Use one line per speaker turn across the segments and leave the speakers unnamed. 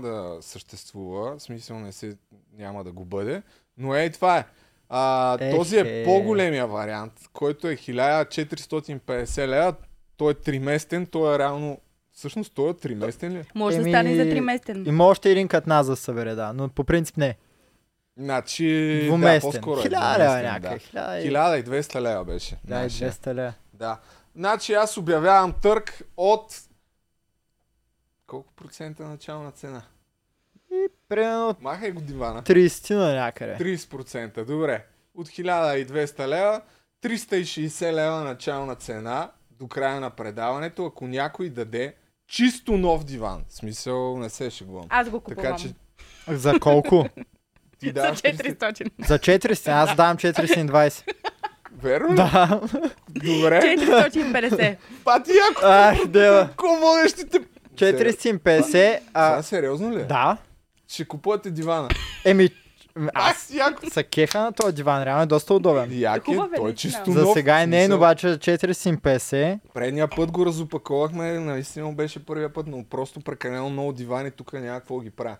да съществува, в смисъл не се, няма да го бъде, но ей това е. А,
Ех,
този е
е.
по-големия вариант, който е 1450 лева, той е триместен, той е реално... Всъщност той е триместен ли?
Може да
Еми,
стане за 3 местен.
Има още един катназ да се събере, да, но по принцип не.
Значи... Да,
Двуместен.
по-скоро е
Хиляда
двуместен,
е някъде.
Да.
Хиляда и-
1200 лева беше.
Да, и
нашия.
200 ля.
Да. Значи аз обявявам търг от... Колко процента е начална цена?
Примерно
Махай го дивана.
30 на някъде.
30%. Добре. От 1200 лева, 360 лева начална цена до края на предаването, ако някой даде чисто нов диван. В смисъл, не се шегувам.
Аз го
Така
купувам.
че
За колко?
ти
За
даваш 300...
400.
За 400. Аз давам 420.
Верно ли?
Да.
Добре.
450.
Пати ако
Ах, дева.
какво можеш ще те...
450.
Това
А,
сериозно ли? е?
да.
Ще купувате дивана.
Еми, аз
Аз яко.
се кефя на този диван. Реално е доста удобен.
Як е,
Хубав е,
той е
наистина.
чисто
За
нов,
сега е
в
нейн,
смисъл.
обаче за 450.
Предния път го разопаковахме, наистина беше първия път, но просто прекалено много дивани, тук няма какво ги правя.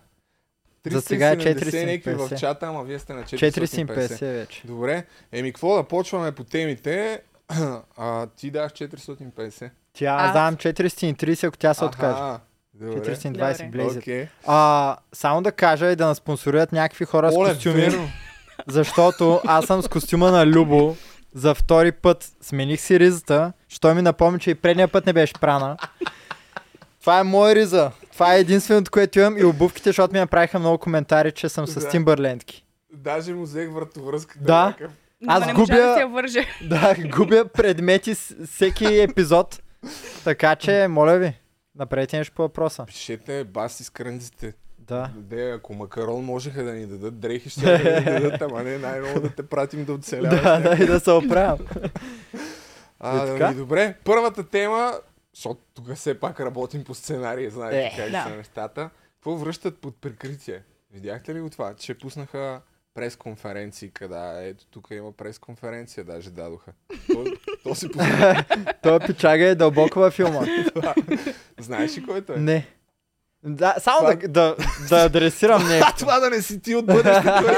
За сега е
370 някакви в
450.
чата, ама вие сте на 450.
450 вече.
Добре, еми какво да почваме по темите? А, ти даш 450.
Тя
Аз?
аз давам 430, ако тя се откаже.
Аха, Добре.
420
Добре.
близък.
Окей.
А, само да кажа и да нас спонсорират някакви хора с
Оле,
костюми.
верно.
Защото аз съм с костюма на Любо. За втори път смених си ризата, що ми напомни, че и предния път не беше прана. Това е моя риза. Това е единственото, което имам и обувките, защото ми направиха много коментари, че съм
Да.
с Тимбърлендки.
Даже му взех вратовръзката.
Да.
някакъв.
Но
Аз
не можа да
губя-
се я върже.
Да, губя предмети с всеки епизод. Така че, моля ви, направете нещо по въпроса.
Пишете баси с крънците.
Да.
Де, ако макарон можеха да ни дадат дрехи, ще да ни дадат, ама не най-много да те пратим да оцеляваш.
Да, да, и да се оправям.
А,
Е,
да,
така?
ми, добре, първата тема, защото тук все пак работим по сценария, знаете
Е,
как
да.
са нещата. Какво връщат под прикритие? Видяхте ли го това, че пуснаха пресконференции, къде ето тук има пресконференция, даже дадоха. То, то си пусна.
Той пичага е дълбоко във филма.
Знаеш ли кой е той?
Не. Да, само
Това-
да, да, да адресирам нещо.
А, това да не си ти от бъдещето. е.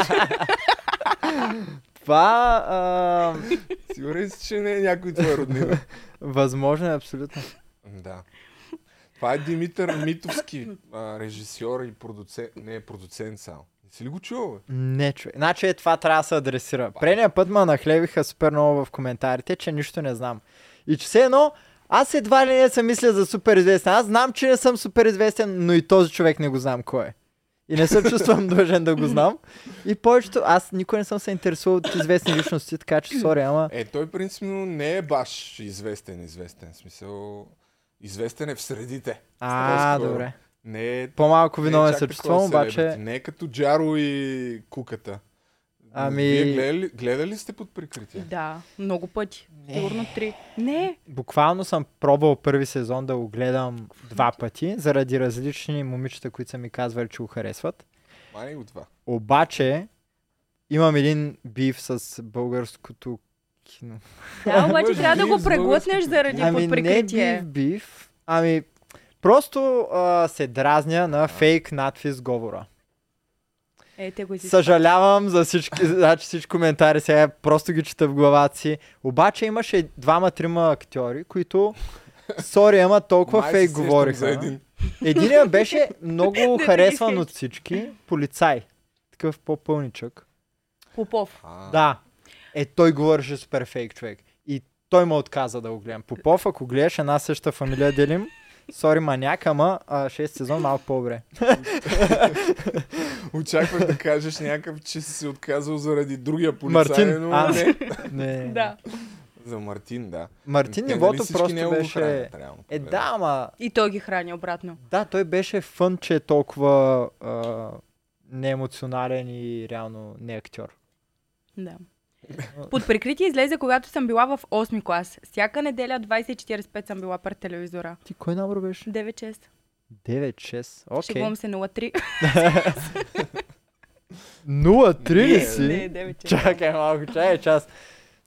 Това а,
Сигурен си, че не е някой твой роднина.
възможно е абсолютно.
Да. Това е Димитър Митовски, а, режисьор и продуцент. Не, продуцент само. Не си ли го чувал? бе?
Не, човек. Значи е, това трябва да се адресира. Предния път ме нахлебиха супер много в коментарите, че нищо не знам. И че все едно, аз едва ли не се мисля за супер известен. Аз знам, че не съм супер известен, но и този човек не го знам кой е. И не се чувствам длъжен да го знам. И повечето, аз никой не съм се интересувал от известни личности, така че сори, ама
Е, той принципно не е баш известен, известен. В смисъл, известен е в средите.
А,
По-скоро.
добре.
Не е...
По-малко
не е
виновен
чак
се
такова
чувствам,
селебрити.
обаче...
Не е като Джаро и куката.
Ами-
Вие гледали, гледали сте под прикритие?
Да, много пъти. Сигурно три. Не,
Буквално съм пробвал първи сезон да го гледам два пъти, заради различни момичета, които са ми казвали, че го харесват.
Мани го това.
Обаче, имам един бив с българското кино.
да, обаче
Може
трябва
би
да го
с
преглътнеш
българското.
заради
ами
под
не
прикритие.
бив, бив. Ами, просто а, се дразня на фейк надпис говора.
Е, те го изискват.
Съжалявам за всички, значи всички коментари сега, просто ги чета в главата си. Обаче имаше двама-трима актьори, които, сори, ама толкова
Май се
фейк
сещам
говориха.
За един.
Единият беше много
Не
харесван
ги
от всички. Полицай. Такъв по-пълничък.
Попов.
А,
Да. Е, той говореше супер фейк човек. И той ме отказа да го гледам. Попов, ако гледаш една съща фамилия, делим. Сори, маняк, ама 6 сезон малко по-добре.
Очаквах да кажеш някакъв, че си се отказал заради другия полицай,
Мартин.
но
А.
не.
Не.
Да.
За Мартин, да.
Мартин
Те, нали
нивото
всички него
просто
го
беше...
хранят, реално,
Е,
погледнато.
да, ама...
И той ги храни обратно.
Да, той беше фън, че е толкова а, неемоционален и реално не е актьор.
Да. Под прикритие излезе, когато съм била в 8 клас. Всяка неделя 20.45 съм била пред телевизора.
Ти кой номер беше?
9-6.
9-6. Окей.
Шегувам се 0-3.
0-3
Не,
ли
Не,
си?
9-6.
Чакай малко, чай час.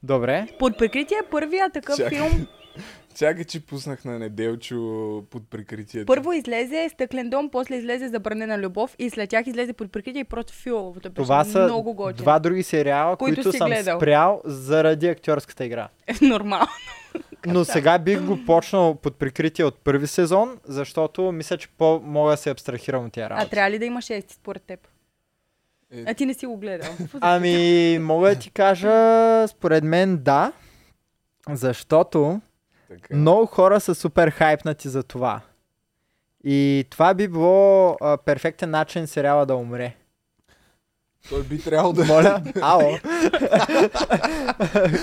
Добре.
Под прикритие е първия такъв
Чакай.
филм.
Чакай, че пуснах на неделчо под
Е,
прикритието.
Първо излезе Стъклен дом, после излезе Забранена любов и след тях излезе под прикритие и просто филовото.
Това са
много готино.
два други сериала,
Които
които
си
съм
гледал.
спрял заради актьорската игра.
Нормално.
Но сега бих го почнал под прикритие от първи сезон, защото мисля, че по-мога да се абстрахирам от тия
А
работи.
трябва ли да има 6 според теб?
Е,
А ти не си го гледал.
Ами, мога да ти кажа, според мен да, защото
така.
много хора са супер хайпнати за това. И това би било а, перфектен начин сериала да умре.
Той би трябвало да...
Моля? Ао!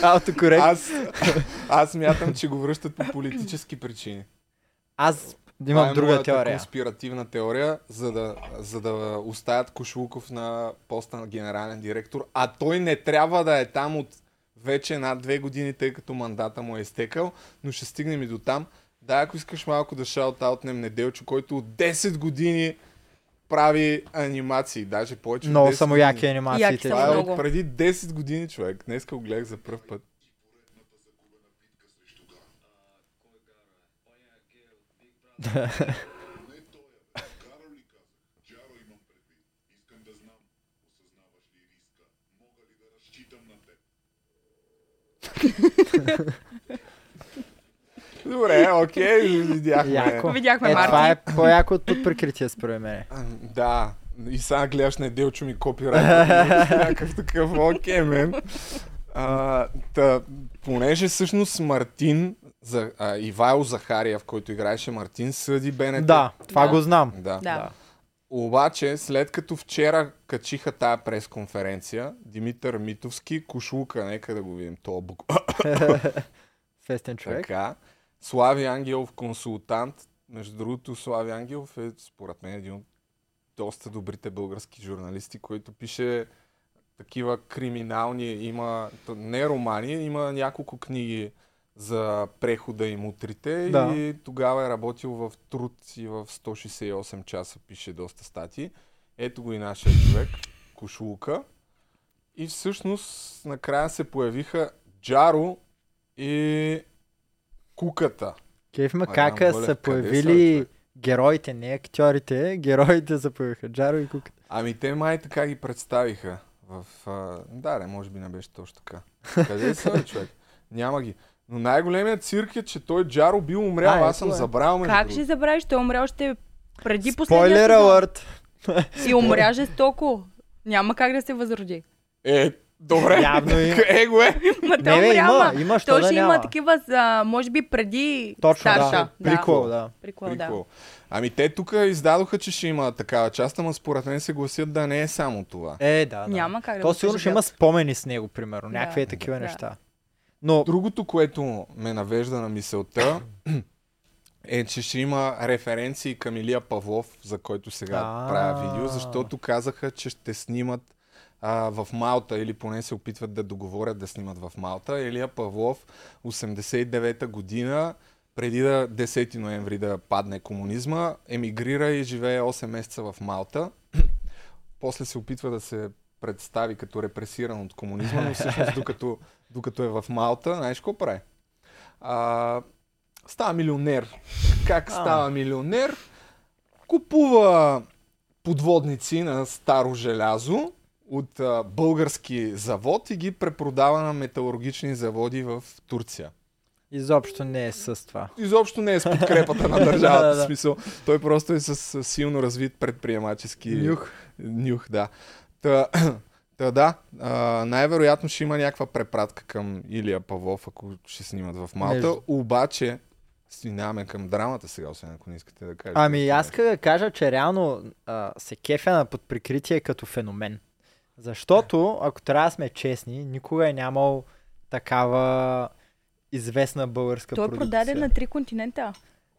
Аото корект. Аз...
Аз, аз мятам, че го връщат по политически причини.
Аз
Това
имам
е
друга
моята
теория.
конспиративна теория, за да, за да оставят Кошлуков на поста на генерален директор, а той не трябва да е там от вече над две години, тъй като мандата му е изтекал, но ще стигнем и до там. Да, ако искаш малко да шаутаутнем Неделчо, който от 10 години прави анимации, даже повече
Много
от 10
само
години.
яки анимациите.
са
Това е
Много.
от преди 10 години, човек. Днес го гледах за първ път. Добре, окей, видяхме.
Яко.
Видяхме
Е,
Марти.
това е по-яко от под прикритие, според мен.
А, Да, и сега гледаш на Делчо ми копирайт. Някакъв такъв, окей, мен. А, та, понеже всъщност Мартин, за, а, Ивайл Захариев, който играеше Мартин, съди Бенето.
Да, това
Да.
го знам.
да.
Да.
Обаче, след като вчера качиха тая пресконференция, Димитър Митовски, Кушлука, нека да го видим, то бук...
Фестен човек.
Така. Слави Ангелов консултант. Между другото, Слави Ангелов е, според мен, един от доста добрите български журналисти, който пише такива криминални, има то не романи, има няколко книги за прехода и мутрите
Да.
и тогава е работил в Труд и в 168 часа пише доста статии. Ето го и нашия човек, Кошулка. И всъщност накрая се появиха Джаро и Куката.
Кеф ма
Мариан
кака
Болев,
са
къде са,
появили
човек?
героите, не актьорите. Героите се появиха. Джаро и Куката.
Ами те май така ги представиха. В, а... Да, не, може би не беше точно така. Къде са, бе, човек? Няма ги. Но най-големият цирк е, че той Джаро бил умрял.
А,
Аз
ето
съм
е.
забравял между
Как
другото.
ще забравиш? Той умря още преди последния
Спойлер
сезон.
алърт.
И умря жестоко. Няма как да се възроди.
Е, добре.
Явно и-
е, го е.
Ма
Не,
той
бе,
умря,
има,
ма.
има, що
Той
да
ще има
няма.
такива, за, може би преди
Точно, да.
старша.
Прикол, да.
Прикол, да.
Прикол. Ами те тук издадоха, че ще има такава част, ама според мен се гласят да не е само това.
Е, да, да.
Няма как да
То
го
сигурно ще има
преживят.
спомени с него, примерно. Някакви
Да.
е такива
Да.
неща. Но
Другото, което ме навежда на мисълта, е, че ще има референции към Илия Павлов, за който сега
А.
правя видео, защото казаха, че ще снимат а, в Малта, или поне се опитват да договорят да снимат в Малта. Илия Павлов, 89-та година, преди да 10 ноември да падне комунизма, емигрира и живее 8 месеца в Малта. После се опитва да се представи като репресиран от комунизма, но всъщност докато, докато е в Малта, знаеш какво прави? А, става милионер. Как става милионер? Купува подводници на старо желязо от а, български завод и ги препродава на металургични заводи в Турция.
изобщо не е с това.
Изобщо не е с подкрепата на
Да, да,
държавата,
да.
в смисъл. Той просто е с, с силно развит предприемачески
Нюх.
Нюх, да. Та, та да, а, най-вероятно ще има някаква препратка към Илия Павлов, ако ще снимат в Малта.
Между-
Обаче, стигнаваме към драмата сега, освен ако не искате да кажете.
Ами
нещо.
аз искам да кажа, че реално а, се кефя на под прикритие като феномен. Защото, ако трябва да сме честни, никога е нямал такава известна българска
Той е
продукция.
продаден на три континента.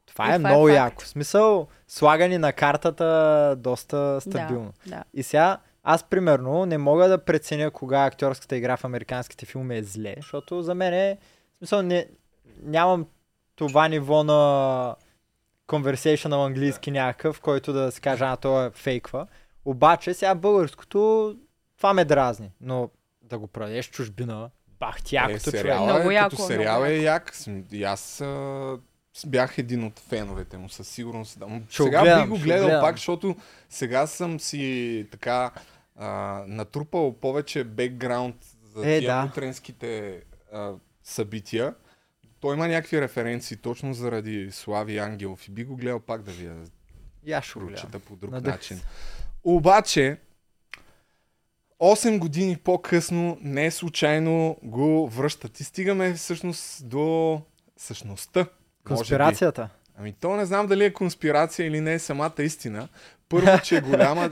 Това е
И това е
много
факт.
яко. В смисъл, слагани на картата доста стабилно.
Да, да.
И сега, аз примерно не мога да преценя кога актьорската игра в американските филми е зле, защото за мен е, в смисъл, не, нямам това ниво на conversational английски някакъв, който да се каже, а, то е фейква. Обаче сега българското, това ме дразни. Но да го продадеш в чужбина, Бах ти якото,
е,
човек.
сериала,
Много
е,
яко,
като сериал
много
е як. См- И аз а, с- бях един от феновете му, със сигурност. Да. М,
Ще го
сега
гледам,
би го
ще
гледал
гледам.
пак, защото сега съм си така а, натрупал повече бекграунд за
Е,
тия
да.
утренските а, събития. Той има някакви референции точно заради Слави Ангелов и би го гледал пак да видя
Я ще го гледам.
прочета по е друг
Надъх
начин.
се.
Обаче, 8 години по-късно, не случайно го връщат. И стигаме всъщност до същността. може би.
Конспирацията.
Ами то не знам дали е конспирация или не е самата истина. Първо, че е голяма...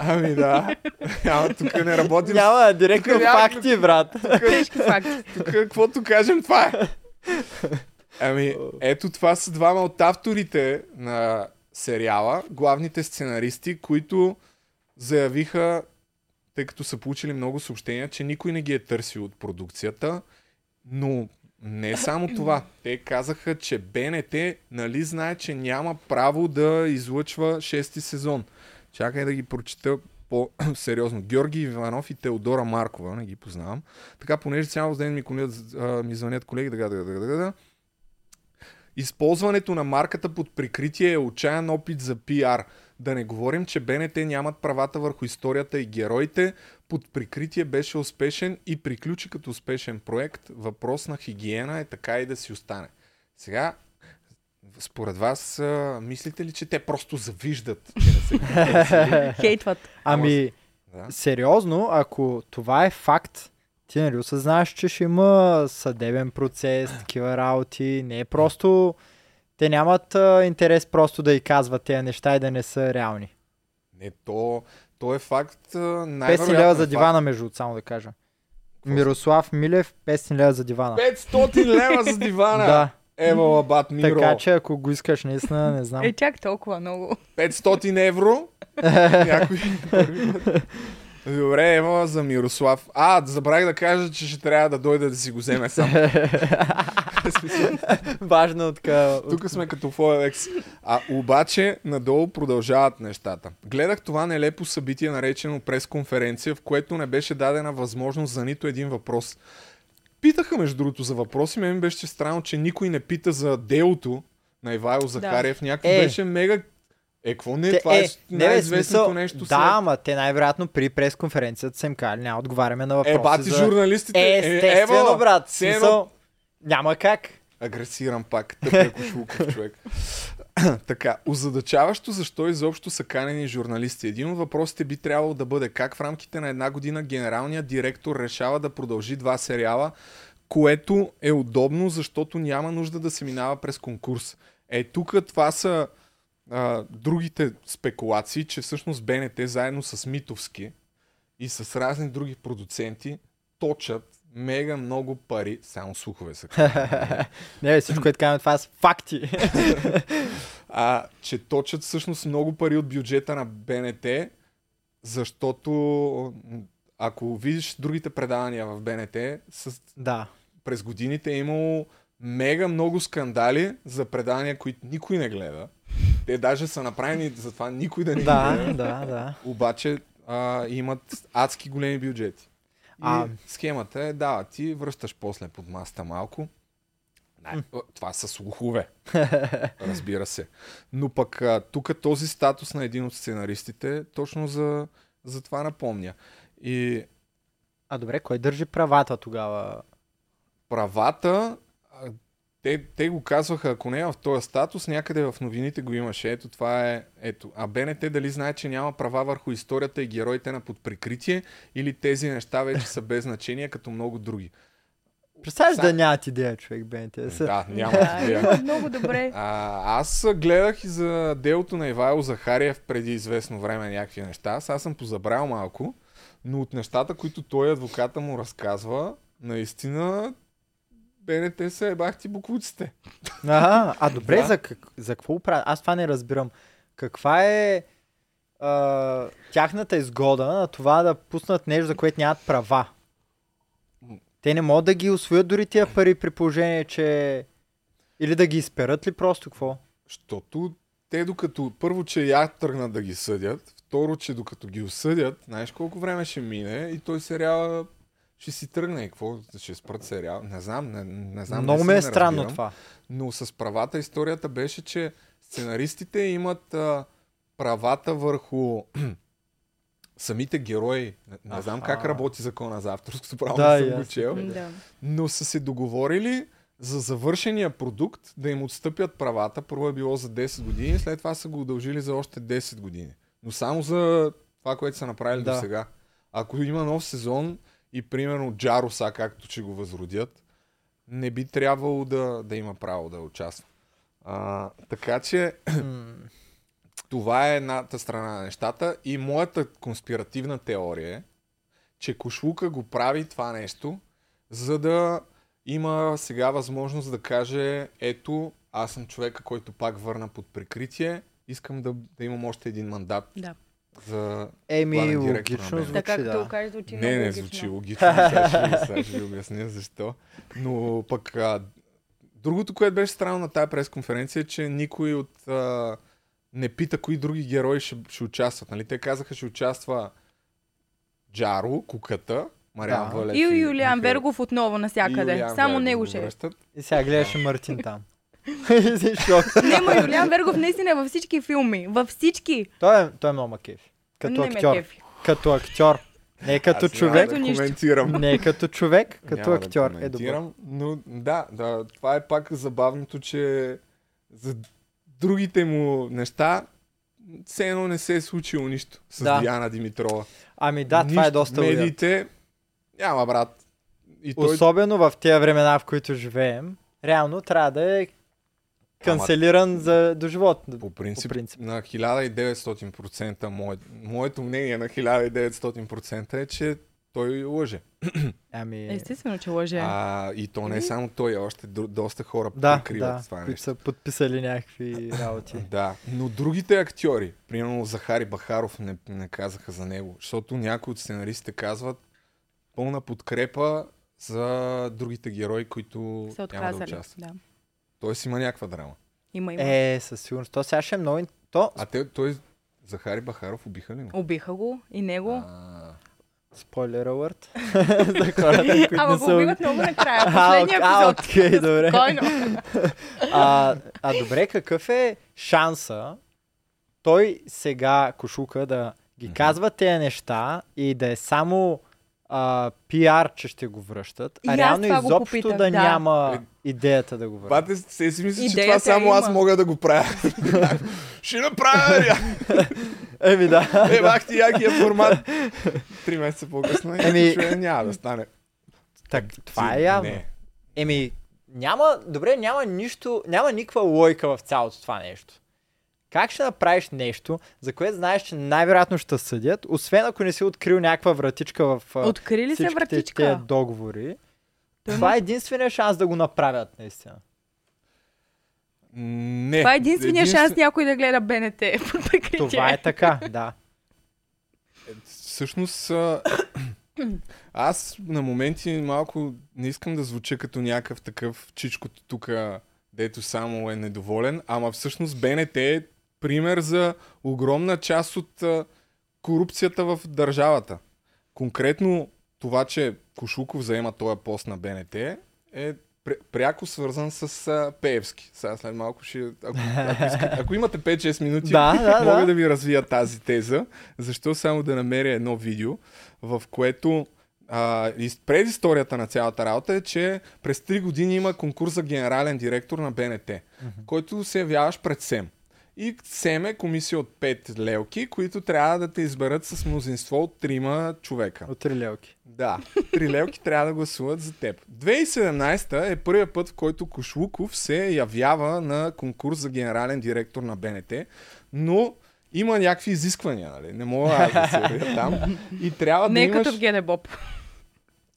Ами да. Ама тук не работим. с-
Няма, директно
Тук реално-
факти, брат.
Тежки факти.
е- Тук е каквото кажем, това е. Ами, ето това са двама от авторите на сериала, главните сценаристи, които заявиха, тъй като са получили много съобщения, че никой не ги е търсил от продукцията, но не само това. Те казаха, че БНТ нали знае, че няма право да излъчва шести сезон. Чакай да ги прочета по-сериозно. Георги Иванов и Теодора Маркова, не ги познавам. Така, понеже цял ден ми, конят, а, ми звънят колеги, така, така, така, така, така. Използването на марката под прикритие е отчаян опит за пиар. Да не говорим, че БНТ нямат правата върху историята и героите. Под прикритие беше успешен и приключи като успешен проект. Въпрос на хигиена е така и да си остане. Сега, според вас, а, мислите ли, че те просто завиждат, че не са ги
Е,
търсили?
Хейтват.
Ами,
да.
сериозно, ако това е факт, ти нали осъзнаеш, че ще има съдебен процес, такива работи. Не е просто... Те нямат а, интерес просто да и казват тези неща и да не са реални.
Не, то, то е факт. а,
500
най-вероятно
лева
е
за
факт.
дивана, между другото, само да кажа. Мирослав Милев, 500 лева за дивана.
500 лева за дивана.
Да,
Ева лабат мигро.
така че ако го искаш, наистина, не знам.
Е, чак толкова много.
500 евро. Някой първи път. Добре, Ева за Мирослав. А, забравих да кажа, че ще трябва да дойда да си го вземе сам.
Важно от къ- от-
Тук сме като в OLX. А обаче надолу продължават нещата. Гледах това нелепо събитие, наречено пресконференция, в което не беше дадена възможност за нито един въпрос. Питаха, между другото, за въпроси. Мен ми беше странно, че никой не пита за делото на Ивайло Захариев. Някакво
Е.
беше мега... Е, какво не?
Те-
това е,
не, бе,
най-известното
смисъл,
нещо.
Да,
след-
ама те най-вероятно при пресконференцията са им казали, няма да отговаряме на въпроси.
Е, бати
за...
журналистите.
Е, естествено,
ева,
брат.
все едно
Смисъл, няма как.
Агресиран пак, тъпия кошлуков човек. така, озадачаващо защо изобщо са канени журналисти. Един от въпросите би трябвало да бъде как в рамките на една година генералният директор решава да продължи два сериала, което е удобно, защото няма нужда да се минава през конкурс. Е, тук това са а, другите спекулации, че всъщност БНТ заедно с Митовски и с разни други продуценти точат мега много пари, само слухове са,
Не, бе, всичко е така, но това са факти.
а, че точат всъщност много пари от бюджета на БНТ, защото м, ако видиш другите предавания в БНТ, с,
да.
през годините е имало мега много скандали за предавания, които никой не гледа. Те даже са направени за това никой да не ги
да,
гледа.
да, да.
Обаче а, имат адски големи бюджети. И
А.
схемата е, да, ти връщаш после под маста малко. Не, това са слухове. Разбира се. Но пък а, тук този статус на един от сценаристите точно за, за това напомня. И
А добре, кой държи правата тогава?
правата, а, те, те го казваха, ако не е в този статус, някъде в новините го имаше. Ето това е. Ето. А БНТ дали знае, че няма права върху историята и героите на подприкритие или тези неща вече са без значение, като много други.
Представяш
Са-
да нямат идея, човек, бе, те са.
Да, няма
Да,
идея.
има много добре.
А, аз гледах и за делото на Ивайло Захариев преди известно време някакви неща. Сега съм позабрал малко, но от нещата, които той адвоката му разказва, наистина БНТ се ебах ти буклуците.
Ага, а добре,
Да.
за, как, за какво правят? Аз това не разбирам. Каква е а, тяхната изгода на това да пуснат нещо, за което нямат права? Те не могат да ги освоят дори тия пари при положение, че... Или да ги изперат ли просто какво?
Защото те докато, първо, че я тръгнат да ги съдят, второ, че докато ги осъдят, знаеш колко време ще мине и той сериала ще си тръгне. И какво? Ще спрат сериал? Не знам, не, не знам. не
Много ме е
се не
странно
разбирам.
това.
Но с правата историята беше, че сценаристите имат а, правата върху самите герои. Не, не знам как
Аха.
работи закона за авторското право,
Да,
не
и
съм го
аз
чел.
така. е.
Да.
но са се договорили за завършения продукт да им отстъпят правата. Първо е било за 10 години, след това са го удължили за още 10 години. Но само за това, което са направили
Да.
да. до сега. Ако има нов сезон и примерно Джароса, както че го възродят, не би трябвало да, да има право да участва. А, така че
М,
това е едната страна на нещата. И моята конспиративна теория е, че Кошлука го прави това нещо, за да има сега възможност да каже, ето, аз съм човека, който пак върна под прикритие, искам да, да имам още един мандат.
Да.
За...
Еми,
Главен директор на
логично
Бел.
звучи,
Така както
да.
кажеш, звучи
Не,
много
не
логично.
звучи логично, сега ще, сега ще ви обясня защо. Но пък а, другото, което беше странно на тази пресконференция е, че никой от а, не пита кои други герои ще, ще участват. Нали? Те казаха, ще участва Джаро, куката, Мариан
Да.
Валев
И Юлиан
Михаил-
Бергов отново
и
навсякъде.
Юлиан
Само
Бергов
него
го
ще е.
връщат.
И сега гледаше Мартин там. И си в шок.
Не, ма Юлиан Бергов наистина е във всички филми. Във всички.
Той е, той е много макев. Като
не ме
актьор.
кефи.
Като актьор. Не като
Аз няма
човек.
Като
Да
нищо.
коментирам.
Не като човек, като
Няма
актьор.
Да
Е добър.
коментирам, но да, да, това е пак забавното, че за другите му неща все едно не се е случило нищо с
Да.
да. Диана Димитрова.
Ами да, това е
Нищо.
доста уяд.
Медиите, няма брат. И той
Особено в тези времена, в които живеем, реално трябва да е канцелиран за, до живот.
по принцип,
по принцип.
на 1900% мое, моето мнение на 1900% е, че той лъже.
Ами,
Естествено, че лъже.
А, и то не е само той, още до, доста хора
да,
прикриват
да,
това нещо.
които са подписали някакви работи.
Да, но другите актьори, примерно Захари Бахаров, не, не казаха за него, защото някои от сценаристите казват пълна подкрепа за другите герои, които
Са
няма да
отказали.
участват.
да.
Тоест има някаква драма.
Има, има.
Е, със сигурност. То сега ще е много... ин- То,
А те, той, Захари Бахаров убиха ли го?
Убиха го и него.
А,
спойлер алърт, за хората, Е, които
Ама
не
го
са...
убиват много накрая.
А,
Последния
а,
епизод.
окей, добре.
Спокойно.
А, а добре, какъв е шанса той сега, Кошука, да ги
Мгм.
казва тези неща и да е само а, пиар, че ще го връщат,
И
а
аз
реално
това го
изобщо
попитах,
да,
да.
няма идеята да го връщат.
Бате, се си мисли, че
Идеята
това само
я
аз
има.
мога да го правя. Ще направя, я-
Еми да.
е, бах ти якия формат. Три месеца по-късно и
Еми-
човек няма да стане.
Ами- Так, това е
Ти-
явно.
Не.
Еми, няма, добре, няма нищо, няма никаква лойка в цялото това нещо. Как ще направиш нещо, за което знаеш, че най-вероятно ще съдят, освен ако не си открил някаква вратичка в а,
Открили се
всичките тия
вратичка.
договори.
Той
Това
има-
е единствения шанс да го направят, наистина.
Не.
Това е единствения
Единствен-
шанс някой да гледа БНТ под прикритие.
Това е така, да.
Всъщност, а, аз на моменти малко не искам да звуча като някакъв такъв чичкото тук, дето само е недоволен, ама всъщност БНТ е пример за огромна част от а, корупцията в държавата. Конкретно това, че Кошуков заема този пост на БНТ е пря- пряко свързан с а, Пеевски. Сега след малко ще... Ако, ако, искате, ако имате 5-6 минути,
Да, да, да.
мога да ви развия тази теза. Защо само да намеря едно видео, в което а, из- предисторията на цялата работа е, че през 3 години има конкурс за генерален директор на БНТ, който се явяваш пред СЕМ. И СЕМ е комисия от 5 лелки, които трябва да те изберат с мнозинство от 3 човека.
От релелки.
Да, три лелки трябва да гласуват за теб. 2017 е първият път, в който Кошлуков се явява на конкурс за генерален директор на БНТ, но има някакви изисквания, нали? Не мога аз да се явя там. И трябва да
Не е
имаш...
като в Генебоб.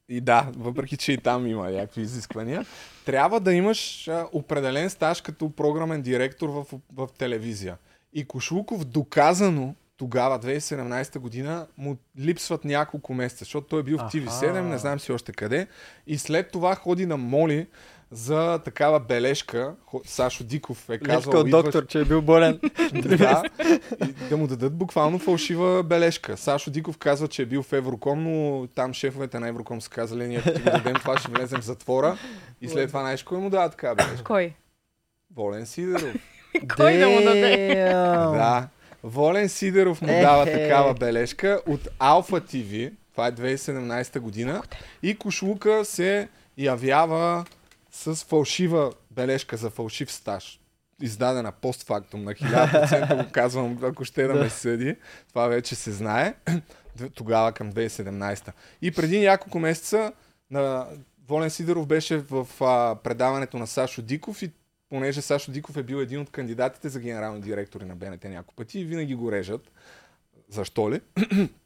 И да, въпреки че и там има някакви изисквания, трябва да имаш а, определен стаж като програмен директор в, в телевизия. И Кошлуков доказано тогава, 2017 година, му липсват няколко месеца, защото той е бил в
Аха.
TV7, не знам си още къде. И след това ходи на Моли за такава бележка. Хо- Сашо Диков е
Личка
казал,
от доктор, че е бил болен.
да, и да му дадат буквално фалшива бележка. Сашо Диков казва, че е бил в Евроком, но там шефовете на Евроком са казали, ние ако ти го дадем това, ще влезем в затвора. И след това нещо, кой му дава такава бележка?
Кой?
Волен Сидеров.
Кой да му даде?
Damn.
Да. Волен Сидеров му дава такава бележка от Алфа ТВ. Това е 2017 година. И Кошлука се явява с фалшива бележка за фалшив стаж. Издадена постфактум на 1000% го казвам, ако ще да ме съди. Това вече се знае. Д- Тогава към 2017. И преди няколко месеца на Волен Сидеров беше в а, предаването на Сашо Диков и понеже Сашо Диков е бил един от кандидатите за генерални директори на БНТ няколко пъти и винаги го режат. Защо ли?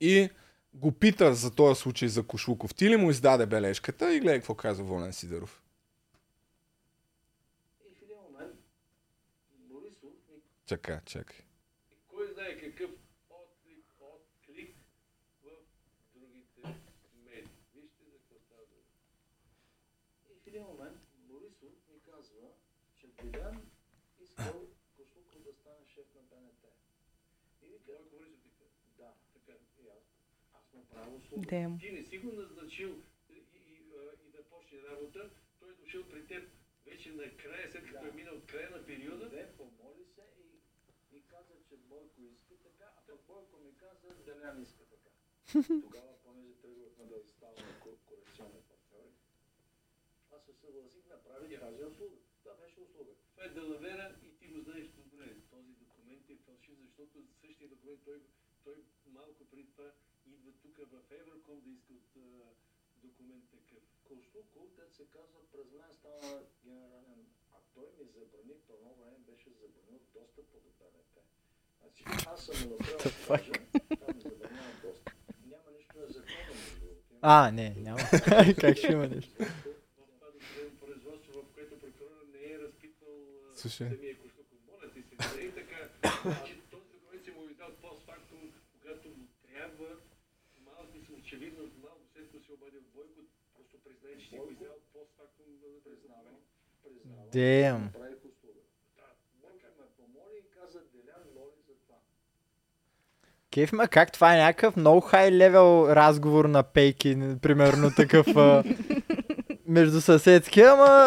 и го пита за този случай за Кошлуков. Ти ли му издаде бележката и гледай какво казва Волен Сидеров.
И в един момент Борисов, и
Чака, чакай.
кой знае какъв отклик, отклик в другите медии. Вижте за какво става дума. И в един момент Борисов ми казва, че Долян искал Кошлуков да стане шеф на БНТ. И вика, Борисов вика, да, така, и аз, аз му правя услуга.
Дем.
Ти не си го назначил и, и, а, и да почне работа, той е дошъл при теб вече накрая, след като е минал края на периода. Не, помоли се и, и каза, че Бойко иска така, а пък Бойко ми каза, Делян иска така. Тогава, понеже тръгвахме да ставаме ко- коалиционни партньори, аз се съгласих, направи тази услуга. Това беше услуга. Това е Делавера и ти го знаеш добре. Този документ е фалшив, защото същия документ той, той малко преди това идва тук в Евроком да иска от а, документ такъв. Кошлуков, да се казва, през мен стана генерален. А той ми забрани, по едно време беше забранил достъп до БНТ. Значи аз съм му направил стажа, там ми забранява достъп. Няма нищо незаконно между другото. Има
А, не, няма. как ще има нещо?
в това досъдебно производство, в което прокурорът не е разпитвал а,
Слушай.
самия Кошлуков. Моля ти се, нали така, значи този документ си му издал постфактум, когато му трябва, малко си очевидно, малко след като се обадил Бойко, просто признай, че си го издал постфактум да признавам. Признавам.
Damn.
Правих услуга. Да, Бойко ме помоли и каза, Делян, моли за това.
Кеф ма как това е някакъв много хай левел разговор на пейки, примерно такъв а, между съседски, ама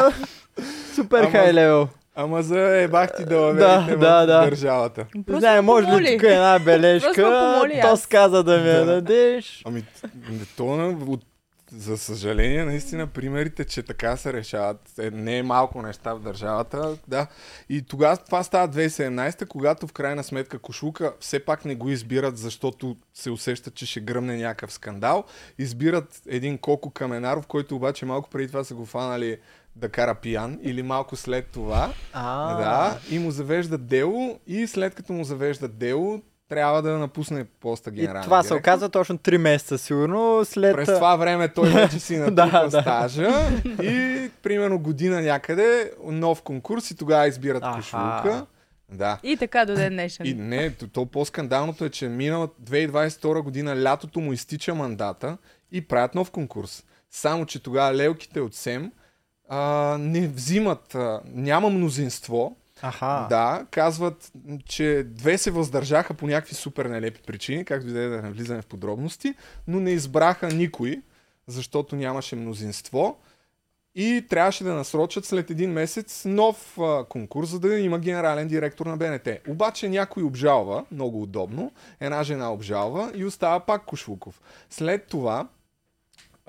супер
Ама-
хай левел.
Ама за ебах ти далаверите
Да,
в
да, да.
държавата.
Просто
Не,
ме
може ли
помоли.
тук една
Просто ме
бележка,
помоли
то
аз.
сказа да ми я дадеш.
Ами, т- м, то, на- от, за съжаление, наистина, примерите, че така се решават, е, не е малко неща в държавата, да. И тогава това става 2017, когато в крайна сметка Кошлука все пак не го избират, защото се усеща, че ще гръмне някакъв скандал. Избират един Коко Каменаров, който обаче малко преди това са го фанали да кара пиян или малко след това.
А,
Да, и му завеждат дело и след като му завеждат дело, трябва да напусне поста
И
генерален
това се
директор.
оказва точно 3 месеца, сигурно. След...
През това време той вече си натрупа
Да, да.
стажа и примерно година някъде нов конкурс и тогава избират
Аха.
кошлука. Да.
И така до ден днешен.
И не, то, то по-скандалното е, че минала 2022 година лятото му изтича мандата и правят нов конкурс. Само, че тогава лелките от СЕМ а, не взимат, а, няма мнозинство,
Аха.
да, казват, м, че две се въздържаха по някакви супер нелепи причини, както и да е да не влизаме в подробности, но не избраха никой, защото нямаше мнозинство и трябваше да насрочат след един месец нов а, конкурс, за да има генерален директор на БНТ. Обаче някой обжалва, много удобно, една жена обжалва и остава пак Кошлуков. След това,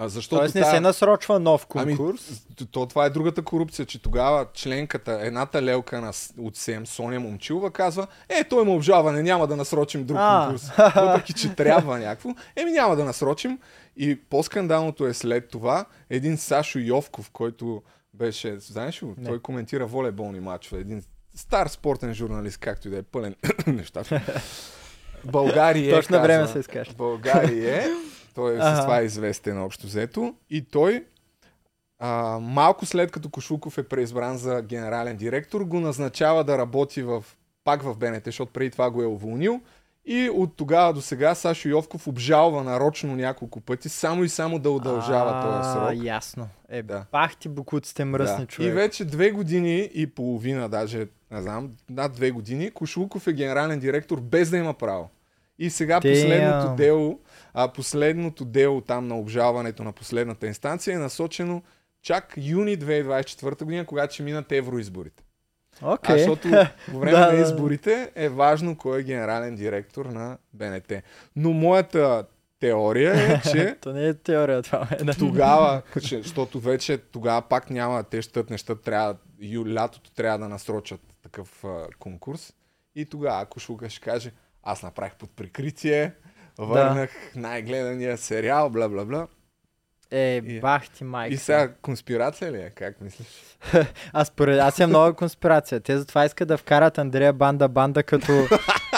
а, защото
Тоест не се
тая-
насрочва нов конкурс.
Ами, то- то, това е другата корупция, че тогава членката, едната лелка на, с- от СЕМ, Соня Момчилова, казва, е, той има обжалване, няма да насрочим друг
А.
конкурс. Въпреки, че трябва някакво, еми няма да насрочим. И по-скандалното е след това, един Сашо Йовков, който беше, знаеш ли, го? той коментира волейболни матчове, един стар спортен журналист, както и да е пълен неща. България. е,
Точно на време
казва,
се изкажа.
България. Той е с
Ага.
това е известен общо взето. И той а, малко след като Кошуков е преизбран за генерален директор, го назначава да работи в, пак в БНТ, защото преди това го е уволнил. И от тогава до сега Сашо Йовков обжалва нарочно няколко пъти, само и само да удължава този срок.
А, ясно. Е,
Да.
да. пах ти букуците мръсни, човек.
И вече две години и половина, даже, не знам, над две години, Кошлуков е генерален директор без да има право. И сега
Damn.
последното дело, а последното дело там на обжалването на последната инстанция е насочено чак юни 2024 година, когато ще минат евроизборите.
Окей.
Okay. А, защото по време
Да,
да, на
да, да.
изборите е важно кой е генерален директор на БНТ. Но моята теория е, че
То не е теория това. Е, да.
тогава, ще- защото вече тогава пак няма, те щат неща, трябва, ю, лятото трябва да насрочат такъв а, конкурс. И тогава Кошука ще каже, аз направих под прикритие, върнах да. най-гледания сериал, бла-бла-бла.
Е,
И-
бах ти майка.
И сега конспирация ли е? Как мислиш?
Аз, според, аз съм много конспирация. Те затова искат да вкарат Андрея Банда Банда като,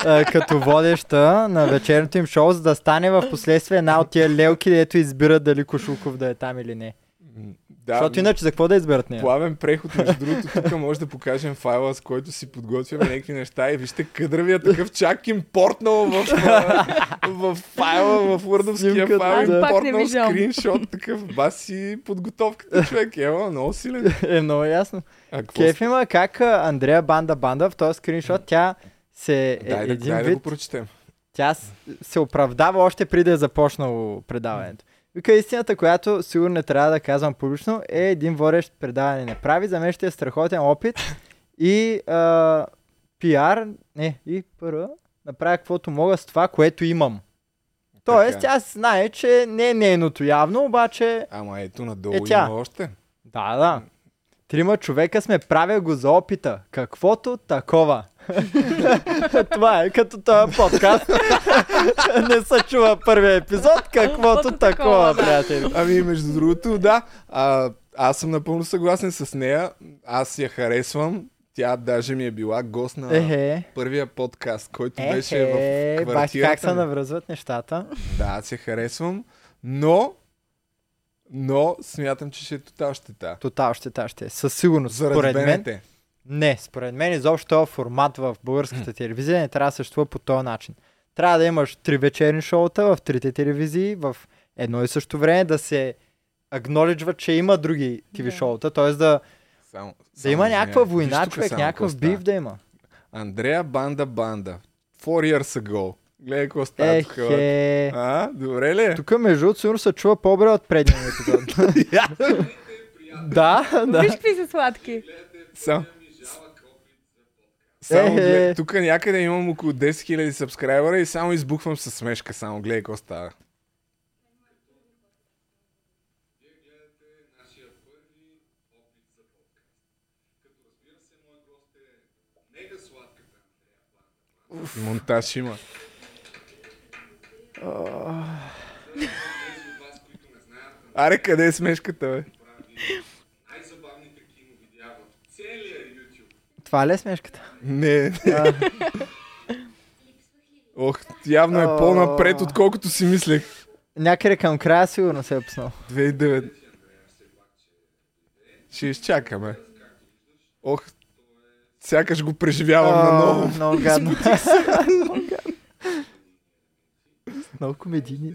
а, като водеща на вечерното им шоу, за да стане в последствие една от тия лелки, дето избират дали Кошуков да е там или не.
М, Да,
Да, Защото иначе за какво да изберат нея?
Плавен преход, между другото, тук може да покажем файла, с който си подготвяме някакви неща и вижте кадървия такъв чак импортнал в, а, в файла, в Word-овския
Снимката,
файл,
да. Аз пак не
импортнал
виждам.
скриншот, такъв баси подготовката човек, ела, много силен.
Е много ясно.
А, какво
Кеф
сте?
има как а, Андрея Банда Банда в този скриншот, тя се е,
Дай, да,
един
дай да го
вид,
прочетем.
тя с- се оправдава още преди да е започнало предаването. Вика истината, която сигурно не трябва да казвам публично, е един водещ предаване не прави, за мен ще е страхотен опит и а, пиар, не, и пара, направя каквото мога с това, което имам. Тоест,
Така.
тя знае, че не е нейното явно, обаче
Ама ето надолу
Е,
е,
тя.
има още.
да, да. Трима човека сме правя го за опита. Каквото такова. Това е като този подкаст. Не се чува първия епизод. Каквото
Каквото
такова,
такова, да.
приятели.
Ами, между другото, да. А, аз съм напълно съгласен с нея. Аз я харесвам. Тя даже ми е била гост на
Ехе.
първия подкаст, който беше в
Ехе. Бах
квартирата.
как се
ми.
навръзват нещата.
Да, аз я харесвам, но, но смятам, че ще е тотал щета.
Тотал ще та ще. е. Със сигурност.
Заради
Според мен.
БНТ.
Не, според мен изобщо този формат в българската телевизия не трябва да съществува по този начин. Трябва да имаш три вечерни шоута в трите телевизии в едно и също време да се агнолиджва, че има други TV
Да.
шоута, т.е. да,
Само,
да
само
има някаква
извинявай. Виж
война,
тук
човек,
само
някакъв
какво става.
бив да има.
Андрея Банда Банда. Four years ago. Гледай какво става тук. бе.
Ехе.
А, добре ли? е?
Тук между другото сигурно се чува по-добре от предния ми епизод. да, да.
Виж какви са сладки.
Само, само
Е, е.
гледай. Тук някъде имам около 10 000 сабскрайбера и само избухвам със смешка. Само гледай какво става. Монтаж има. Аре, къде е смешката, бе?
Най-забавните киновидеа в целия YouTube.
Това ли е смешката?
Не, не. Ох, явно е
О.
по-напред, отколкото си мислех.
Някъде към края сигурно се е пуснал.
2009. Ще изчакаме. Ох, сякаш го преживявам
О,
наново.
Много гадно. Много гадно. Много комедийни.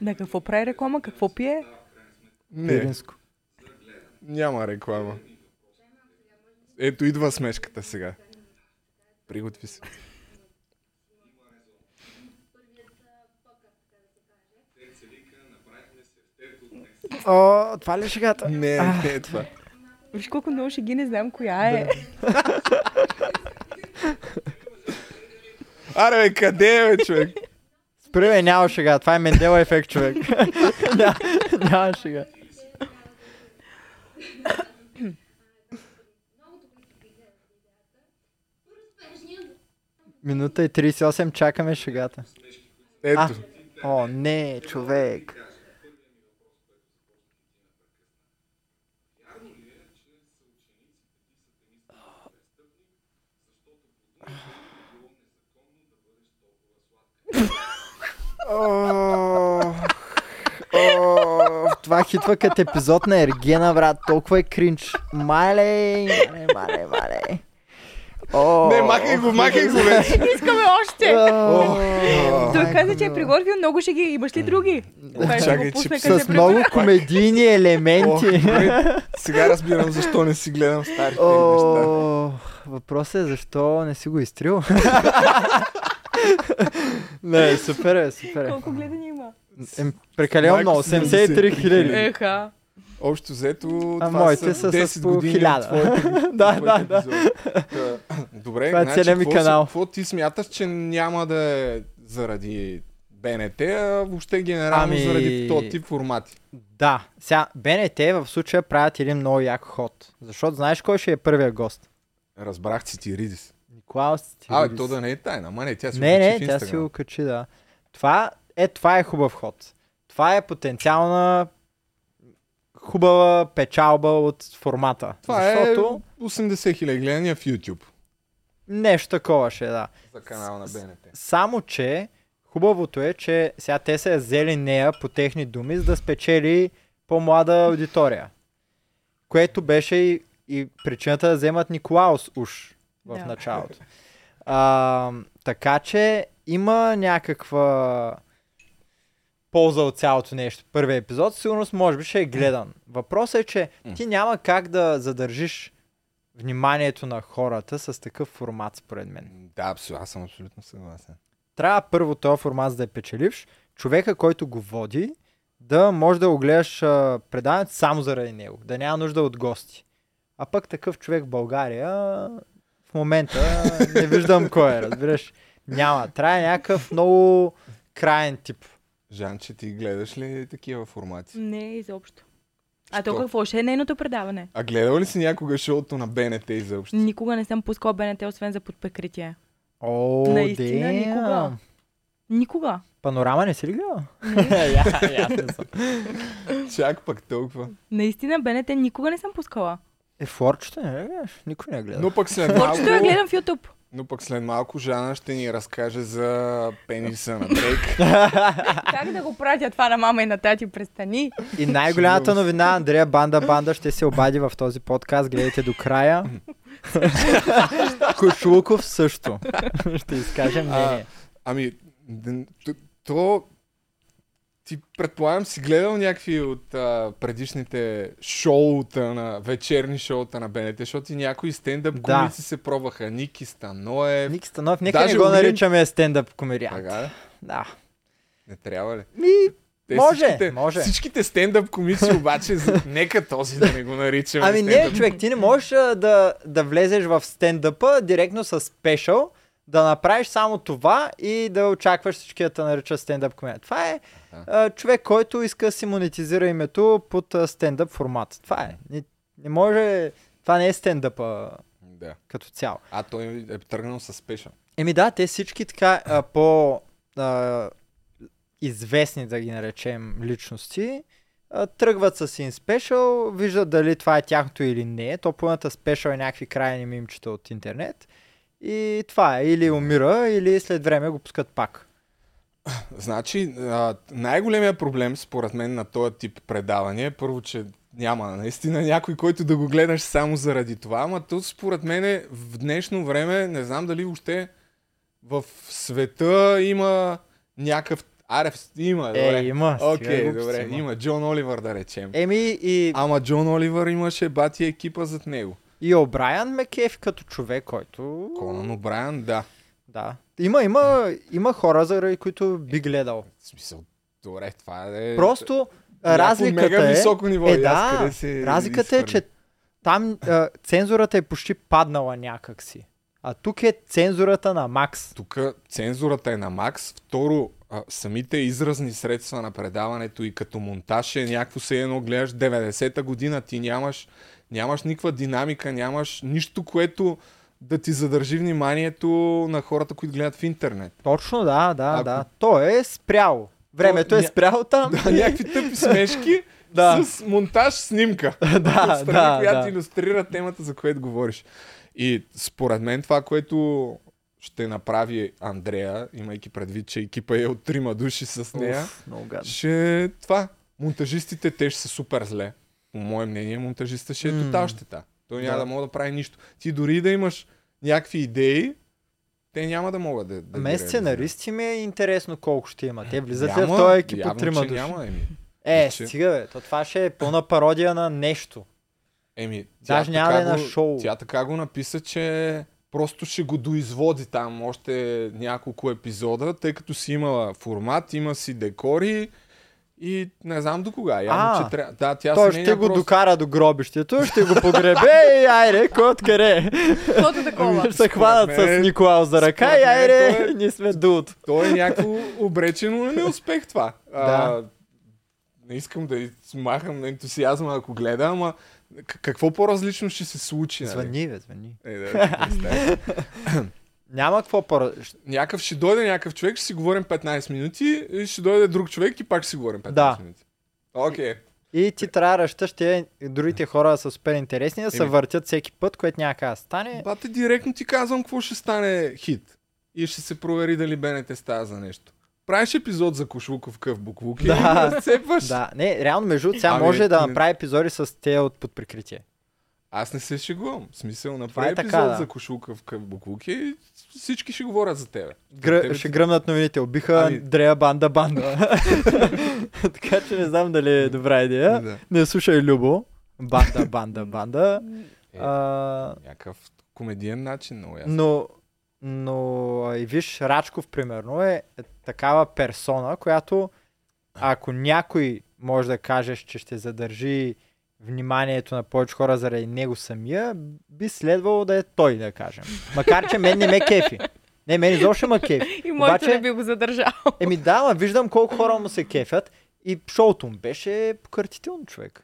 На какво прави реклама, какво пие?
Не,
Пиринско.
няма реклама. Ето идва смешката сега. Приготви се.
О, това ли е шегата?
Не, не е това.
Виж колко много ще ги не знам коя е.
Аре, бе, къде е, бе, човек?
Спри ме, няма шега. Това е Мендела ефект, човек. Ня- няма шега. Минута и 38, чакаме шегата. А,
Ето.
о, не, човек. О, о, това хитва като епизод на Ергена, брат. Толкова е кринч. Мале, мале, мале, мале. О,
Не, махай го, махай го вече.
Искаме още.
О,
Той каза,
майко
че е
мила.
приготвил много ще ги. Имаш ли други? Той ще
чакай,
го пусна,
че
къде
С много комедийни
О,
елементи.
добре. Сега разбирам защо не си гледам старите неща.
О, въпросът е защо не си го изтрил. не, супер е, супер е.
Колко гледани има?
Ем, Прекалено
Майко,
много, 73 хиляди.
Е.
Еха.
Общо взето,
А
това са
моите са с
10
по
години от
хиляда.
твоите,
Да, да, да.
да. Добре,
Това е
значи,
целият ми
какво, си-
канал.
какво ти смяташ, че няма да е заради БНТ, а въобще генерално
Ами-
заради този тип формати?
Да, сега БНТ в случая правят един много як ход. Защото знаеш кой ще е първия гост?
Разбрах Цитиридис.
Николаус Цитиридис.
Абе, то да не е тайна, ама не, тя си
Не,
го качи
не,
в
тя си
Инстаграм.
го качи, да. Това е, това е хубав ход. Това е потенциална хубава печалба от формата.
Това
защото
е 80 хиляди гледания в YouTube
нещо такова ще е, да.
за канала на
С-
БНТ.
Е, Само, че хубавото е, че сега те са я взели нея по техни думи, за да спечели по-млада аудитория. Което беше и, и причината да вземат Николаус уж в
Да.
началото. А, така че има някаква полза от цялото нещо. Първият епизод сигурност може би ще е гледан. Въпросът е, че ти няма как да задържиш вниманието на хората с такъв формат, според мен
Да, абсолютно, аз съм абсолютно съгласен.
трябва първо този формат за да е печеливш, човека, който го води, да може да го гледаш а, предаването само заради него, да няма нужда от гости. А пък такъв човек в България в момента не виждам кой е, разбираш. Няма. Трябва някакъв много краен тип.
Жанче, ти гледаш ли такива формати?
Не, изобщо. А
Що?
то какво ще е нейното предаване?
А гледал ли си някога шоуто на БНТ изобщо?
Никога не съм пускала БНТ, освен за под прикритие.
О,
Наистина,
damn.
никога. Никога.
Панорама не си ли гледал? Я- я не съм.
Чак пък толкова.
Наистина БНТ никога не съм пускала.
Е, форчето не ли гледаш? Никой не е гледа.
Но пък след
Форчето я
малко,
е гледам в YouTube.
но пък след малко Жана ще ни разкаже за пениса на Дрейк.
Как да го пратя това на мама и на тати? Престани.
И най-голямата
Сигурно.
новина, Андрея Банда Банда ще се обади в този подкаст. Гледайте до края. Кошлуков също. ще изкаже мнение.
Ами, д- т- то... Ти предполагам си гледал някакви от а, предишните шоута на вечерни шоута на БНТ, защото и някои стендъп
Да.
комици се пробваха. Ники Станоев.
Ник Станов, нека
е, Даже
не го
Орлин-
наричаме стендъп комедиант.
Ага,
Да.
не трябва ли?
Ми, може, може.
Всичките стендъп комици обаче, за... нека този да не го наричаме
Ами не,
е стендъп.
човек, ти не можеш а, да, да влезеш в стендъпа директно с спешъл, да направиш само това и да очакваш всички да те наричат стендъп комедия. Това е а, човек, който иска да си монетизира името под а, стендъп формат. Това е. Не, не може... Това не е стендъпа
Да.
като цяло.
А той е тръгнал с спешъл.
Еми да, те всички така а, по а, известни, да ги наречем, личности, а, тръгват с един спешъл, виждат дали това е тяхното или не. То пълната спешъл е някакви крайни мимчета от интернет. И това е. Или умира, или след време го пускат пак.
Значи, а, най-големия проблем, според мен, на този тип предаване е първо, че няма наистина някой, който да го гледаш само заради това, ама то според мен е, в днешно време, не знам дали въобще в света има някакъв... Аре, в- има,
Е,
добре.
има, стига
Окей,
глупости,
добре,
има. Е.
има. Джон Оливър, да речем.
Еми и,
Ама Джон Оливър имаше бати екипа зад него.
и О'Брайан ме кефи като човек, който...
Конан О'Брайан, да.
Да. Има, има, има хора, заради които би гледал.
В смисъл, добре, това е...
Просто
някакво
разликата
мега
е...
високо ниво.
Е,
и аз
да,
къде се
разликата е, че
изхвърлих.
там а, цензурата е почти паднала някакси. А тук е цензурата на Макс.
Тук цензурата е на макс. Второ, а, самите изразни средства на предаването и като монтаж е някакво се едно гледаш 90-та година, ти нямаш, нямаш никаква динамика, нямаш нищо, което да ти задържи вниманието на хората, които гледат в интернет.
Точно, да, да,
Ако-
да. То е спряло. Времето е
ня-
спряло там.
Да, някакви тъпи смешки
Да.
с монтаж снимка.
Да,
Отстрани,
да,
която
да.
иллюстрира темата, за която говориш. И според мен това, което ще направи Андрея, имайки предвид, че екипа е от трима души с нея,
Уф, много гадно.
ще е това. Монтажистите те ще са супер зле. По мое мнение, монтажиста ще е
М.
тотал щета. Той няма
Да.
да. мога да прави нищо. Ти дори да имаш някакви идеи, те няма да могат да. да
Ме
ги реализират.
сценаристи ми е интересно колко ще има. Те влизат ли в
Няма,
този е екип от
явно,
трима
че
души?
Няма, ами. еми.
Е,
Че-
стига бе. То това ще е пълна пародия на нещо.
Еми, тя
Даже няма да
така
е на
го-
шоу.
Тя така го написа, че просто ще го доизводи там още няколко епизода, тъй като си имала формат, има си декори и не знам до кога. Явно,
А,
че трябва... Да, тя
Той
сменя
ще го
просто...
докара до гробището, ще го погребе и айре, кой откъде? е?
Защото такова.
Ами,
Се хванат с
мен-
Николао за ръка и
според мен
айре,
той е-
ние сме дулт.
Той е някакво обречено на неуспех това. А,
Да.
не искам да из- махам на ентусиазма, ако гледа, ама к- какво по-различно ще се случи? нали?
Звъни, бе, звъни.
Е, да, ти представя.
Няма какво пара... щ-
някакъв ще дойде някакъв човек, ще си говорим 15 минути, и ще дойде друг човек и пак ще си говорим 15
Да.
минути. Окей.
И ти трябва да ръщаш тия другите хора са супер интересни да се
Еми.
въртят всеки път, което няма как да стане.
Бате, директно ти казвам какво ще стане хит. И ще се провери дали БНТ става за нещо. Правиш епизод за Кошлуков къв буклук и
Да.
да. разцепваш.
Да, не, реално между другото, сега
Ами,
може да
не-
направи епизоди с те от под прикритие.
Аз не се шегувам. В смисъл, направи
е така,
епизод
да.
за Кошлуков къв буклук и всички ще говорят за тебе.
Гръ...
Тебе
ще
ти-
гръмнат новините. Убиха
Ами-
Дрея Банда Банда. така че не знам дали е добра идея.
Да.
Не слушай Любо. Банда, банда, банда.
Е,
А,
някакъв комедиен начин, много ясно.
но, но а, и виж, Рачков, примерно, е е такава персона, която ако някой може да кажеш, че ще задържи вниманието на повече хора заради него самия, би следвало да е той, да кажем. Макар, че мен не ме кефи. Не, мен изобщо ме кефи.
И моето
Обаче-
не би го задържал.
Еми да, ма виждам колко хора му се кефят и шоуто му беше покъртително човек.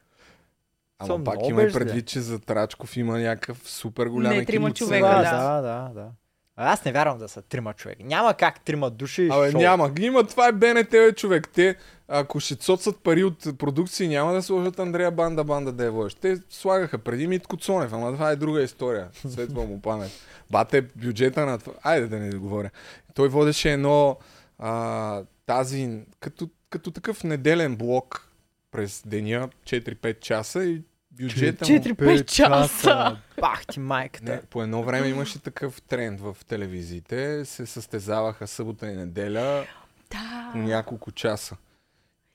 Ама
съм
пак
много
има
без
предвид, че за Трачков има някакъв супер голям
Не,
екип
трима
от
човека,
сценаристи.
да.
да, да, да. А, Аз не вярвам да са трима човека. Няма как трима души.
Абе,
шоу.
няма. ги Има, това е БНТ, бе, човек. Те, ако ще цоцат пари от продукции, няма да сложат Андрея Банда Банда да е вожд. Те слагаха преди Митко Цонев, ама това е друга история. Светва му памет. Бате, бюджета на това. Айде да не говоря. Той водеше едно а, тази, като, като такъв неделен блок през деня, 4-5 часа и бюджета му...
4-5 часа.
Бах ти майката.
Не, по едно време имаше такъв тренд в телевизиите. Се състезаваха събота и неделя
Да.
по няколко часа.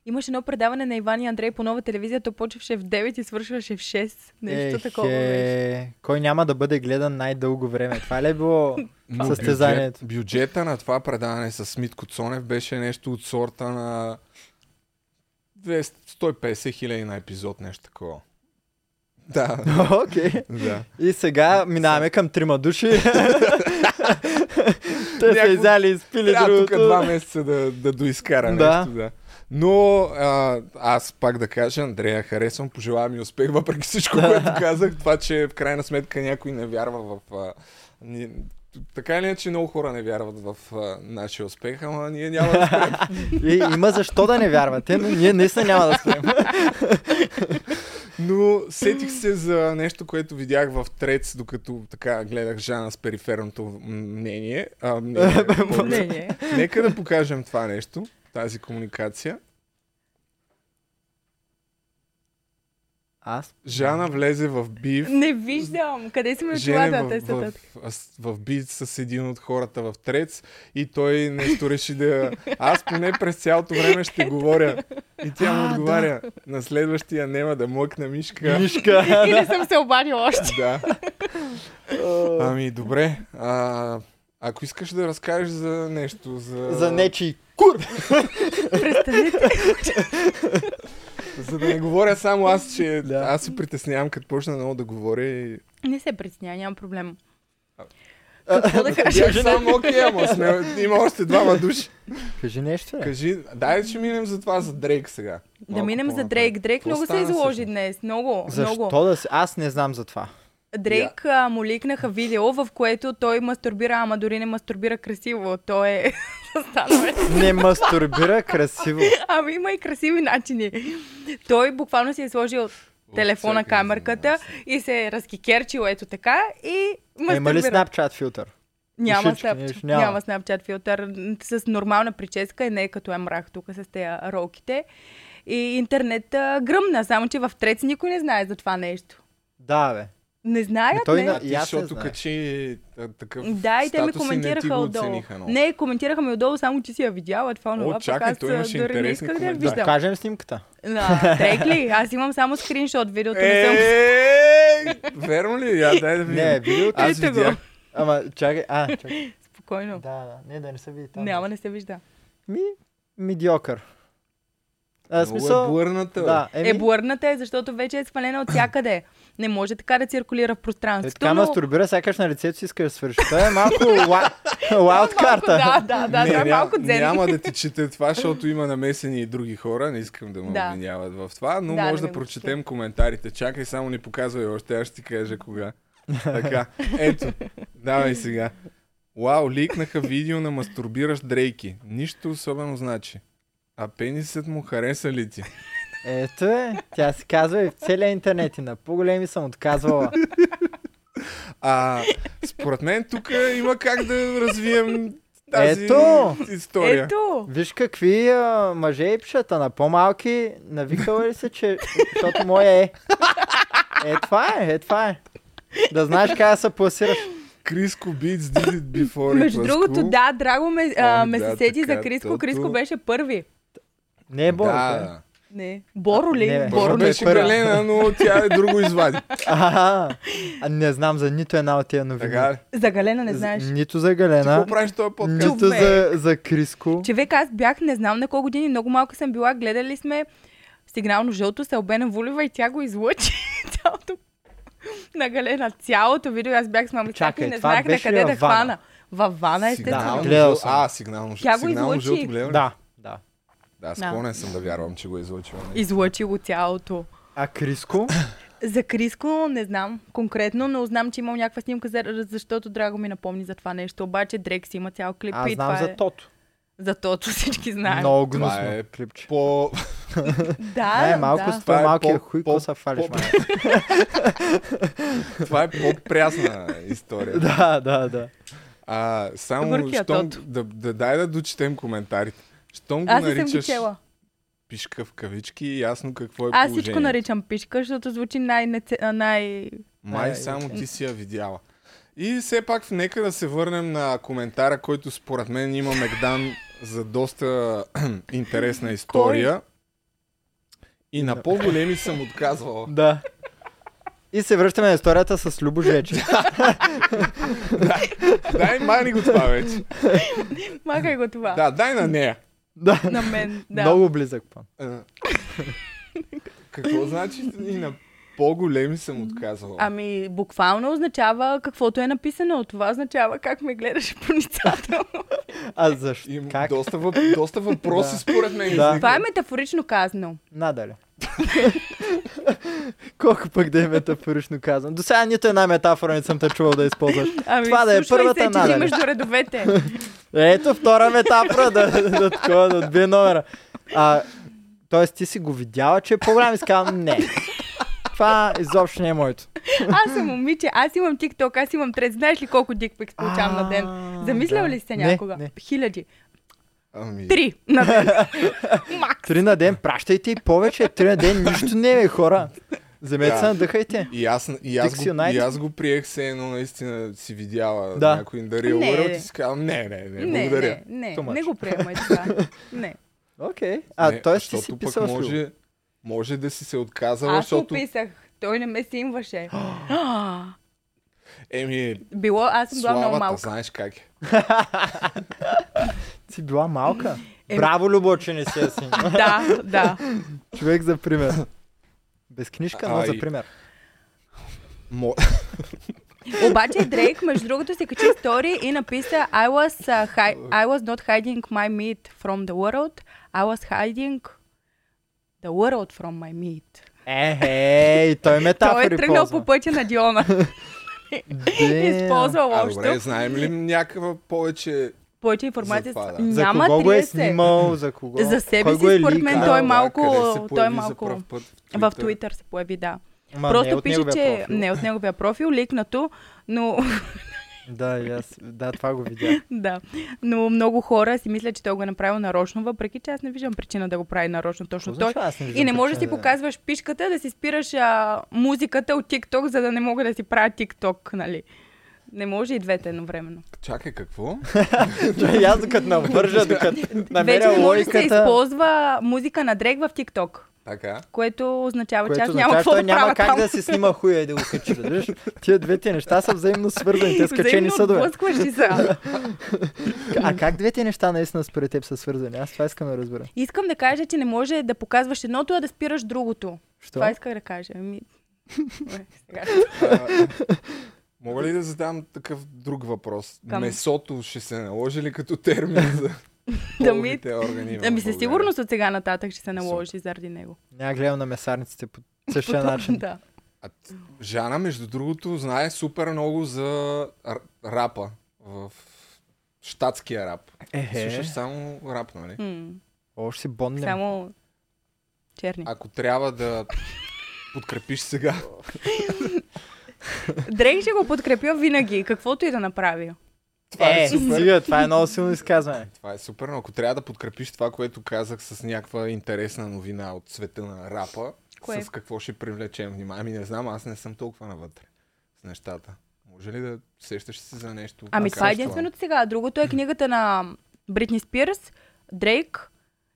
Имаше едно предаване на Иван и Андрей по нова телевизия, то почваше в 9 и свършваше в 6. Нещо
Ехе,
такова беше.
Кой няма да бъде гледан най-дълго време? Това ли е било
Но
състезанието?
Бюджет, бюджета на това предаване с Митко Цонев беше нещо от сорта на 200 150 хиляди на епизод, нещо такова. Да,
Окей.
да.
И сега минаваме към трима души. Те са
Някой-
изяли и изпили
Трябва тук два
другото.
месеца да, да доизкара
Да.
нещо, да. Но а, аз пак да кажа, Андрея харесвам, пожелавам и успех, въпреки всичко, което казах. Това, че в крайна сметка някой не вярва в... А, ни, така или иначе много хора не вярват в а, нашия успех, ама ние няма да спрем.
И има защо да не вярвате, но ние наистина няма да спрем.
Но сетих се за нещо, което видях в Трец, докато така гледах Жана с периферното м- мнение. А, мнение
Не,
повече.
не.
Нека да покажем това нещо, тази комуникация.
Аз
Жана влезе в бив.
не виждам. Къде си ми
Жене
очилата?
в,
Те са
в,
тат.
в, в бит с един от хората в Трец и той нещо реши да... Аз поне през цялото време ще говоря. И тя
А,
му
да.
отговаря. На следващия нема да млъкна мишка.
мишка.
И не съм се обадила още.
Да. Ами, добре. А, ако искаш да разкажеш за нещо, за,
За нечи кур.
Представете.
за да не говоря само аз, че
Да.
да. аз се притеснявам, като почна много да говоря и...
Не се притесняй, нямам проблем.
Какво
да кажа?
Бях само окей, ама сме, има още двама души.
Кажи нещо. бе.
Кажи, дай да ще минем за това за Дрейк сега.
да
Малко
минем за
по-напред.
Дрейк. Дрейк
Какво
много се
стана
изложи
всъщност?
днес. Много, много.
Защо да си? Аз не знам за това.
Дрейк yeah. му ликнаха видео, в което той мастурбира, ама дори не мастурбира красиво. Той е... Станал е.
Не мастурбира красиво.
Ами има и красиви начини. Той буквално си е сложил телефона,
чакай,
камерката и се е разкикерчил ето така и
Е,
А Е, Има ли
мастурбира.
Snapchat филтър?
Няма
Мишички,
Snapchat,
нещо,
няма.
няма.
няма Snapchat филтър с нормална прическа и не е като е мрах тук с тези ролките. И интернет а, гръмна, само че в Трец никой не знае за това нещо.
Да, бе.
Не знаят,
Ме той
не.
на-
А ти,
И аз не
защото
знае.
качи а, такъв
Да, и те ми
статус не ти
коментираха
го
отдолу.
оцениха много.
Не, коментираха ми отдолу, само че си я видяла това
О,
на лапа.
чакай, той имаше
дори не
интересни
исках да я
коментари.
Да
виждам.
покажем снимката.
Да, трек ли? Аз имам само скриншот, видеото не съм...
Е, верно ли? Я, дай да видим.
Не, видеото.
Аз
ето го.
видях.
Ама чакай, а, чакай.
Спокойно.
е Да, да, не, да не се види там.
Няма, не се вижда.
Ми, медиокър. А,
Много е
смисъл,
блърната. бе.
да, еми,
Е, блърната е, защото вече е свалена от всякъде. Не може така да циркулира в
е,
пространството.
така
но...
мастурбира, сякаш на лицето си иска да свърши. Той е малко ла- лаут
Малко, Да,
карта.
да, да, това е
няма,
малко дзен.
няма да ти чете това, защото има намесени и други хора. Не искам да ме
Да.
обвиняват в това, но
Да, не
може да,
ме го
прочетем коментарите. Чакай, само ни показвай още, аз ще ти кажа кога. Така, ето, давай сега. Вау, ликнаха видео на мастурбираш дрейки. Нищо особено значи. А пенисът му хареса ли ти?
Ето е, тя се казва и в целия интернет и на по-големи съм отказвала.
А, според мен тук има как да развием тази
Ето!
история.
Ето!
Виж какви а, мъже и пишата на по-малки, навикала ли се, че... Защото моя е. Е, това е, е, това е. Да знаеш как да се пласираш.
Криско Beats did it before it
Между
was
другото,
cool.
да, драго ме, а,
Ами
ме
да,
се сети
така,
за Криско.
тото-
Криско беше първи.
Не е Боро,
да,
да.
да.
Не. Боро ли?
Не, бе.
Боро
Първо
Боро
беше
беше първа.
Галена, е но тя е друго извади.
Аха, а не знам за нито една от тия новини.
Така ли?
За Галена не
З-
знаеш.
Нито за
Ти какво
Галена,
правиш този подкаст?
нито за, за Криско.
Човек, аз бях, не знам на колко години, много малка съм била, гледали сме сигнално жълто с Албена Вулева и тя го излъчи цялото на Галена. Цялото видео, аз бях с мамицата
Чакай,
и не
това
знаех на
беше ли
къде да
във вана?
хвана. Във вана, естествено.
Сигнално
Да, гледал
жълто.
съм.
А, сигнално жълто.
Тя го
сигнално
излъчи.
жълто гледал ли?
Да, да.
Да,
Да.
склонен съм да вярвам, че го е излъчила. Не.
Излъчи го цялото.
А Криско?
За Криско не знам конкретно, но знам, че имал някаква снимка, за- защото Драго ми напомни за това нещо. Обаче Дрек си има цял клип
Аз
и
знам
това
за
е...
Тото.
За тото всички знаем.
Много
Това
гнусно
е
клипче.
По...
Да,
Не, малко
да.
Това
с това
е
малкия
по-
хуй,
по-
какво се фалиш,
по-
май?
Това е по-прясна история.
Да, да, да.
А, само,
Върхи я
щом,
тото.
да, да, дай да дочетем коментарите. Щом го
Аз не съм ги
наричаш
чела.
пишка в кавички, ясно какво е
Аз
положението.
всичко наричам пишка, защото звучи най- най...
Май
Ай,
само ти си я видяла. И все пак нека да се върнем на коментара, който според мен има Мегдан за доста интересна история. И на по-големи съм отказвала.
Да. И се връщаме на историята с Любо Жече.
Дай мани го това вече.
Махай го това.
Да, дай на нея.
да.
На мен, да.
Много близък план.
А, Какво значи и на по-големи съм отказвала?
Ами, буквално означава каквото е написано. Това означава как ме гледаш проницателно. Е,
А защо?
Им
Как?
Доста, въп, доста въпроси
Да.
според мен.
Да.
изникват.
Това е метафорично казано.
Надали. Колко пък да е метафорично казвам. До сега нито една метафора не съм те чувал да използваш.
Ами,
Това да е
вслушвай
първата
се, че
надали.
ти между редовете.
Ето втора метафора да, да, да, такова, да отбие номера. А, тоест ти си го видяла, че е по-голям и си казвам, не. Това изобщо не е моето.
Аз съм момиче, аз имам TikTok, аз имам трет. Знаеш ли колко дикпикс получавам на ден?
А,
Замислял
да.
ли сте
Не,
някога?
не.
Хиляди.
Ами,
Три на ден. Макс.
Три на ден, пращайте и повече. Три на ден, нищо не е, бе, хора. Вземете се,
Да.
надъхайте.
И аз, и, аз
Dix
го,
United?
и аз го приех се едно наистина си видяла да.
Да.
някой им дарил
Не,
лъра
бе.
и си казвам, не, не, не,
Не,
благодаря.
не, не,
Too much.
не го приемай това. Не.
Окей. А,
Не,
т.е. ти
защото
си
пък
писал с Любо.
може, може да си се отказала,
Аз му
защото...
писах. Той не ме симваше.
Еми,
Било, аз съм била много
славата,
малка.
знаеш как е.
Си била малка.
Е-
Браво, Любо, че не си я син.
Да, да.
Човек за пример. Без книжка, но
А,
за
и-
пример.
Мо...
Обаче Дрейк, между другото, се качи стори и написа I was, uh, hi- I was not hiding my meat from the world. I was hiding the world from my meat.
Ехе, и Е, той
Той е
метафори
тръгнал
ползва.
по пътя на Диона.
Damn.
Използвал
А, добре,
общо.
знаем ли някаква повече...
Повече информация.
За това, да.
За
Няма
кого го е
30.
снимал, за кого?
За себе
Кой
си,
го е
според мен,
ликнал?
той е
Да,
малко-
къде се
той е
появи за
малко
пръв път в
В
Twitter?
Twitter се появи, да.
Ма не е
Просто
от
пише, е
неговия
че
профил.
не от неговия профил, ликнато, но
Да, и аз, да, това го видях.
Да. Но много хора си мислят, че той го е направил нарочно, въпреки че аз не виждам причина да го прави нарочно точно той.
Означава, значи, аз
И не
виждам
можеш да си
причина
показваш пишката, да си спираш а, музиката от TikTok, за да не мога да си правя TikTok, нали? Не може и двете едновременно.
Чакай, какво?
Той, аз докато навържа, докато намеря
Вече не може да се
логиката,
използва музика на Дрейк в TikTok,
Така.
което означава, че
което
аз няма
означава, че
какво
той
да
няма
правя
как
там.
да си снима хуя и да го качи. разбираш? Тия двете неща са взаимно свързани, те скачени съдове.
Взаимно са.
А как двете неща наистина според теб са свързани? Аз това искам да разбера.
Искам да кажа, че не може да показваш едното, а да спираш другото.
Що?
Това исках да кажа. Ами... Добре, сега.
А, Мога ли да задам такъв друг въпрос?
Към?
Месото ще се наложи ли като термин за половите органи? в
Ами със
България?
сигурност от сега нататък ще се наложи заради него.
Няма гледам на месарниците по същия
Потом-
е начин.
Да.
А, т- Жана, между другото, знае супер много за р- рапа в штатския рап.
Ехе,
Слушаш само рап, нали?
М,
още си боннем.
Само черни.
Ако трябва да подкрепиш сега,
Дрейк ще го подкрепя винаги, каквото и да направи.
това е,
е,
супер.
стига, това е много силно изказване.
Това е супер, но ако трябва да подкрепиш това, което казах с някаква интересна новина от света на рапа,
Кое?
с какво ще привлечем внимание? Ами не знам, аз не съм толкова навътре с нещата. Може ли да сещаш се за нещо?
Ами
да
това е
кажеш
единственото сега. Другото е книгата на Бритни Спирс, Дрейк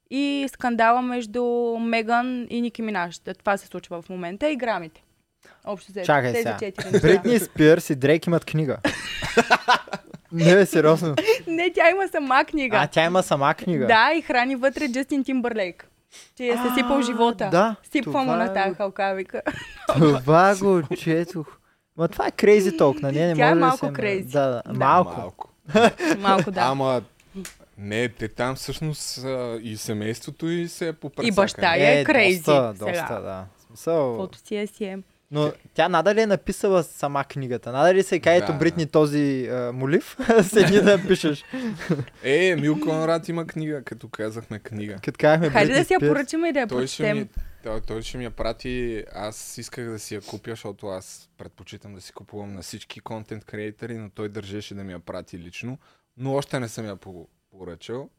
и скандала между Меган и Ники Минаж. Да, Това се случва в момента и грамите. Общо взето.
Чакай
тези
сега.
четири неща.
Бритни Спирс и Дрейк имат книга. Не, бе, сериозно.
Не, тя има сама книга.
А, тя има сама книга.
Да, и храни вътре Джастин Тимбърлейк. Че е
А,
съсипал живота.
да,
Сипва му
това
на
е-
тази халкавика.
Това е го четох. Ма това е крейзи ток, на нея не
Тя е
може да
малко
се...
crazy.
Да, да,
Да.
Малко.
малко.
Малко.
Малко
Да.
да.
Ама не, те там всъщност а, и семейството и се е попрецакали.
И баща Тая е crazy
доста,
сега.
доста, да. В Смисъл...
Каквото си е, си е.
Но тя нада ли е написала сама книгата? Нада ли се кае, ето
Да.
Бритни този а, молив, седи да пишеш.
Е, Мил Конрад има книга, като казахме книга.
Като казахме
Хайде
Бритни
да си я
Спирс.
поръчаме и да я
Той ще, ми,
прочетем.
той, той ще ми я прати. Аз исках да си я купя, защото аз предпочитам да си купувам на всички контент креатори, но той държеше да ми я прати лично. Но още не съм я по- поръчал,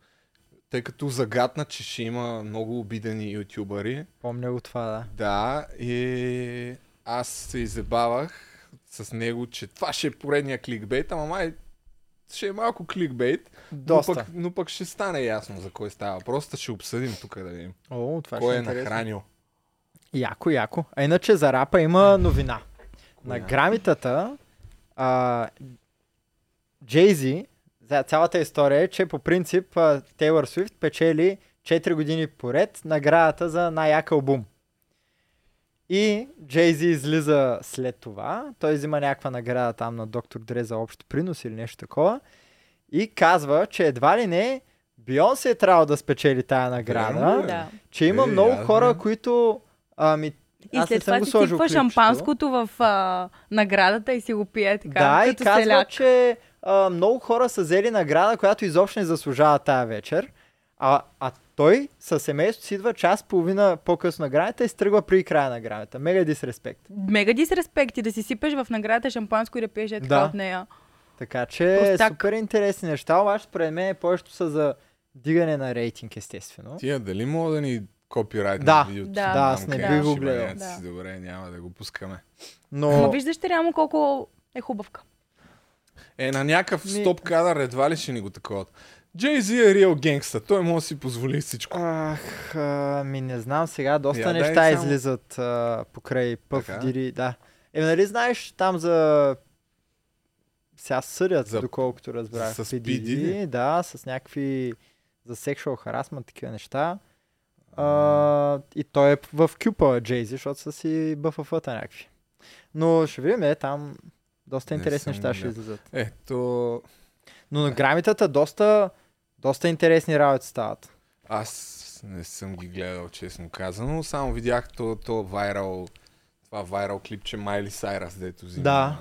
тъй като загадна, че ще има много обидени ютубъри.
Помня го това, да.
Да, и аз се изебавах с него, че това ще е поредния кликбейт, ама май ще е малко кликбейт,
Доста.
Но, пък, но пък ще стане ясно за кой става. Просто ще обсъдим тук да видим.
О, това ще
Кой
е
е
интересно.
нахранил?
Яко, яко. А иначе за рапа има новина. На
Коя?
грамитата а, Джейзи, за цялата история е, че по принцип а, Тейлър Свифт печели 4 години поред наградата за най-як албум. И Джейзи излиза след това, той взима някаква награда там на доктор Дре за общ принос или нещо такова и казва, че едва ли не Бионсе е трябвало да спечели тая награда.
Верно ли е?
Да.
Че има
Е,
много
аз
хора,
знам.
които... Ами,
И
аз не
след
съм
това
го
си
сложил
сипва
клипчето.
шампанското в а, наградата и си го пие така,
Да, и
като
казва,
селяк.
че а, много хора са взели награда, която изобщо не заслужава тая вечер. А, а той със семейството си идва час половина по-късно на граната и стръгва при края на граната. Мега дисреспект.
Мега дисреспект и да си сипеш в наградата шампанско и да пиеш е така
Да.
от нея.
Така че е
Простак.
супер интересни неща, обаче според мен повечето са за дигане на рейтинг, естествено.
Тия дали мога да ни копирайт
Да,
на видеото?
да.
Там
Да,
аз не
къде
бих
ще
го
има
гледал.
някакси,
Да.
Добре, няма да го пускаме.
Ама
Но...
виждаш ли реално колко е хубавка.
Е, на някакъв
Ми-
стоп кадър едва ли ще ни го таковат. Джей Зи е реал генгста. Той може да си позволи всичко.
Ах, а, ми не знам сега, доста
Я дай
неща
само-
излизат а, покрай Пъв
Така.
Дири, да. Е, нали знаеш там за... Сега съдят,
За-
доколкото разбрах.
с
PDD,
PDD ли?
Да, с някакви... За sexual харасмент, такива неща. А, и той е в кюпа, Джейзи, защото са си бъфафата някакви. Но ще видим, е, там доста
Не
интересни
съм
неща ще
гледал.
излизат.
Е, Ето,
Но на грамитата доста, доста интересни работи стават.
аз не съм ги гледал, честно казано. Само видях то, то вайрал, това вайрал клипче Майли Сайрас, дето взима.
Да.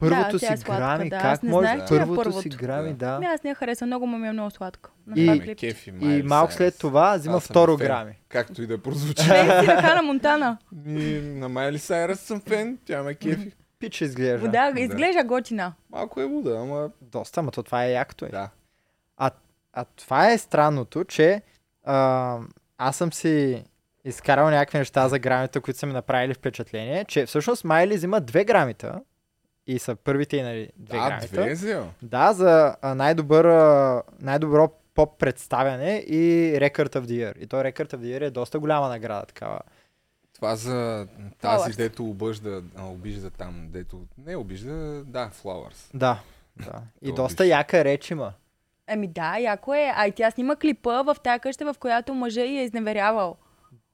Първото
Да,
си
тя е сладка,
грами,
да. Аз
как
не
може
знаех, че е
първото, си
първото.
грами, да.
Ами аз не я харесвам, много му ми е много сладка. На
И-
това
Ме
клипче. Е,
кефи
И
Майли
малко
Сайрас.
след това взима
Аз съм
второ
фен.
грами.
Както и да прозвучи.
Фен си на Хана Монтана.
Ми, на Майли Сайрас съм фен, тя ме кефи.
Пич изглежда.
Да, изглежда готина.
Малко е луда, ама
Доста, ма то това е якото е.
да.
А това е странното, че а, аз съм си изкарал някакви неща за грамите, които са ми направили впечатление, че всъщност Майли взима две грамита и са първите и нали, две
Да,
грамита.
две е взел.
Да, за а, най-добър, а, най-добро поп представяне и Record of the Year. И то Record of the Year е доста голяма награда, такава.
Това за тази,
Flowers.
дето обижда, а, обижда там, дето... Не обижда, да, Flowers.
Да. да. И
То
доста
виж.
яка реч има.
Ами да, яко е. А и тя снима клипа в тази къща, в която мъжа й е изневерявал.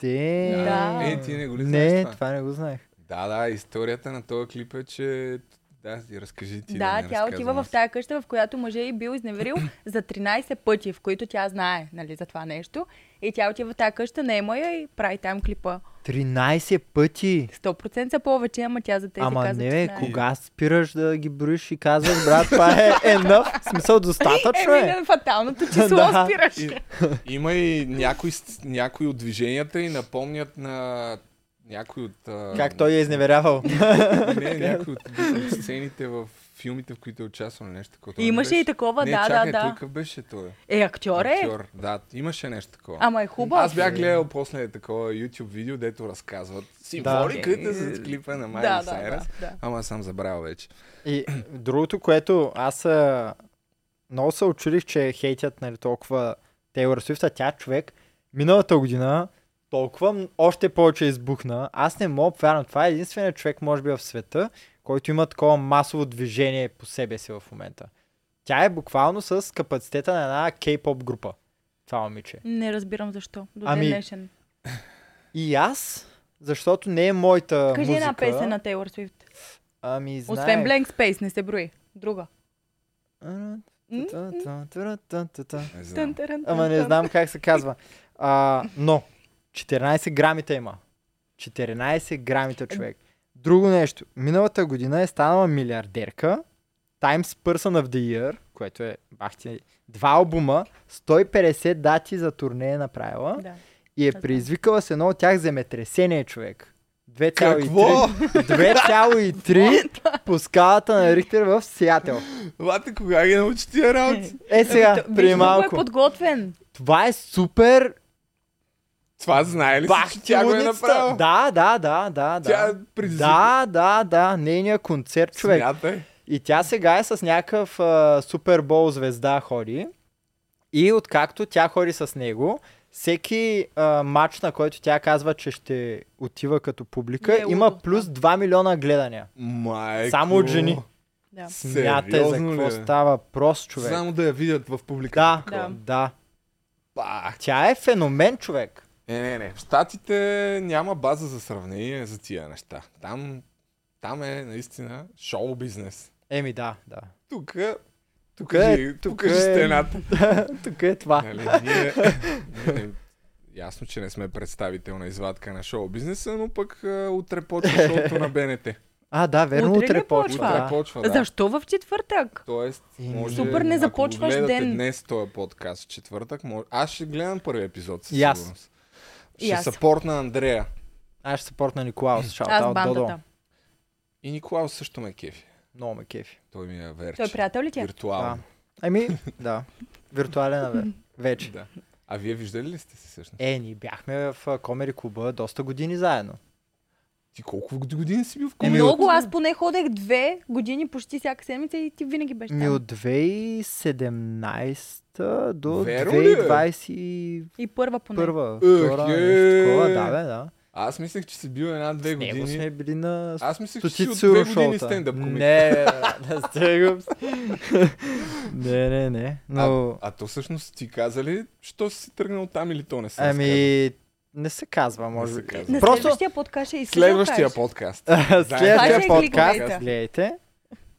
Де...
Да.
Е, ти не го ли знаеш
Не,
това?
това не го знаех.
Да, да, историята на този клип е, че... Да, ти разкажи ти.
да,
не
тя
разказвам
отива в
аз.
тази къща, в която мъжа й бил изневерил за 13 пъти, в които тя знае нали, за това нещо. И тя отива в тази къща, не е моя и прави там клипа.
13 пъти!
100% са повече, ама тя за тези
Ама
каза,
не,
че
бе,
знае.
кога спираш да ги броиш и казваш, брат, това е enough, в смисъл достатъчно
Еми,
е.
на фаталното число
Да.
спираш.
И, има и някои, с- някои от движенията и напомнят на някои от... а,
Как той е изневерявал.
Не, някои от, от сцените в филмите, в които е участвал нещо такова. Той не
Имаше и
беше-
такова,
не,
да,
чакай,
да,
той
да.
какъв беше той?
Е, актьор е.
Актьор. Да, имаше нещо такова.
Ама е хубав.
Аз бях гледал после такова YouTube видео, дето разказват. Си
Да.
води къде с клипа на Майли
Е. да, да, да,
Сайрес.
да.
Ама съм забравил вече.
И другото, което аз а, много се очудих, че хейтят нали, толкова Тейлор Суифт, а тя човек миналата година толкова м- още повече избухна. Аз не мога да повярвам. Това е единственият човек, може би, в света, който има такова масово движение по себе си в момента. Тя е буквално с капацитета на една кей-поп група. Това момиче.
Не разбирам защо. До
Ами,
ден днешен.
И аз, защото не е моята
Кажи
музика.
една песен на Тейлор Свифт.
Ами, знаех.
Освен Blank Space, не се брои. Друга. М?
Та-та-та-та-та-та.
Не
Тън,
знам.
търън,
Ама
тън,
не
тън.
знам как се казва. А, но, 14 грамите има. 14 грамите човек. Друго нещо. Миналата година е станала милиардерка. Times Person of the Year, което е, бахте, два албума, 150 дати за турне е направила
Да.
и е
знам.
предизвикала с едно от тях земетресение човек. 2,3.
Какво?
2,3 по скалата на Рихтер в Сиател.
Лате, кога ги научи тия работи?
Е
Ами,
сега,
то- виж
преди
много е
малко.
подготвен.
Това е супер
Това знае ли си, че тя го е
лудницата.
направила?
Да, да, да, да, да.
Тя е предизвика.
Да, да, да, нейният концерт, човек.
Смятай.
И тя сега е с някакъв а, супербол звезда ходи. И откакто тя ходи с него, всеки а, матч, на който тя казва, че ще отива като публика,
Не е
има
лудо,
плюс 2 милиона гледания.
Майко.
Само от жени.
Да.
Смятай за
Сериозно ли, е?
какво
бе?
става въпрос, човек.
Само да я видят в публиката.
Да,
Да.
да, да.
Пах.
Тя е феномен, човек.
Не, не, не. В Штатите няма база за сравнение за тия неща. Там, там е наистина шоу бизнес.
Еми да, да.
Тук, тук,
Тук е-
тук, тук
тук е-
е стената.
Тук е това.
Нали, ние, ние, ясно, че не сме представителна извадка на шоу бизнеса, но пък а, утре почва шоуто на БНТ.
А, да, верно,
Утре ли
утре
почва?
Утре
почва. да.
почва, да.
Защо в четвъртък?
Тоест,
Еми.
може,
Супер, не
ако
започваш
го гледате
ден.
днес този подкаст в четвъртък, може... аз ще гледам първи епизод със
И аз.
сигурност.
И
Ще
аз.
съпорт на Андрея.
Аз ще съпорт на Николаус.
Аз
Шаут Додо.
бандата.
И Николаус също ме кефи.
Много ме кефи.
Той ми е верче.
Той е приятел ли ти? е?
Виртуално.
Ами, да. Виртуален навер. Вече.
Да. А вие виждали ли сте се всъщност?
Е, ние бяхме в а, Комери клуба доста години заедно.
Ти колко години си бил в
Еми,
комедия?
Е, Много, аз поне ходех две години почти всяка седмица и ти винаги беше
Ми
там.
от 2017 до
Верно ли е?
2021
И първа поне.
Ех,
втора,
е.
нещо такова, да, бе, да.
Аз мислех, че си бил една-две
С него
години.
сме били на
Аз мислех, че си от
стотици
две години
урошоута.
стендъп комик.
Не, не стигам. Не, не, не.
А,
Но,
а то всъщност ти каза ли, що си тръгнал там или то не се разказа?
ами, не се казва, може
се
би.
казва.
На
Просто
следващия подкаст ще и
Следващия подкаст.
Това
Следващия
ще е кликбейта.
подкаст, гледайте.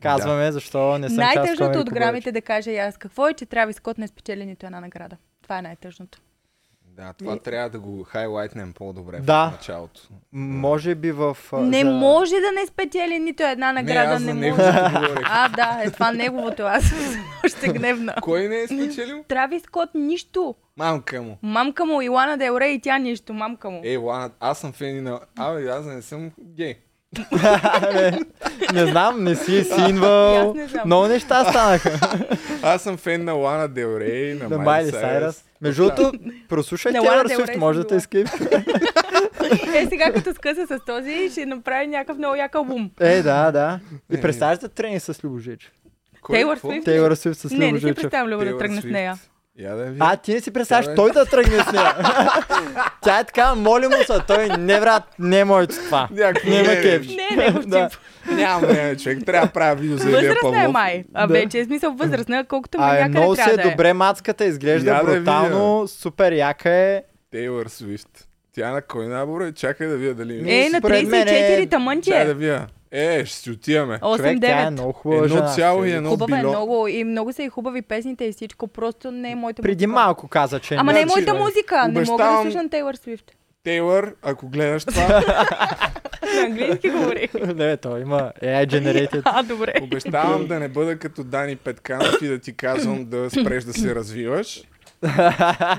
Казваме защо не съм част е от
Най-тъжното
Комери
от
Клуба вече.
грамите да кажа и аз какво е, че Травис Скот не спечели нито една награда. Това е най-тъжното.
Да, това трябва да го хайлайтнем по-добре
Да.
в началото.
Може би в... а,
Не
за-
може да не спечели нито една награда.
не, аз за
Не,
него
може.
говорих.
А, да, е това неговото. Аз съм още гневна.
Кой не е спечелил?
Травис Скот нищо.
Мамка му.
Мамка
Е,
му, Илана Делре и тя нищо. Мамка му.
Ей, Лана, аз съм фен и на... Абе, аз не съм гей.
Абе, не знам, не си
И аз
синвал.
не знам.
Много неща станаха.
Аз съм фен на Лана Дел Рей, на,
На Майли Сайрас. Между другото, прослушай
На
Тяра
Лана Дел Рей
Свифт,
съм
може да те
била.
изкъп.
Е, сега като скъса с този, ще направи някакъв много як албум.
Е, да, да.
Е.
И представяш да трени с Любожич.
Тейлор Свифт?
Тейлор Свифт с
Не, не си
Любожич.
представям Люба да тръгне с нея.
Я да ви.
А, ти не си представяш
Тя е-
той да тръгне с нея. Тя е така, моля му се, той не брат, не е моето това.
Някакво
Няма
време.
кеф.
Не, не го
Да.
тип.
Нямам време, е- човек. Трябва да правя видео за Илия
Възрастна е
Павлов.
май. А
Да.
вече е смисъл възрастна, колкото му
А е,
някъде
много си
трябва
е
да е.
добре, мацката изглежда
Я да
брутално, супер яка е.
Тейлор Свифт. Тя на кой набор е? Чакай да видя дали ми.
Е, на
Според мен е-
34 тъмън ти
Чакай да
е.
видя. Е, ще си отиваме.
Човек, тя е
8-9.
много хубава
Едно
жена.
цяло и едно
Хубава е
било.
много и много са и хубави песните и всичко. Просто не е моята
Преди
музика.
малко каза, че
Ама не е
Значи,
моята музика. Не мога да
обещавам-
слушам Тейлор Свифт.
Тейлър, ако гледаш това,
На английски говори.
Не, бе, той има AI generated.
А, добре.
обещавам да не бъда като Дани Петканов и да ти казвам да спреш да се развиваш.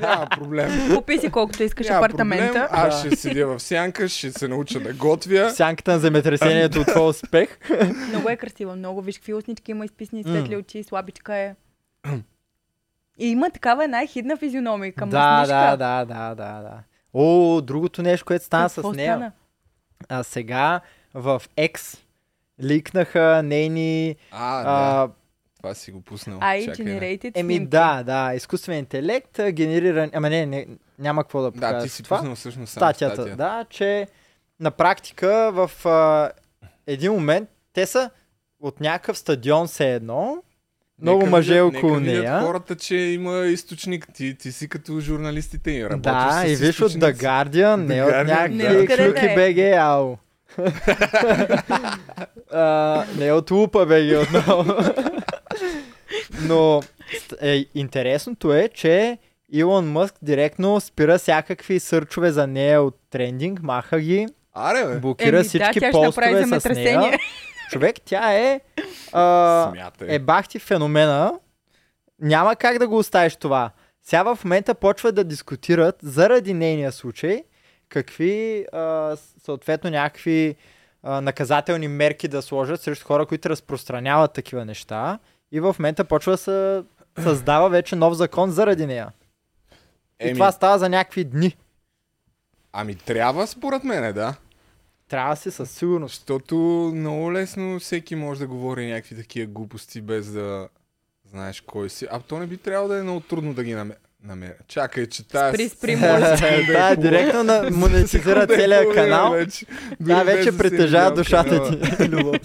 Няма проблем.
Купи си колкото искаш
Няма проблем.
апартамента.
Аз ще седя в сянка, ще се науча да готвя.
Сянката на земетресението от твоя успех.
Много е красива, много. Виж какви уснички има изписани, светли очи, слабичка е. И има такава една хидна
Да,
физиономика. мъснишка.
да, да, да, да, да. О, другото нещо, което стана с
Какво
нея.
стана?
А сега в X ликнаха нейни...
А, да,
А,
това си го пуснал.
Ай,
Чакай, не.
generated
еми
снимки.
да, да, изкуствен интелект, а, генериран... Ама не, не, няма какво да покажа
Да, ти
с
си
това.
пуснал всъщност само
статията,
статията.
да, че на практика в а, един момент те са от някакъв стадион все едно, много
Нека
мъже
видят-
около
нека видят
нея.
хората, че има източник. Ти, ти си като журналистите и работиш
Да,
с
и виж от The
източници.
Guardian, не
The
от
Guardian,
да. Не
някакви
от къде да
клюки
е.
БГ, ау. А, не от лупа БГ отново. Но ст- е, интересното е, че Илон Мъск директно спира всякакви сърчове за нея от трендинг, маха ги,
Аре, бе.
блокира
Еми, да,
всички
тя ще направи
постове с нея.
земетресение.
Човек, тя е... А,
Смятай.
е бахти феномена, няма как да го оставиш това. Сега в момента почват да дискутират заради нейния случай какви а, с- съответно някакви а, наказателни мерки да сложат срещу хора, които разпространяват такива неща и в момента почва да се създава вече нов закон заради нея. И
Еми,
това става за някакви дни.
Ами трябва според мене, да.
Трябва да си със сигурност.
Защото много лесно всеки може да говори някакви такива глупости без да знаеш кой си. А то не би трябвало да е много трудно да ги намеря. намеря. Чакай, че тази...
Спри, спри, моля.
Та е директно на монетизира
е
целият канал. Та вече притежава душата ти. Любов.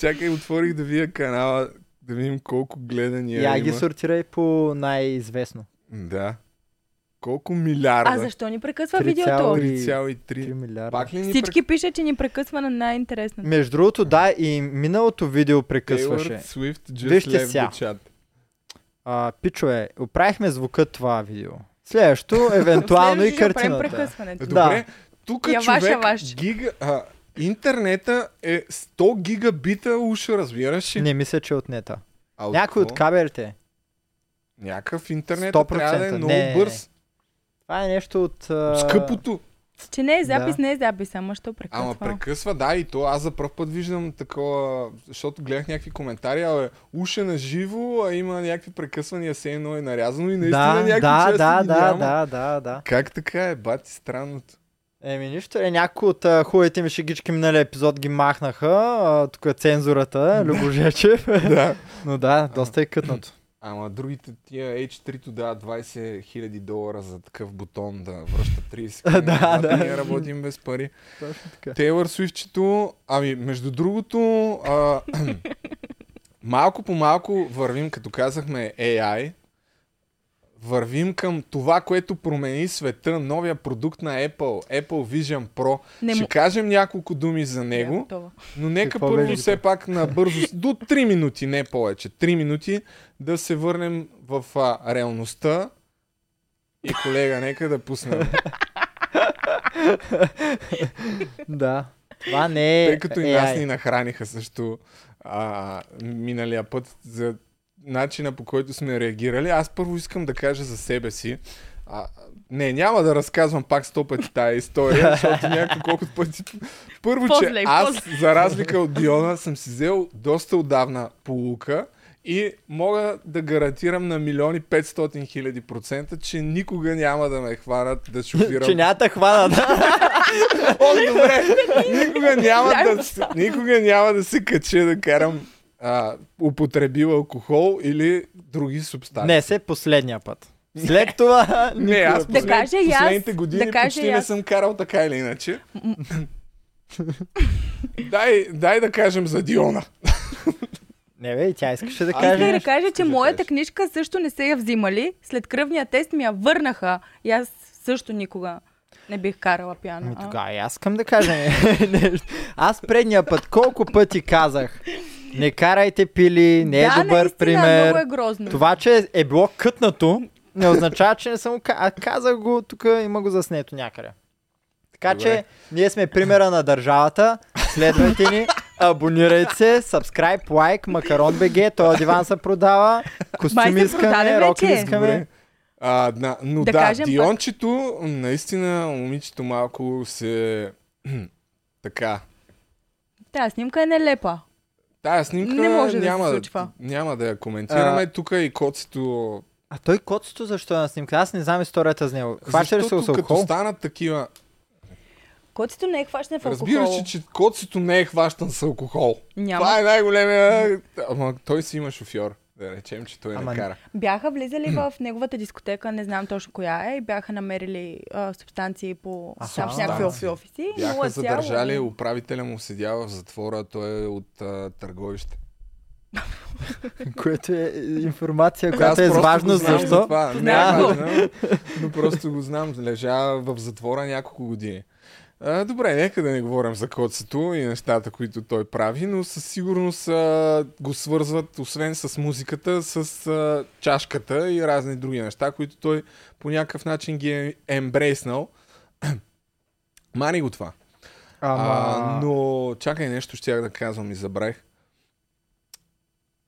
Чакай, отворих да вия канала, да видим колко гледания
Я
има.
ги сортирай по най-известно.
Да. Колко милиарда?
А защо ни прекъсва
Три цяло
видеото?
и- 3
3,3.
милиарда.
Пак ли ни
Всички пише, че ни прекъсва на най-интересната.
Между другото, да, и миналото видео
прекъсваше?
прекъсваше.
Swift just
Вижте
left
сега.
the chat.
А, пичове, оправихме звука това видео. Следващо, евентуално и
Следващото ще направим
картината.
прекъсването.
Добре, тук
Я ваша,
човек
ваша.
гига... А, интернета е 100 гигабита уша, разбираш ли?
Не мисля, че е отнета.
А
Някой
какво?
от кабелите.
Някакъв интернет
100%,
трябва да е много
не, не, не.
бърз.
Това е нещо от... а,
Скъпото.
Че не е запис,
Да.
не е запис, ама що
Ама
прекъсва?
прекъсва, да, и то аз за първ път виждам такова, защото гледах някакви коментари, а уша на живо, а има някакви прекъсвания, все едно е нарязано и наистина
Да,
някакви
да,
чести
да,
ги
да,
няма.
да, да, да.
Как така е, бати, странното.
Еми нищо, е някои от а, хубавите ми шегички миналия епизод ги махнаха. а, Тук е цензурата, Любожечев.
да.
Но да, доста е кътнато.
Ама другите тия H3-то дават 20 000 долара за такъв бутон да връща 30
Да,
км.
да.
Ние работим без пари.
Точно така.
Тейлър Суифчето, ами между другото, а, малко по малко вървим, като казахме AI, вървим към това, което промени света, новия продукт на Apple, Apple Vision Pro.
Не
Ще
му- Е,
кажем няколко думи за
е
него.
Готова.
Но нека
Какво
първо
беше
все пак на бързо, до 3 минути, не повече, 3 минути, да се върнем в а, реалността. И колега, нека да пуснем.
Да. Това не е.
Тъй като и нас
AI.
ни нахраниха също а, миналия път за начина по който сме реагирали. Аз първо искам да кажа за себе си. А, не, няма да разказвам пак сто пъти тая история, защото някакво колкото пъти... Първо,
После,
че аз, за разлика от Диона, съм си взел доста отдавна полука и мога да гарантирам на милиони 500 хиляди процента, че никога няма да ме хванат да шофирам.
Че няма да хвана, да.
О, добре! Никога няма, да, се- никога няма да се кача да карам а, употребил алкохол или други субстанции.
Не, се е последния път. След това...
Не, аз
никога.
послед, да
кажа и аз,
последните години
да кажа
почти
и
не
аз.
съм карал така или иначе. дай, дай да кажем за Диона.
Не, бе, и тя искаше да
Аз
каже.
Исках да
нещо,
кажа,
ще
че
да
моята
кажеш.
книжка също не се я взимали. След кръвния тест ми я върнаха. И аз също никога не бих карала пияна.
Ами тогава и аз искам да кажа не- нещо. Аз предния път колко пъти казах не карайте пили, не е
да,
добър
наистина,
пример.
много е грозно.
Това, че е било кътнато, не означава, че не съм го ка- а казах го, тук има го заснето някъде. Така
Добре.
че, ние сме примера на държавата. Следвайте ни, абонирайте се, subscribe, лайк, макарон БГ, този диван се продава,
Май
костюми
се продаде
искаме, рок
вече.
искаме.
Добре. А, да, но
Да
да,
кажем пак-
Диончето, наистина, момичето малко се... така,
Тая снимка е нелепа.
Тая снимка
Не може да се
няма,
случва.
няма да я коментираме.
А-
Тук и коцето...
А той коцето защо е на снимка? Аз не знам историята за него. Хваща ли се с
Защото като
алкохол?
станат такива...
Котито не е хващане в алкохол.
Разбираш, че, че коцето не е хващан с алкохол.
Няма.
Това е най-големия... Ама той си има шофьор. Да речем, че той
Ама
не
не.
кара.
Бяха влизали в неговата дискотека, не знам точно коя е, и бяха намерили а, субстанции по
Аха.
там в някакви
Субстанции.
офиси.
Бяха
Нула цяло. нали?
задържали, управителя му седя в затвора, той е от а, търговище.
Което е информация,
Аз
която е
просто го
важно,
знам за
защо.
Това. Не е
Знам го.
важно, но просто го знам. Лежа в затвора няколко години. А, добре, нека да не говорим за коцето и нещата, които той прави, но със сигурност а, го свързват, освен с музиката, с а, чашката и разни други неща, които той по някакъв начин ги е ембрейснал. Мани го това. А,
Ама...
но чакай нещо, щях да казвам и забравих.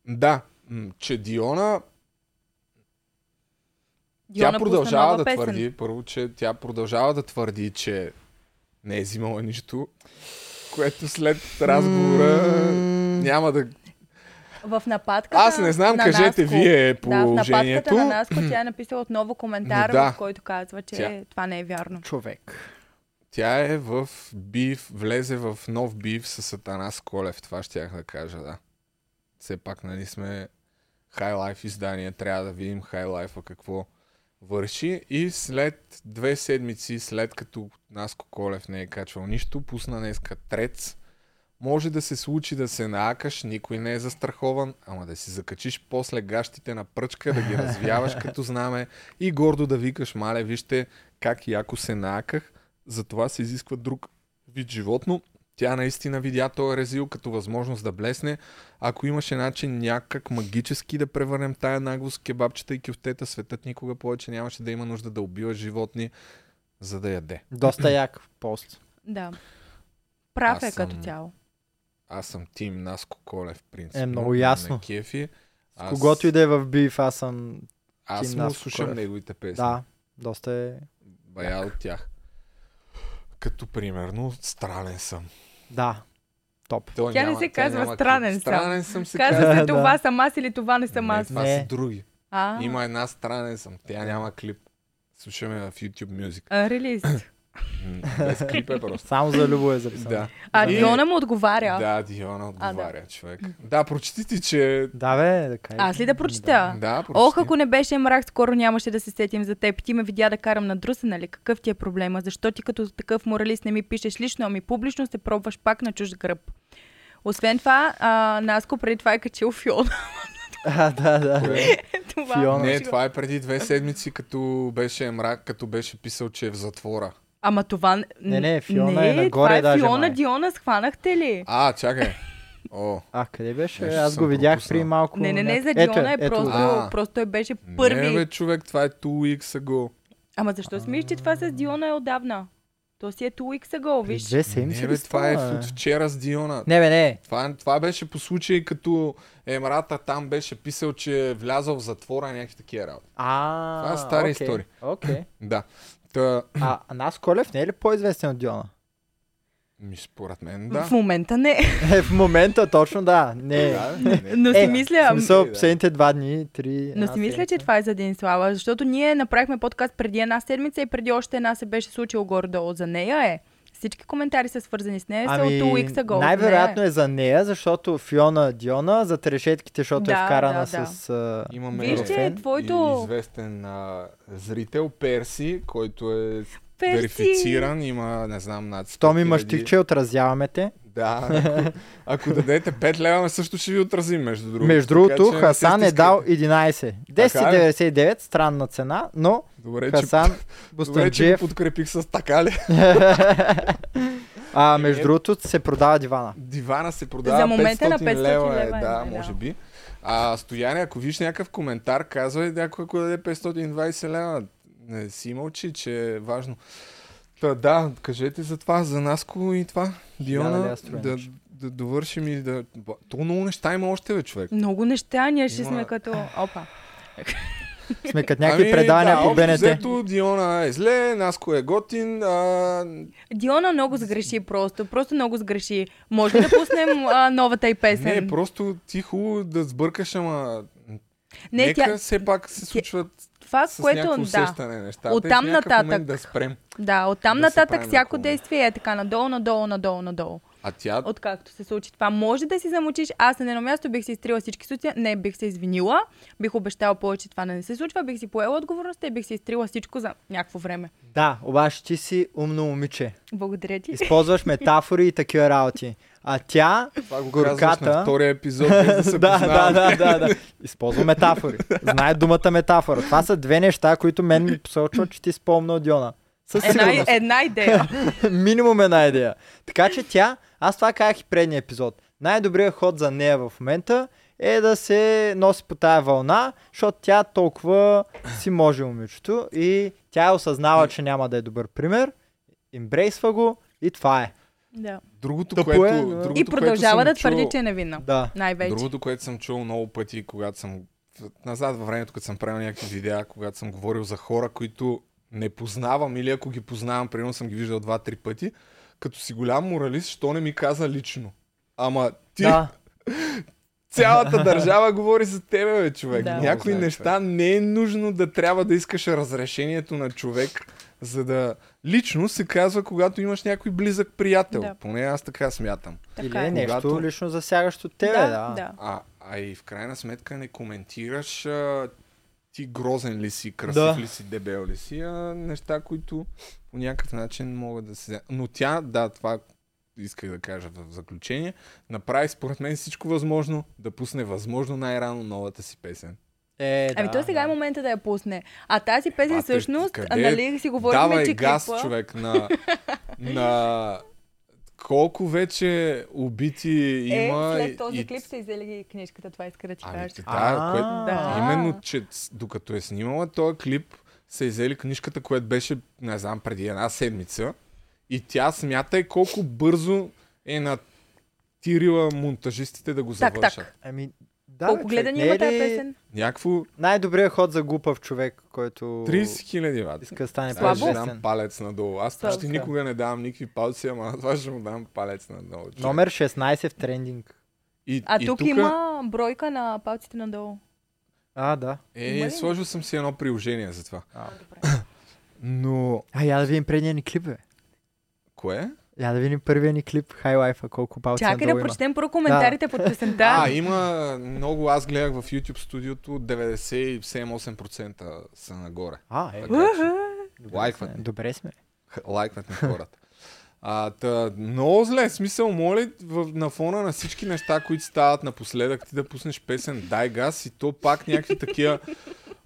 Да, м, че Диона, тя
Диона пусна
продължава
нова
да
песен.
твърди, първо, че тя продължава да твърди, че не е взимала нищо, което след разговора няма да...
В нападката
Аз не знам,
на
кажете
Наско,
вие
Да, в нападката
положението.
на Наско тя е написала отново коментар,
Но да.
в който казва, че
Тя-
това не е вярно.
Човек.
Тя е в бив, влезе в нов бив с Атанас Колев, това щях да кажа, да. Все пак, нали сме хайлайф издание, трябва да видим хайлайфа какво върши. И след две седмици, след като Наско Колев не е качвал нищо, пусна днеска трец. Може да се случи да се наакаш, никой не е застрахован, ама да си закачиш после гащите на пръчка, да ги развяваш като знаме и гордо да викаш, мале, вижте как яко се нааках, затова се изисква друг вид животно. Тя наистина видя този резил като възможност да блесне. Ако имаше начин някак магически да превърнем тая наглост в кебабчета и кюфтета, светът никога повече нямаше да има нужда да убива животни, за да яде.
Доста як пост.
Да. Прав
Аз
е като
съм-
цяло.
Аз съм тим Наско Колев, принцип.
Е, много ясно.
На кефи.
Аз... Когато и да е в биф, аз съм...
аз
Тим
му
Наско
слушам
Колев.
неговите песни.
Да, доста е...
Бая от тях. Като примерно, странен съм.
Да. Топ.
Той
Тя не
няма-
се
той
казва
няма-
странен съм.
Странен съм се
Казва се
Да,
това
да.
съм аз или това не съм
не,
аз.
това
Не.
са други.
А,
Има една странен съм. Тя няма клип. Слушаме в YouTube Music.
а, релиз.
М, Без клип е просто.
Само за любо е записано.
Да.
А
И-
Диона му отговаря.
Да, Диона
да.
отговаря, човек. Да, прочети ти, че...
Да, бе, е. да кажа.
Аз ли да прочета?
Да, прочети.
Ох, ако не беше мрак, скоро нямаше да се сетим за теб. Ти ме видя да карам на друса, нали? Какъв ти е проблема? Защо ти като такъв моралист не ми пишеш лично, ами публично се пробваш пак на чужд гръб? Освен това, а, Наско преди това е качил Фиона.
А, да, да.
Кое?
това.
Фиона.
Е, Не, това е преди две седмици, като беше мрак, като беше писал, че е в затвора.
Ама това... н-
Не, не, Фиона е
не,
нагоре
това е
даже,
Фиона,
май.
Диона, схванахте ли?
А, чакай. О,
А, къде беше?
Нещо
Аз
съм
го видях
пропуснал.
при малко...
Не, не, не,
няк-
за
Ето
Диона е,
ето го.
просто,
А.
просто той беше
не
първи.
бе, човек, това е 2 weeks ago.
Ама защо смиш, че това с Диона е отдавна? То си е two weeks ago, виж.
Джеси им
Не,
се
бе,
ли
това е
стана,
от
бе?
вчера с Диона.
Не, бе, не.
Това, това беше по случай, като Емрата там беше писал, че е влязъл в затвора и някакви такива работи.
А,
Това е стара
окей,
история.
Окей.
Да. Та,
А а Нас Колев не е ли по-известен от Диона?
ми според мен,
В
да.
момента не.
Е, в момента точно да. Не.
Да, не, не.
Но си
Е,
мисля,
В смисъл,
да.
последните два дни, три...
Ами, Но
една
си мисля, че
седмица.
това е за Денислава, защото ние направихме подкаст преди една седмица и преди още една се беше случило горе-долу за нея е. Всички коментари са свързани с нея, са от two weeks ago.
Ами, най-вероятно
е.
е за нея, защото Фиона Диона за трешетките, защото е
Да,
вкарана
да, да.
с... а,
Имаме
Виж, че
Мерофен
е
и
твоето
известен а, зрител Перси, който е
перси.
верифициран, има, не знам, над 100
Том и
хиляди.
мъщихче, отразяваме те.
Да, ако, ако дадете 5 лева, също ще ви отразим, между другото. Така
Между другото,
че не се
Хасан е
стискайте.
дал 11.
Така ли?
10,99, странна цена, но
Добре,
Хасан
че, добре, че
Бостанджиев.
го подкрепих с така ли.
а,
Е.
между другото, се продава дивана.
Дивана се продава
За момента
500
на 500
лева, е,
лева е,
да,
да.
може би. А, Стояне, ако виж някакъв коментар, казвай някой, ако даде 520 лева. Не си мълчи, че е важно. Та, да, кажете за това, за Наско и това.
Хиляда
Диона,
лева
да,
струва
да,
нещо.
довършим и да... Ба, То много неща има още, бе, човек.
Много неща, ние ще
Има-
сме като... Опа.
Сме като някакви предавания
Ами, да,
по
общо
БНТ.
Взето, Диона е зле, Наско е готин. А...
Диона много сгреши просто. Просто много сгреши. Може ли да пуснем а, новата и песен?
Не, е просто ти хубаво да сбъркаш, ама...
Не,
нека
тя,
все пак се случват
това,
с
което...
някакво
Да,
усещане нещата. и в
Оттам
някакъв
нататък.
момент Да спрем.
да, оттам
да се
нататък
правим
всяко
такова.
действие е така надолу, надолу, надолу, надолу.
А тя...
Откакто се случи това, може да си замълчиш. Аз на едно място бих се изтрила всички случаи. Не, бих се извинила. Бих обещала повече това да не се случва. Бих си поела отговорността и бих се изтрила всичко за някакво време.
Да, обаче ти си умно момиче.
Благодаря ти.
Използваш метафори и такива работи. А тя,
Това го казваш на
горката...
втория епизод, без да се
да, да,
познаваме.
да, да, да. Използва метафори. Знае думата метафора. Това са две неща, които мен ми посочват, че ти спомна от Диона. Със
Една,
сигурност.
една идея.
Минимум една идея. Така че тя, аз това казах и предния епизод. Най-добрият ход за нея в момента е да се носи по тая вълна, защото тя толкова си може момичето и тя е осъзнава, че няма да е добър пример, имбрейсва го и това е.
да.
Другото,
Тъпо е,
което,
да.
другото,
И продължава
което
да
съм
твърди,
чул,
че е невинна.
Да.
Най-вече.
Другото, което съм чул много пъти, когато съм... Назад във времето, като съм правил някакви видеа, когато съм говорил за хора, които не познавам или ако ги познавам, примерно съм ги виждал два-три пъти, като си голям моралист, що не ми каза лично? Ама ти,
Да.
Цялата държава говори за тебе, бе, човек.
Да.
Да.
Много
Някои
зле,
неща не е нужно да трябва да искаш разрешението на човек, за да... Лично се казва, когато имаш някой близък приятел.
Да.
Да. Поне аз така смятам.
Или
Така
е
е.
нещо
Когато-
лично засягащо тебе, да.
да, да.
А, а и в крайна сметка не коментираш а, ти грозен ли си, красив
Да.
да. ли си, дебел ли си, а неща, които по някакъв начин могат да се... вземат. Но тя, да, това исках да кажа в заключение, направи според мен всичко възможно да пусне възможно най-рано новата си песен.
Е, да.
Ами то сега е
да.
момента да я пусне. А тази песен
Бате,
Е, всъщност,
къде?
нали си говорим,
Давай
че
газ,
клипа...
човек, на, на колко вече убити
Е,
има.
след този
и-
клип са изели и книжката, това иска да ти
Ами,
кажа.
да,
А,
което
Да.
Именно, че с- докато е снимала този клип, са изели книжката, която беше, не знам, преди една седмица. И тя смята колко бързо е натирила монтажистите да го
Так,
завършат.
так.
Ами, да,
Колко
бе,
гледани
човек, не
има
е
тази
ли
песен?
Някакво
Най-добрият ход за глупав човек, който
30 хиляди ват.
иска да стане
Слабо.
Аз Е, ще
по-известен.
дам палец надолу. Аз
Слабо.
почти никога не давам никакви палци, ама това ще му дам палец надолу. човек.
Номер 16 в трендинг.
И,
А
и
тук
тука-
има бройка на палците надолу.
А, да.
Има ли?
Е, сложил съм си едно приложение за това.
А.
Но...
А, я да видим предния ни клип, бе.
Кое?
Я да видим първия ни клип, Хайлайфа, колко палци
Чакай да
надолу има.
прочетем първо коментарите под песента.
А, има много, аз гледах в YouTube студиото, 97-8% са нагоре.
А, е,
Така
добре
че,
сме.
лайкват ни.
Добре сме.
х- Лайкват на хората. А, та, много зле, в смисъл, моля, в, на фона на всички неща, които стават напоследък, ти да пуснеш песен Дай газ и то пак някакви такива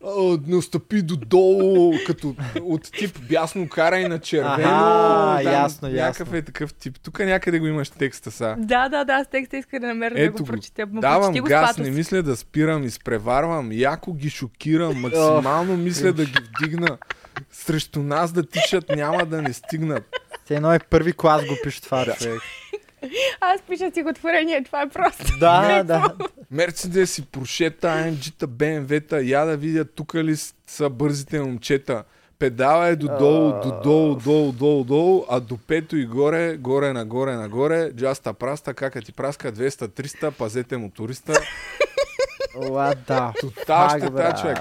а, настъпи додолу, като от тип бясно кара и на червено.
Аха,
там
ясно,
Някакъв
ясно.
е такъв тип. Тук някъде го имаш текста са.
Да, да, да, аз текста исках да намеря да го прочета. Ма
давам
прочети го с
газ,
патос.
не мисля да спирам, изпреварвам, яко ги шокирам, максимално мисля да ги вдигна. Срещу нас да тичат, няма да не стигнат.
Все едно е първи клас го пише това,
Да.
човек.
Аз пиша стихотворение, това е просто.
Да, да.
Мерцедеси, Поршета, AMG-та, BMW-та, я да видя тук ли с- са бързите момчета. Педала е додолу, додолу, долу, долу, долу, а до пето и горе, горе, нагоре, нагоре, джаста праста, кака ти праска, 200, 300, пазете моториста.
Ла, да.
Тотал
Пак,
ще тая,
брат.
човек.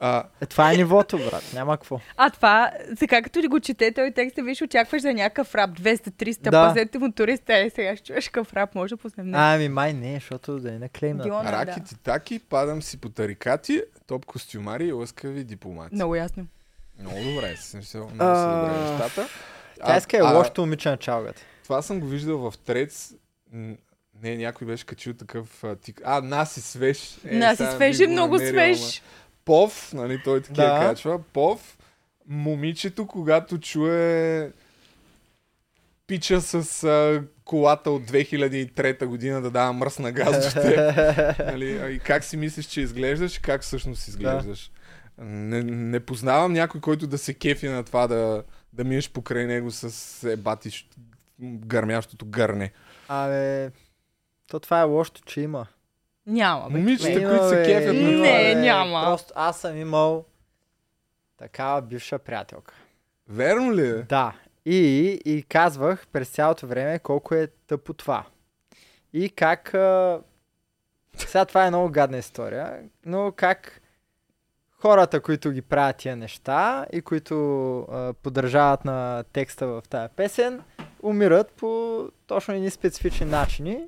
А,
Е, това е нивото, брат. Няма какво.
А това, сега като ли го чете той текста, виж, очакваш за някакъв рап 200-300,
Да.
пазете му туриста, е сега ще чуеш какъв рап, може да пуснем нещо.
Ами май не, защото да не наклеймнат.
Дион. О, да, да.
Ракети таки, падам си по тарикати, топ костюмари и лъскави дипломати.
Много ясно.
Много добре, смисъл, много са добре
А,
нещата.
Тя иска е
а,
лошото момиче на чалгата.
Това съм го виждал в Трец. М, Не, някой беше качил такъв а, тик. А, Наси Свеж.
Е, Нас
сега не
свеж
би
е
го
много
намерил, ама.
свеж.
Пов, нали, той такива
Да.
да. качва. Пов, момичето, когато чуе пича с а, колата от 2003 година да дава мръсна газ до теб. нали, а и как си мислиш, че изглеждаш и как всъщност изглеждаш. Не, не познавам някой, който да се кефи на това да, да минеш покрай него с ебатиш гърмящото гърне.
Абе, то това е лошото, че има.
Няма, бе.
Момичета,
Има,
които се
бе,
кефят
има,
на това.
бе.
Не, няма.
Просто аз съм имал такава бивша приятелка.
Верно ли е?
Да. И, и казвах през цялото време колко е тъпо това. И как... А... Сега това е много гадна история, но как хората, които ги правят тия неща и които а, поддържават на текста в тая песен, умират по точно едни специфични начини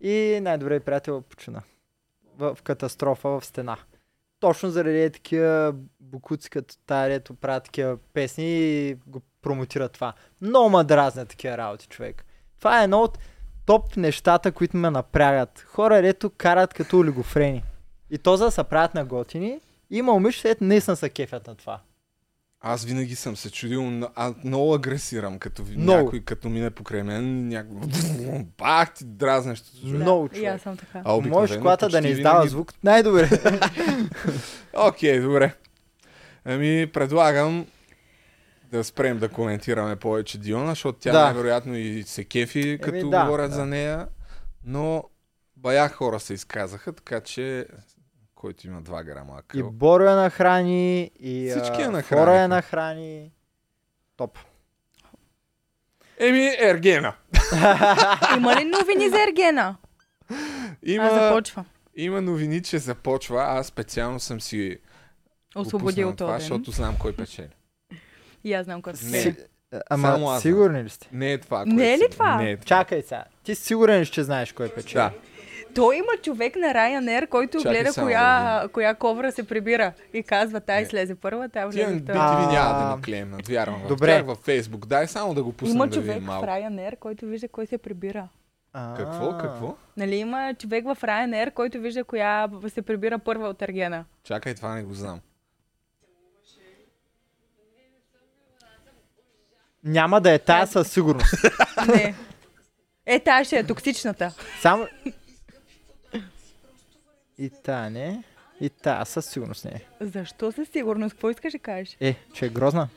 и най-добре приятел почина в, в катастрофа в стена точно заради е такива букуци като тая, дето правят такива песни и го промотира това. Много ма дразнят такива работи, човек. Това е едно от топ нещата, които ме напрягат. Хора, дето карат като олигофрени. И то за да се правят на готини, има момичета, дето наистина са кефят на това.
Аз винаги съм се чудил, но- а, много агресирам, като ви,
Много.
някой, като мине покрай мен, някой... Бах ти дразнещо.
Да,
Много
И аз
човек.
съм така.
А обикновено
Можеш колата да
почти
не издава
винаги-
звук най-добре.
Окей, добре. Ами, предлагам да спрем да коментираме повече Диона, защото тя
Да.
най-вероятно и се кефи, като
да,
говорят
да.
за нея. Но бая хора се изказаха, така че който има 2 грама
и
акъл.
Боро я нахрани, и
Всички е
а,
я
Фора
нахраниха.
я нахрани. Топ.
Еми, Ергена.
Има ли новини за Ергена? Аз
Има,
започвам.
има новини, че започва. Аз специално съм си го пуснал
Освободил
това,
този ден.
защото знам кой печели.
И аз знам е. какво се
Не.
случи.
Си- Ама
Само аз знам.
сигурни ли сте?
Не е това.
Не
което
е ли
съм-
това?
Не е това.
Чакай сега. Ти сигурен ли ще знаеш кой е печели?
Да.
Той има човек на Ryanair, който
Чакай
гледа
само да
коя, коя ковра се прибира и казва, тай
Не.
слезе първа, тай
Тия
влезе
BTV
втора.
няма да
А.
ни клемнат, вярвам. в
Добре.
тях, Във Фейсбук. Дай само да го пуснем
Има
да
човек
видим
в
малко.
Ryanair, който вижда кой се прибира.
А,
Какво, какво?
Нали, има човек в Ryanair, който вижда коя се прибира първа от Ергена.
Чакай, това не го знам.
Няма да е тая със сигурност.
Не. Е, тая ще е токсичната.
Само... И та не. И та със сигурност не е.
Защо със сигурност? Какво искаш да кажеш?
Е, че е грозна.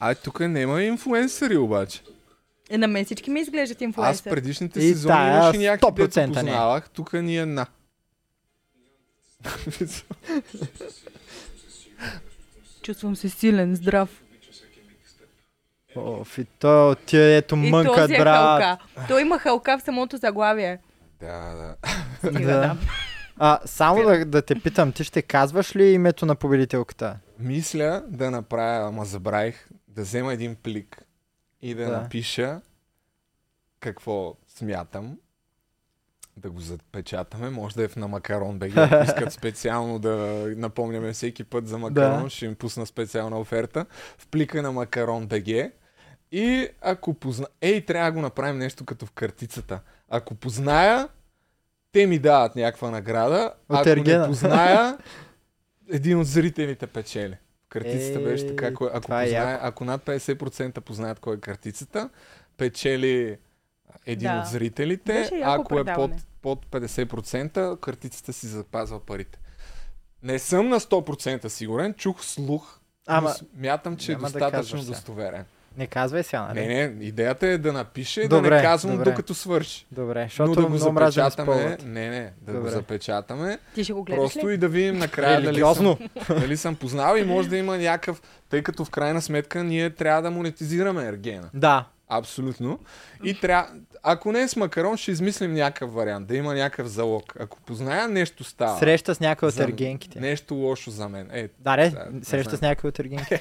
А, тук няма инфуенсъри обаче.
Е, на мен всички ми изглеждат
Аз
инфлуенсър.
предишните
И
сезони
тая
имаше някакви,
100% не
дето
е.
познавах. Тук ни е на.
Чувствам се силен, здрав.
Оф, и то е от тия ето
И
мънкат,
този е
брат.
халка. Той има халка в самото заглавие.
да, да.
Стига,
Да.
да.
А, само да, да те питам, ти ще казваш ли името на победителката?
Мисля да направя, ама забравих, да взема един плик и да,
Да.
напиша какво смятам. Да го запечатаме, може да е в на Макарон да ги ако искат специално да напомняме всеки път за Макарон,
Да.
ще им пусна специална оферта. В плика на Макарон БГ. И ако позна... Ей, трябва да го направим нещо като в картицата. Ако позная, те ми дават някаква награда.
От
ако
Ергена.
не позная, един от зрителите печели. Картицата
Е,
беше така, кой, ако,
това е
познае, ако над 50% познаят кой е картицата, печели един
Да.
от зрителите.
Беше яко
ако е под,
предаване.
под 50%, картицата си запазва парите. Не съм на 100% сигурен, чух слух, Ама,
Ама,
но смятам, че е
няма да
достатъчно
казваш сега.
достоверен.
не казвай сега, нали?
Не, не, идеята е да напише и да
Добре,
не казвам
добре.
докато свърши.
Добре,
Но
защото
да го
много мразя да
запечатаме.
използват.
Не, не, да го
Добре.
запечатаме.
Ти ще го гледаш
Просто
ли?
и да видим накрая дали съм,
Религиозно.
дали съм познал и може да има някакъв, тъй като в крайна сметка ние трябва да монетизираме ергена.
Да,
Абсолютно. И трябва, ако не е с макарон, ще измислим някакъв вариант, да има някакъв залог. Ако позная, нещо става.
среща с някой от
За-
ергенките.
Нещо лошо за мен. Е,
Да, не,
Да, не
среща
знам.
с някой от ергенките.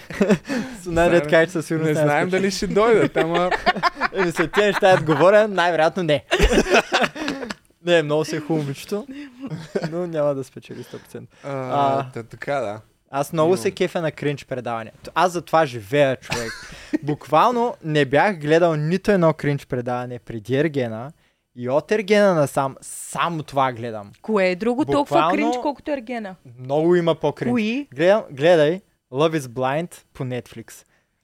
Най-ред
Знаем-
кай, че със сигурност
не
няма
знаем
случай.
дали ще дойдат, ама
Еми, след тези неща е говоря, най-вероятно не. не, много се е хубаво момичето, но няма да спечели 100%.
а,
А.
та, така да.
Аз много
Имам.
се кефя на кринч предаване. Аз за това живея, човек. Буквално не бях гледал нито едно кринч предаване преди Ергена и от Ергена насам само това гледам.
Кое е друго толкова
Буквално-
кринч, колкото Ергена?
Много има по-кринч.
Кои?
Гледам, гледай Love is Blind по Netflix.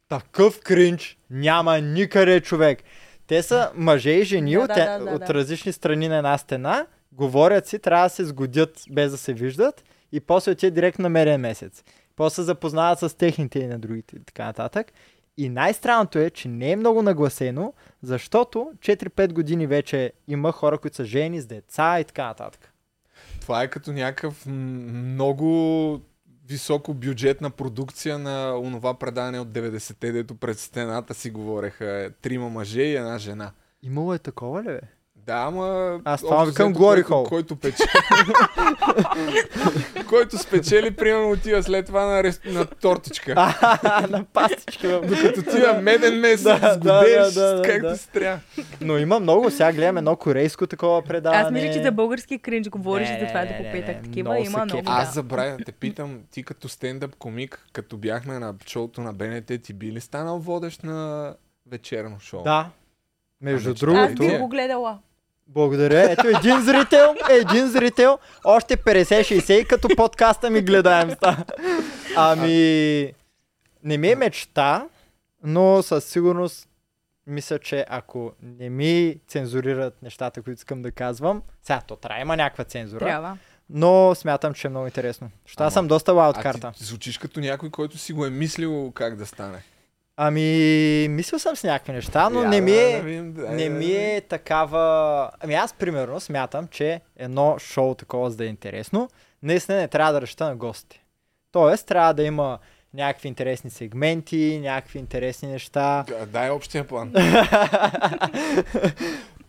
Такъв кринч няма никъде човек. Те са мъже и жени
Да,
от,
да,
е-
да, да,
от
да.
различни страни на една стена, говорят си, трябва да се сгодят без да се виждат и после отиват директно на мерен месец. После се запознават с техните и на другите и така нататък. И най-странното е, че не е много нагласено, защото 4-5 години вече има хора, които са жени с деца и така нататък.
Това е като някакъв м, много високо бюджетна продукция на онова предаване от 90-те, дето пред стената си говореха е, трима мъже и една жена.
Имало е такова ли бе?
Да, ама...
Аз това
общо
викам
взето,
Glory
който-
Hole.
Който печели... който спечели, примерно отива след това на, рес... на тортичка.
на пастички бе.
Докато тия меден месец да,
да,
сгодеш,
да, да, да,
както
да.
си трябва.
Но има много, сега гледам едно корейско такова предаване.
Аз мисля, че за български кринч говориш
Не,
и затова
не,
да
не, не,
попитах.
не.
Такива
Много се
има много.
кефя.
Аз
да.
забравя да те питам, ти като стендъп комик, като бяхме на шоуто на БНТ, ти би ли станал водещ на вечерно шоу?
Да. Между
Ами, че-
Аз
другото,
би
другото-
го гледала.
благодаря. Ето един зрител, един зрител, още 50-60 и като подкаста ми гледаем ста. Ами, не ми е мечта, но със сигурност мисля, че ако не ми цензурират нещата, които искам да казвам, сега то трябва да има някаква цензура,
Трябва.
но смятам, че е много интересно. Защото аз
Ама,
съм доста лаут
а
карта.
ти звучиш като някой, който си го е мислил как да стане.
Ами, мислил съм с някакви неща, но
Я
не
да-
ми
да
е...
видим, да,
Не
да,
ми е такава... Ами аз примерно смятам, че едно шоу такова, за да е интересно, наистина не трябва да ръща на гости. Тоест, трябва да има някакви интересни сегменти, някакви интересни неща.
да. Дай общия план.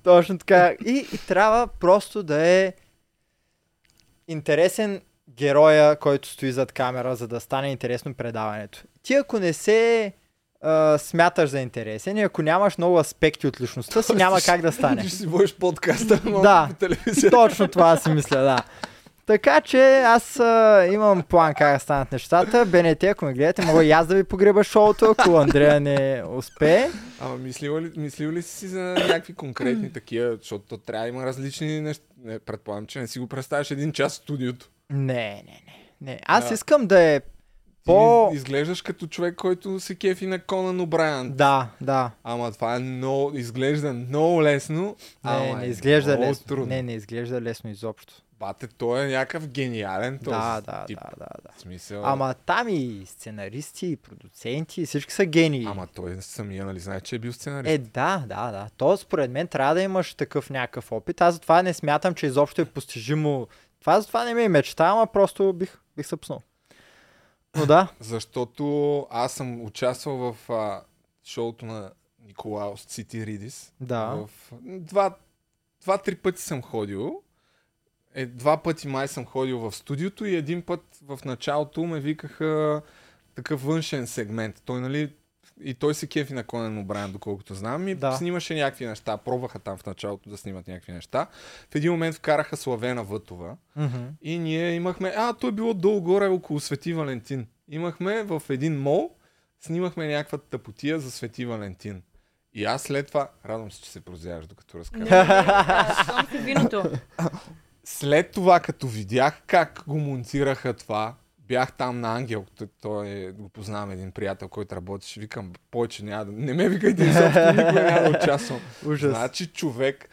Точно така. И, и трябва просто да е интересен героя, който стои зад камера, за да стане интересно предаването. Ти ако не се а, смяташ за интересен и ако нямаш много аспекти от личността си, няма как да стане.
Ще си водиш подкаста но
Да.
по телевизия.
Точно това си мисля, да. Така че аз а, имам план как да станат нещата. БНТ, ако ме гледате, мога и аз да ви погреба шоуто, ако Андрея не успее.
Ама мислил ли, мислил ли си за някакви конкретни такива, защото то трябва да има различни неща. Не, предполагам, че не си го представяш един час в студиото.
Не, не, не. не. Аз
Да.
искам да е
Ти
по...
По... изглеждаш като човек, който се кефи на Конан Обрайан.
Да, да.
Ама това е много, изглежда много лесно.
Не,
ама
не
е
изглежда
много
лесно.
Трудно.
Не, не изглежда лесно изобщо.
Бате, той е някакъв гениален този
Да, да,
тип. е.
да, да, да.
В смисъл...
Ама там и сценаристи, и продуценти, и всички са гении.
Ама той самия, нали, знае, че е бил сценарист.
Е, да, да, да. То според мен трябва да имаш такъв някакъв опит. Аз затова не смятам, че изобщо е постижимо. Това затова не ми е мечта, ама просто бих, бих съпснал. Но да,
Защото аз съм участвал в а, шоуто на Николаус Цити Ридис.
да.
В... Два, два-три пъти съм ходил. Е, два пъти май съм ходил в студиото и един път в началото ме викаха такъв външен сегмент. Той, нали, и той се кефи на Конен Обран, доколкото знам. И да.
Да.
снимаше някакви неща. Пробваха там в началото да снимат някакви неща. В един момент вкараха Славена Вътова.
Мгм.
И ние имахме, а, то е било долу-горе около Свети Валентин. Имахме в един мол, снимахме някаква тъпотия за Свети Валентин. И аз след това, радвам се, че се прозяваш докато
Не, не,
разказвам.
не, да, там си виното.
След това, като видях как го монтираха това, бях там на Ангел, т- той е- го познавам един приятел, който работеше, викам, повече няма да, не ме викайте изобщо, никога няма да участвам.
Ужас.
Значи човек...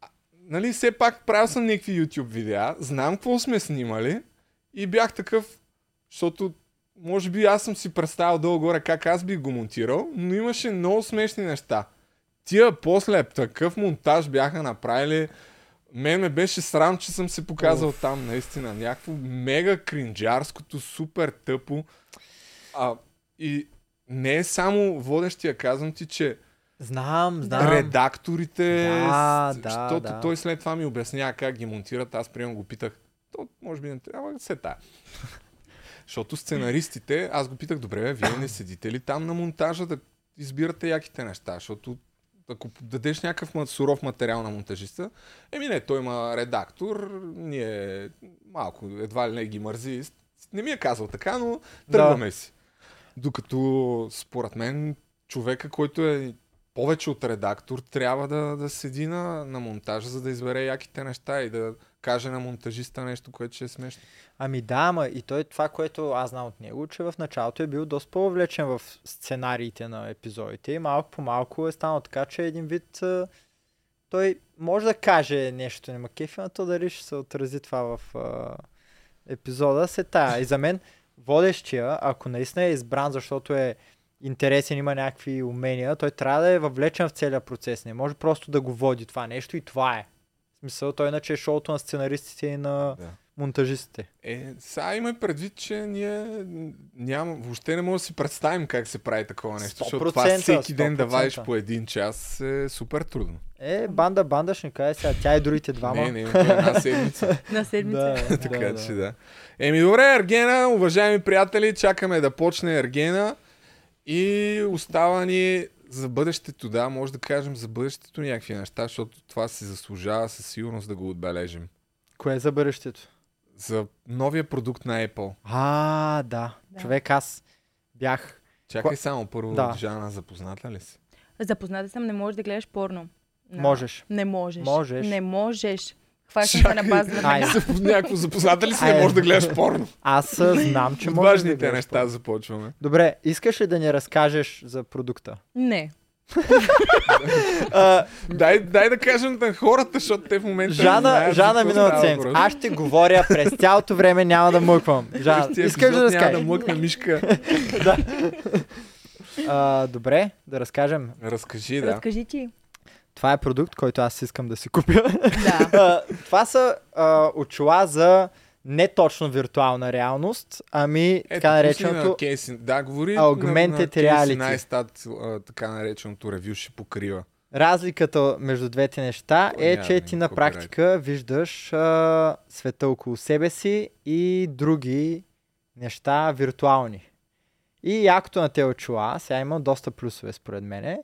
А, Нали, все пак правил съм някакви YouTube видеа, знам какво сме снимали И бях такъв, защото може би аз съм си представил долу-горе как аз бих го монтирал, но имаше много смешни неща. Тия после такъв монтаж бяха направили. Мен ме беше срам, че съм се показал там, наистина. Някакво мега кринджарското, супер тъпо. А, и не е само водещия, казвам ти, че
Знам, знам.
да. редакторите,
Да,
с-
да,
защото
да.
той след това ми обяснява как ги монтират, аз приемам го питах. То може би не трябва, ама се тая. Защото сценаристите, аз го питах, добре, бе, вие не седите ли там на монтажа да избирате яките неща, защото ако дадеш някакъв ма- суров материал на монтажиста, еми не, той има редактор, ние малко, едва ли не ги мързи. Не ми е казал така, но тръгваме си. Докато според мен човека, който е повече от редактор, трябва да, да седи на, на монтажа, за да избере яките неща и да каже на монтажиста нещо, което ще е смешно.
Ами да, ама и той това, което аз знам от него, че в началото е бил доста по-влечен в сценариите на епизодите и малко по малко е станало така, че един вид а, той може да каже нещо не макефи, но то дали ще се отрази това в а, епизода се тая. И за мен водещия, ако наистина е избран, защото е интересен, има някакви умения, той трябва да е въвлечен в целия процес. Не може просто да го води това нещо и това е. В смисъл, той иначе е шоуто на сценаристите и на
Да.
да. монтажистите.
Е, сега има предвид, че ние няма, въобще не можем да си представим как се прави такова нещо, защото това
100%,
всеки ден да
100%.
вадиш по един час е супер трудно.
Е, банда, банда ще ни каже сега. Тя и другите двама.
Не, не, то е една седмица.
на седмица.
Да,
така
да,
че
да.
да. Еми добре, Ергена, уважаеми приятели, чакаме да почне Ергена и остава ни за бъдещето, да, може да кажем за бъдещето някакви неща, защото това се заслужава със сигурност да го отбележим.
Кое е за бъдещето?
За новия продукт на Apple.
А, да.
Да.
Човек, аз бях.
Чакай
Кла-
само първо,
Да.
Жана, запозната ли си?
Запозната съм, не можеш да гледаш порно. Да.
Можеш.
Не можеш.
Можеш.
Не можеш. Хващам се на база на
Ай,
мен.
Зап- Някакво запозната ли си, не
Айде.
можеш да гледаш порно.
Аз а, знам, че
От
можеш да
важните
гледаш
неща
по-
започваме.
Добре, искаш ли да ни разкажеш за продукта?
Не.
А,
Дай, дай да кажем на хората, защото те в момента не
Жана,
знаят за
Жана
какво
минала
става
ценз.
въпрос.
Аз ще говоря през цялото време, няма да мъквам. Жана,
Следващия
искаш ли да
епизод няма
разкажеш?
да млъкне мишка.
А, добре, да разкажем.
Разкажи, да.
Разкажи ти.
Това е продукт, който аз искам да си купя.
Да.
А, това са а, очила за не точно виртуална реалност, ами
Ето,
така
пусни на
нареченото...
Кейси, да, говори
Augmented reality.
Най-стат, така нареченото ревю ще покрива.
Разликата между двете неща
Той
е,
няма
че
да
ти
има
на
копирайт.
практика виждаш а, света около себе си и други неща виртуални. И якото на тези очила, сега има доста плюсове според мене.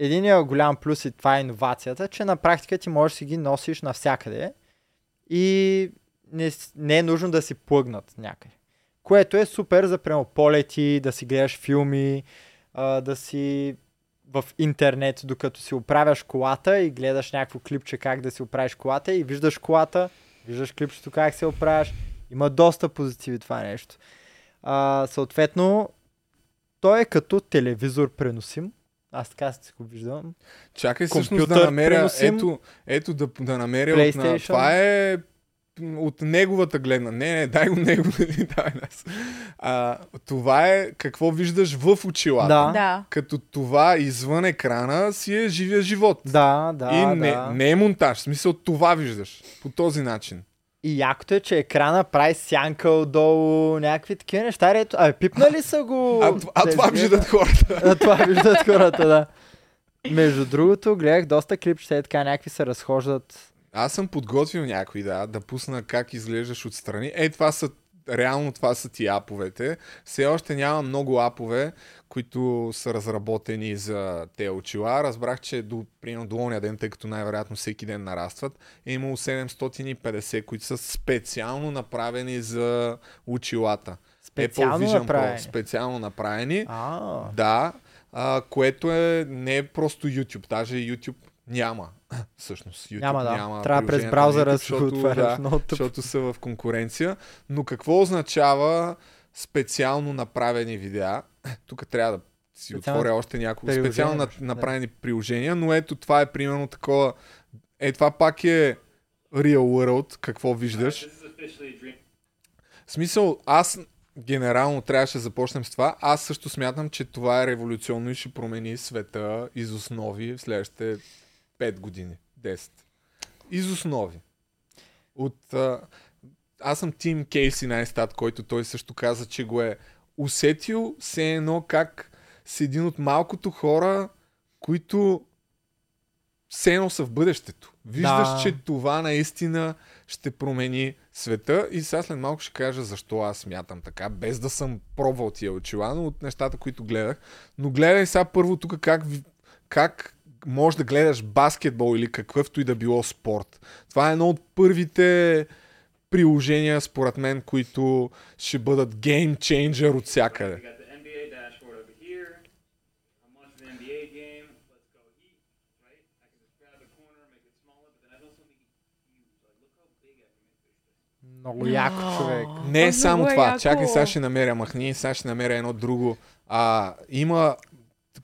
Единият голям плюс и това е иновацията, че на практика ти можеш да си ги носиш навсякъде и не, с- не е нужно да си плъгнат някъде. Което е супер за прямо полети, да си гледаш филми, а, да си в интернет, докато си оправяш колата и гледаш някакво клипче как да си оправиш колата и виждаш колата, виждаш клипчето как се оправяш. Има доста позитиви това нещо. А, съответно, той е като телевизор преносим. Аз така си го виждам.
Чакай всъщност да
Компютър
намеря,
преносим.
ето, ето да, да намеря от на,
PlayStation.
това е м, от неговата гледна. Не, не, дай го него, не ни давай нас. А, това е какво виждаш в очилата.
Да.
Да.
Като това извън екрана си е живия живот.
Да, да,
и
да.
не, не е монтаж, в смисъл това виждаш по този начин.
И якото е, че екрана прави сянка отдолу, някакви такива неща. Ето, а, пипнали са го.
А, тв- а
тези
това
дни?
виждат хората.
А, това виждат хората, да. Между другото, гледах доста клипчета и така някакви се разхождат.
Аз съм подготвил някой, да, да пусна как изглеждаш отстрани. Е, това са, реално това са ти аповете. Все още няма много апове, които са разработени за те очила. Разбрах, че до, примерно, до ония ден, тъй като най-вероятно всеки ден нарастват, е имало 750, които са специално направени за очилата.
Специално
Apple Vision
направени?
Pro, специално направени.
А,
Да, а, което е не е просто YouTube, даже YouTube няма. Всъщност, YouTube
няма да.
няма
Трябва през
приложението на YouTube,
браузъра да си го
защото,
отваряш.
да,
Много тъп.
защото са в конкуренция. Но какво означава специално направени видеа? Тук трябва да си
Специално
отворя още няколко
приложение,
специално на-
може, да.
направени приложения, но ето това е примерно такова. Е, това пак е Real World, какво виждаш. В смисъл, аз генерално трябваше да започнем с това. Аз също смятам, че това е революционно и ще промени света из основи в следващите 5 години. 10. Из основи. От, а, аз съм Тим Кейси най-стат, който той също каза, че го е усетил все едно как си един от малкото хора, които все едно са в бъдещето. Виждаш,
Да.
че това наистина ще промени света и сега след малко ще кажа защо аз смятам така, без да съм пробвал тия очила, но от нещата, които гледах. Но гледай сега първо тук как, ви- как може да гледаш баскетбол или какъвто и да било спорт. Това е едно от първите приложения, според мен, които ще бъдат геймчейнджер от
We
всякъде.
got the NBA dashboard over here. I'm watching the NBA game. Let's go eat, right? I can just grab a corner, make it smaller, but then I know something huge. Like, look how big I can make this thing.
Много яко човек.
Не е
Много
само
е
това.
яко.
Чакай, сега ще намеря махни, сега ще намеря едно друго. А, има...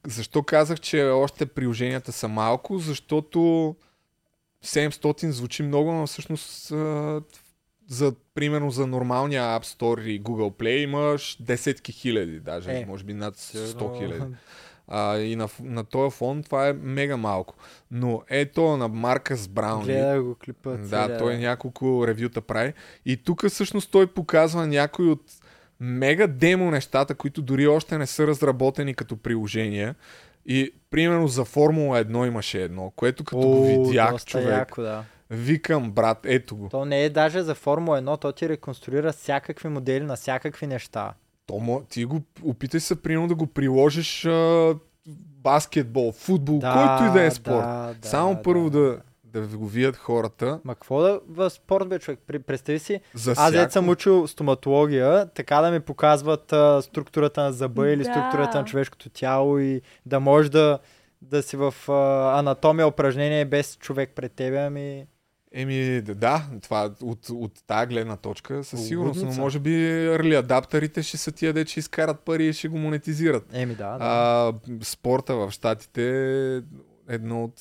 Защо казах, че още приложенията са малко? Защото 700 звучи много, но всъщност а, за, примерно за нормалния App Store и Google Play имаш десетки хиляди, даже
Е,
може би над 100 хиляди. А, и на, ф- на този фон това е мега малко. Но е то на Маркъс Браун.
Гледа го клипа.
Нали? Да,
целия,
той е няколко ревюта прави. И тук всъщност той показва някои от мега демо нещата, които дори още не са разработени като приложения. И примерно за Формула 1 имаше едно, което като го
О,
видях,
доста
човек,
Яко, да.
викам, брат, ето го.
То не е даже за Формула 1, то ти реконструира всякакви модели на всякакви неща.
То, мо- ти го опитай се, примерно, да го приложиш а, баскетбол, футбол,
Да,
който и да е спорт.
да, да,
Само
да.
първо да, да го видят хората.
Ма какво да в спорт бе човек? При- Представи си,
За
аз
всяко...
дет съм учил стоматология, така да ми показват а, структурата на зъба или
Да.
структурата на човешкото тяло и да можеш да, да си в а, анатомия упражнение без човек пред тебе, ами...
Еми, д- да, това от, от тази гледна точка със сигурност, но
Лудница.
може би early адаптерите ще са тия, де, че изкарат пари и ще го монетизират.
Еми да, да.
А, спорта в Штатите е едно от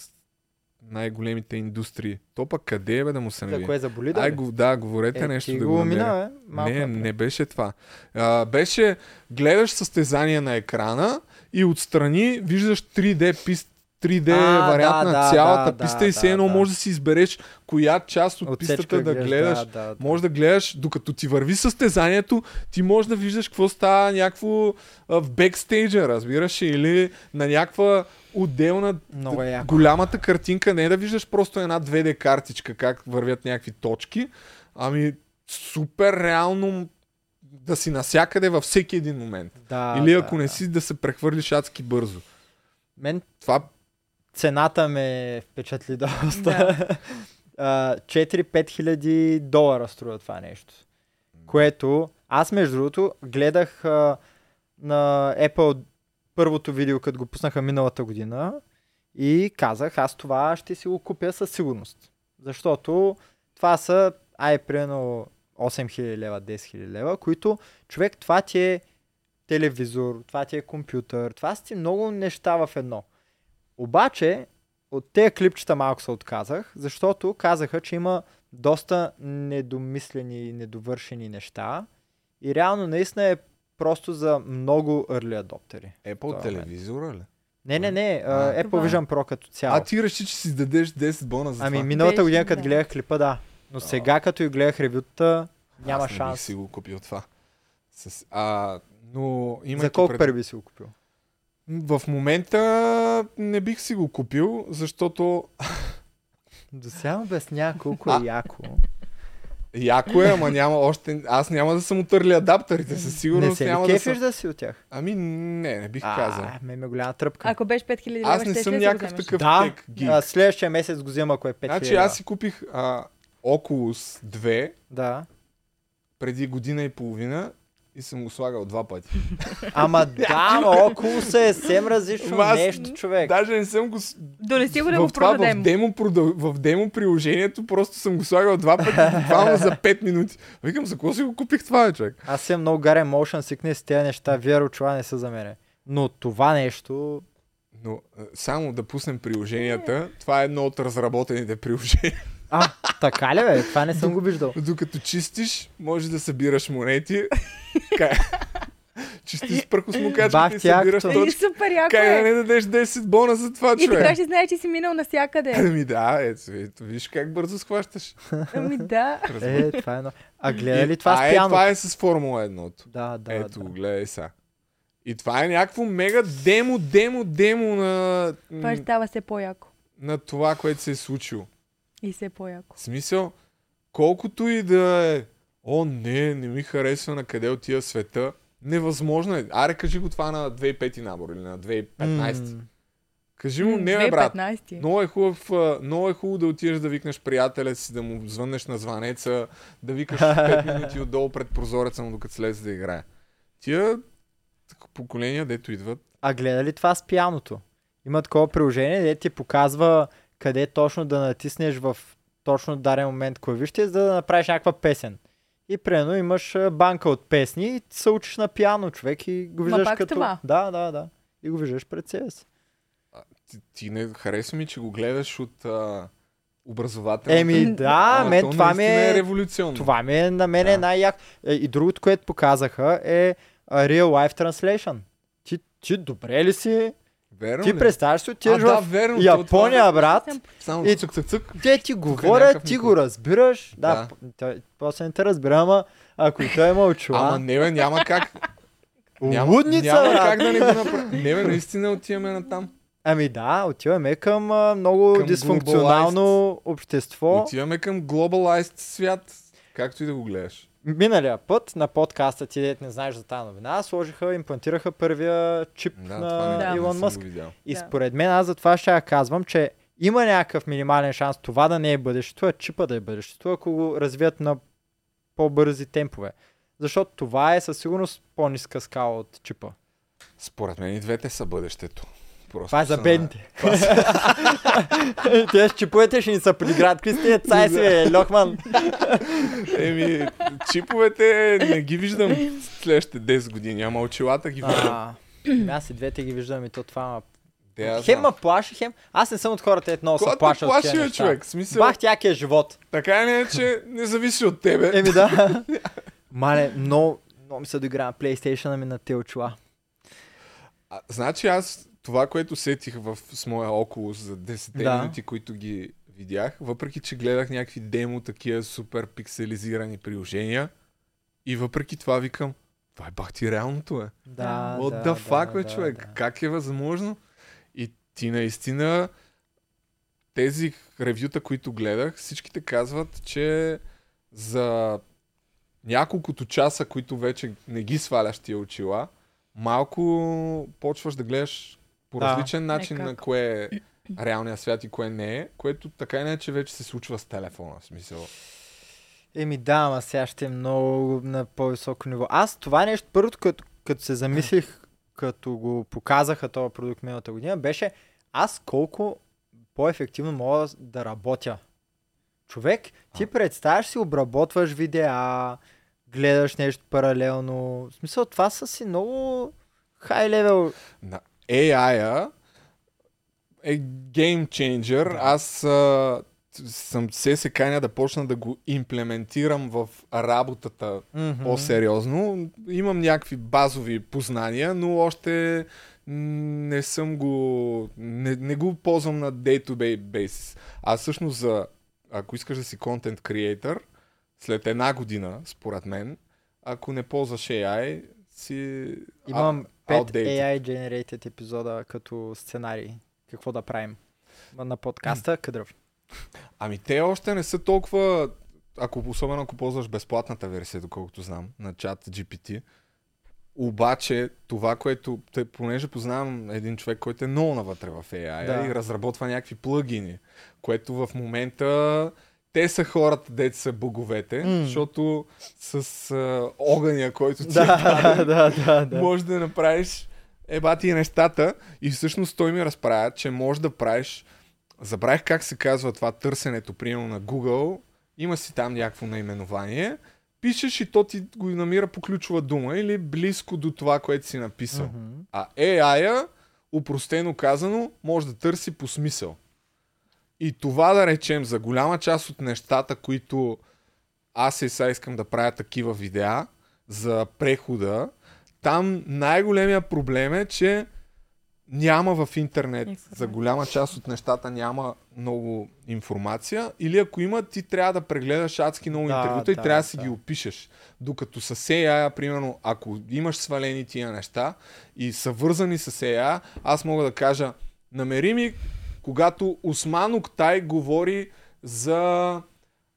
най-големите индустрии. То пък къде е, бе, да му се
за
не
кое заболи да
Ай,
бе?
го, да, говорете
е,
нещо
ти
да
го
го намеря.
мина, бе. Малко
Не,
напред.
не беше това. А, беше, гледаш състезание на екрана и отстрани виждаш 3D пист, 3D
А,
вариант
да,
на
да,
цялата
да,
писта
да,
и все едно
да.
може да си избереш коя част от
Отсечка
пистата да гледаш.
Да, да, да.
Може да гледаш, докато ти върви състезанието, ти може да виждаш какво става някакво а, в бекстейджа, разбираш, ли, или на някаква отделна
Много е яко.
голямата картинка не е да виждаш просто една 2D картичка, как вървят някакви точки, ами супер реално да си насякъде във всеки един момент.
Да,
А, Или
да,
ако не
да.
си, да се прехвърлиш адски бързо.
Мен
Това
цената ме впечатли доста.
Да.
Да. 4-5 хиляди долара струва това нещо. Което аз между другото гледах а, на Apple първото видео, като го пуснаха миналата година и казах, аз това ще си го купя със сигурност. Защото това са, ай, примерно 8000 лева, 10 000 лева, които човек, това ти е телевизор, това ти е компютър, това са ти много неща в едно. Обаче, от тези клипчета малко се отказах, защото казаха, че има доста недомислени и недовършени неща. И реално наистина е просто за много early аdoптери.
Apple
Това е
телевизора ли?
Не, не, не, а,
А.
Apple
Това е.
Vision Pro като цяло.
А ти реши, че си дадеш 10 бона за
ами
това.
миналата
Беше,
година, като
да.
гледах клипа, да. Но сега, като и гледах ревютата, няма
Аз не бих
шанс.
си го купил това. С, а, но имайки
За колко
пред-
пари би си го купил?
В момента не бих си го купил, защото
До сега обясня колко е
А.
яко.
яко е, ама няма още... Аз няма да съм отърли адаптерите, със
Не
сигурност
се
няма
ли
да
кефиш
съм...
да си от тях?
Ами не, не бих казал.
А, ме ме голяма тръпка.
Ако беше 5000 лева,
Аз не
щеше
съм
ли да си го
някакъв
вземеш?
такъв
да,
тек гик.
а, следващия месец го взема, ако е 5
Значи аз си купих а, Oculus 2
Да.
преди година и половина и съм го слагал два пъти.
Ама да, ма около се е съвсем различно
Ма аз-
нещо, човек.
Даже не съм го... с-
Донеси го да
в
го
това,
продадем.
В демо, продъл... в демо приложението просто съм го слагал два пъти, буквално за 5 минути. Викам, за какво си го купих това, бе, човек?
Аз съм много гарен motion sickness, тези неща, VR очила не са за мене. Но това нещо...
Но а, само да пуснем приложенията, това е едно от разработените приложения.
А, така ли бе? Това не съм го виждал.
Докато чистиш, може да събираш монети. Кай... Чисти с пръхосмокачката и
Бах ти
събираш
акто.
И
точки.
Е, супер яко
Кай да
е.
не дадеш 10 бона за това,
И така
човек.
ще знаеш, че си минал навсякъде.
Ами да, ето, ето, виж как бързо схващаш.
Ами да.
Е, това е едно. А гледа ли
И-
това
а,
с
е,
пиано?
това е с Формула 1.
Да, да,
ето, го,
да.
гледай сега. И това е някакво мега демо, демо, демо на,
Това ще става все по-яко.
на това, което се е случило.
И все по-яко.
В смисъл, колкото и да е, о не, не ми харесва на къде отива света, невъзможно е. Аре, кажи го това на 2005 набор или на 2015.
М,
Кажи му, не бе, брат,
2015.
много е, хубав, а, много е хубаво да отидеш да викнеш приятеля си, да му звъннеш на звънеца, да викаш 5 минути отдолу пред прозореца му, докато слезе да играе. Тия поколения, дето идват,
А гледа ли това с пианото? Има такова приложение, де ти показва къде точно да натиснеш в точно даден момент клавишите, за да направиш някаква песен. И примерно имаш а, банка от песни и ти се учиш на пиано, човек, и го
Ма
виждаш
пак с
като...
това?
Да, да, да. И го виждаш пред себе си.
ти, ти не харесва ми, че го гледаш от а, образователната
Еми да,
Ама
мен
то
това ми
наистина
е...
е революционно.
Това ми е на мен е
Да.
най-яко. Е, И другото, което показаха е а, Real Life Translation. Ти, ти добре ли си?
Верно ли?
Ти представяш си,
А,
отиваш
да,
в
верно, е- то
Япония, брат.
Съм-
Само
И-
цък, цък, цък.
Те ти говорят,
някакъв
ти го
Николай.
разбираш. Да,
Да.
п- той- после не те разбира, ама ако и той е
Ама
мълчува,
не бе, няма как. Няма,
лудница,
няма
брат.
как да не го направи. Не бе, наистина отиваме на там.
Ами да, отиваме към а, много
Към
дисфункционално общество.
Отиваме към глобалайст свят. Както и да го гледаш.
Миналия път на подкаста ти, дет не знаеш за тази новина, сложиха, имплантираха първия чип
Да, това
на
не,
Да.
не
Илон
съм
Мъск.
го видял.
И
Да.
според мен аз затова ще я казвам, че има някакъв минимален шанс това да не е бъдещето, а чипа да е бъдещето, ако го развият на по-бързи темпове. Защото това е със сигурност по-ниска скала от чипа.
Според мен и двете са бъдещето. Просто
Това е за
са на-
бедните. Те с чиповете ще ни са подиграят. Какви сте е, цай си, бе, Лохман?
Еми, чиповете не ги виждам следващите 10 години, ама очилата ги виждам.
А, Ами Аз и двете ги виждам и то това ма...
Те, аз
Хем
знам.
ма плаши, хем... Аз не съм от хората, ето много се
Кой те
плаша от
плаши,
тия
бе,
неща.
човек? В Смисъл,
Бах тяки е живот.
така или иначе, не зависи от тебе.
Еми да. Мале, много, много ми се доигра на PlayStation ми на те очила.
А, значи аз това, което сетих в, с моя около за 10
Да.
да. минути, които ги видях, въпреки че гледах някакви демо, такива супер пикселизирани приложения, и въпреки това викам, това е бахти реалното е.
Да,
What
да,
the fuck,
да,
бе,
да,
човек?
да.
Как е възможно? И ти наистина тези ревюта, които гледах, всичките казват, че за няколкото часа, които вече не ги сваляш тия очила, малко почваш да гледаш по
Да.
различен начин на
Некак.
кое е реалния свят и кое не е, което така и не че вече се случва с телефона. В смисъл.
Еми да, ама сега ще е много на по-високо ниво. Аз това нещо, първото, като, като се замислих, като го показаха този продукт миналата година, беше аз колко по-ефективно мога да работя. Човек, ти представяш си, обработваш видеа, гледаш нещо паралелно. В смисъл, това са си много хай левел.
На AI-а е геймченджер. Да. Аз а, т- съм се се каня да почна да го имплементирам в работата по-сериозно. Имам някакви базови познания, но още м, не съм го... Не, не го ползвам на day-to-day basis. А всъщност за... Ако искаш да си контент creator, след една година, според мен, ако не ползваш AI, си...
Имам
а-
5
outdated.
AI generated епизода като сценарий. Какво да правим? Ма На подкаста кадръв.
Ами те още не са толкова, ако, особено ако ползваш безплатната версия, доколкото знам, на чат GPT. Обаче това, което, тъй, понеже познавам един човек, който е много навътре в AI
Да.
да. и разработва някакви плъгини, което в момента те са хората, дете са боговете,
М.
mm. защото с а, огъня, който ти е
да, да, да, да.
може да направиш ебати нещата. И всъщност той ми разправя, че може да правиш... Забравих как се казва това търсенето, примерно на Google. Има си там някакво наименование. Пишеш и то ти го намира по ключова дума или близко до това, което си написал.
Мгм.
А AI-а, упростено казано, може да търси по смисъл. И това да речем за голяма част от нещата, които аз и сега искам да правя такива видеа за прехода, там най-големия проблем е, че няма в интернет.
Информация.
За голяма част от нещата няма много информация. Или ако има, ти трябва да прегледаш адски много
Да,
интервюта и
да,
трябва да си
да.
ги опишеш. Докато с AI, примерно, ако имаш свалени тия неща и са вързани с AI, аз мога да кажа, намери ми, когато Осман Октай говори за...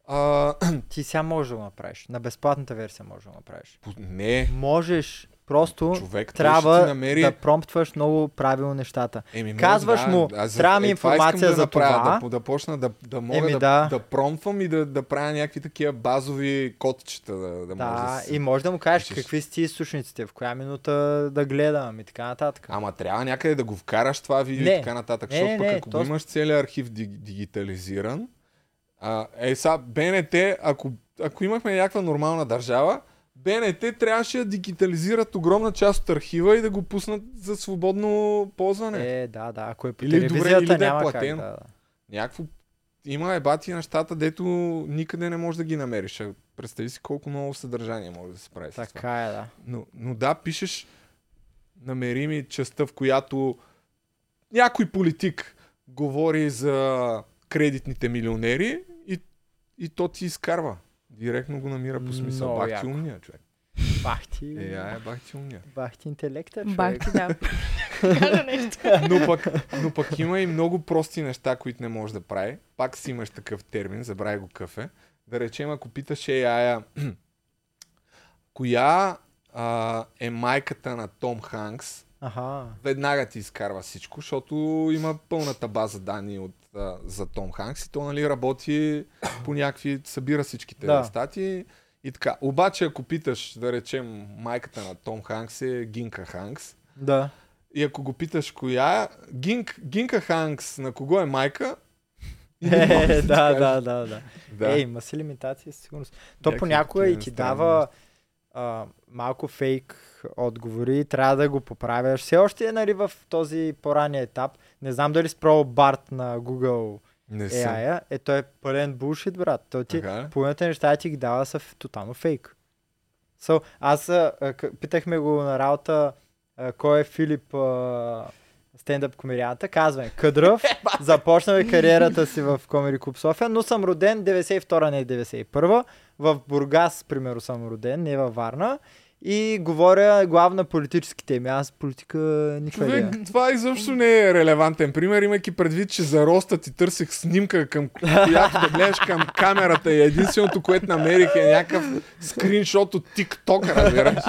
А,
Ти сега можеш да го направиш. На безплатната версия можеш да го направиш.
не,
Можеш просто
Човек, той ще
трябва
ти намери-
да промптваш много правилно нещата.
Еми, може,
Казваш
да,
му,
аз за-
трябва ми
е, това искам
информация
да
за
направя, Да,
това.
да почна да, да мога
Еми,
да, да.
да.
промпвам и да, да правя някакви такива базови котчета. Да, да, може да
Да,
си-
и може да му кажеш
пишеш.
какви са ти източниците, в коя минута да гледам и така нататък.
Ама трябва някъде да го вкараш това видео и
Не.
така нататък.
Не,
Защото
не,
пък
не,
ако го
то-
имаш целият архив диг, дигитализиран, а, е сега БНТ, ако, ако имахме някаква нормална държава, БНТ трябваше да дигитализират огромна част от архива и да го пуснат за свободно ползване.
Е, да, да, ако е по
Или добре,
телевизията,
или да е
няма как. Да,
платено.
да.
Някакво... Има ебати нещата, дето никъде не можеш да ги намериш. А Представи си колко много съдържание може да се прави с това.
Така е, да.
Но, но да, пишеш намери ми частта, в която някой политик говори за кредитните милионери и, и то ти изкарва. Директно го намира по смисъл.
Много
бах ти
яко.
умния човек.
Бах ти,
Е, я е, бах ти умния.
бах ти интелекта, човек.
Бах ти, да.
Но пък, но пък има и много прости неща, които не можеш да прави. Пак си имаш такъв термин, забравя го кафе. Да речем, ако питаш AI, -а, коя а, е майката на Том Ханкс,
Аха.
веднага ти изкарва всичко, защото има пълната база данни от, а, за Том Ханкс и то нали, работи по някакви, събира всичките да.
Да.
статии и така. Обаче ако питаш, да речем, майката на Том Ханкс е Гинка Ханкс,
Да.
и ако го питаш коя, Гинк, Гинка Ханкс, на кого е майка? Не може
Е,
ти
да,
кажа.
да, да, да.
да.
Е, има си лимитации със сигурност. То
Някакви
понякога
такива
и ти
неща,
дава а, малко фейк отговори, трябва да го поправяш. Все още е нали, в този по-ранния етап. Не знам дали спробвал Барт на Google
не съм.
AI. Е, той е пълен булшит, брат. Той ти,
Ага.
половината неща ти ги дава са ф- тотално фейк. So, аз а, а, к- питахме го на работа а, кой е Филип а, стендъп комедианта. Казваме, кадръв, започнаме кариерата си в Комери Клуб София, но съм роден 92-а, не 91-а. В Бургас, примерно, съм роден, не във Варна. И говоря главно на политически теми. Аз политика никаква
Човек,
идея.
това изобщо не е релевантен пример, имайки предвид, че за роста ти търсих снимка, към която да гледаш към камерата и единственото, което намерих е някакъв скриншот от TikTok, разбираш.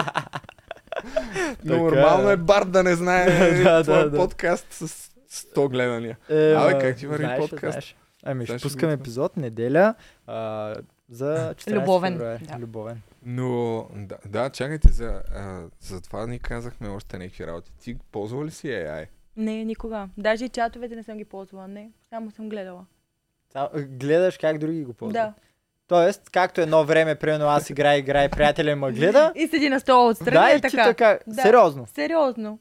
Нормално
да.
е Барт да не знае
Да, да,
твой
да.
подкаст с 100 гледания.
Е,
Абе,
ма,
как ти върви
знаеш,
подкаст?
знаеш. Ами, ще
Знаеш ли
пускам
го това?
епизод неделя а, за 14
Любовен,
февруари.
да.
Любовен.
Но, да, да чакайте, за, а, за това ни казахме още някакви работи. Ти ползва ли си AI?
Не, никога. Даже и чатовете не съм ги ползвала, не. Само съм гледала.
Само, а, Гледаш как други го ползват.
Да.
Тоест, както едно време, примерно аз играя, играя, приятеля ме гледа.
И седи на стола отстрани
да,
е
и ти
така.
така.
Да.
Сериозно.
Сериозно.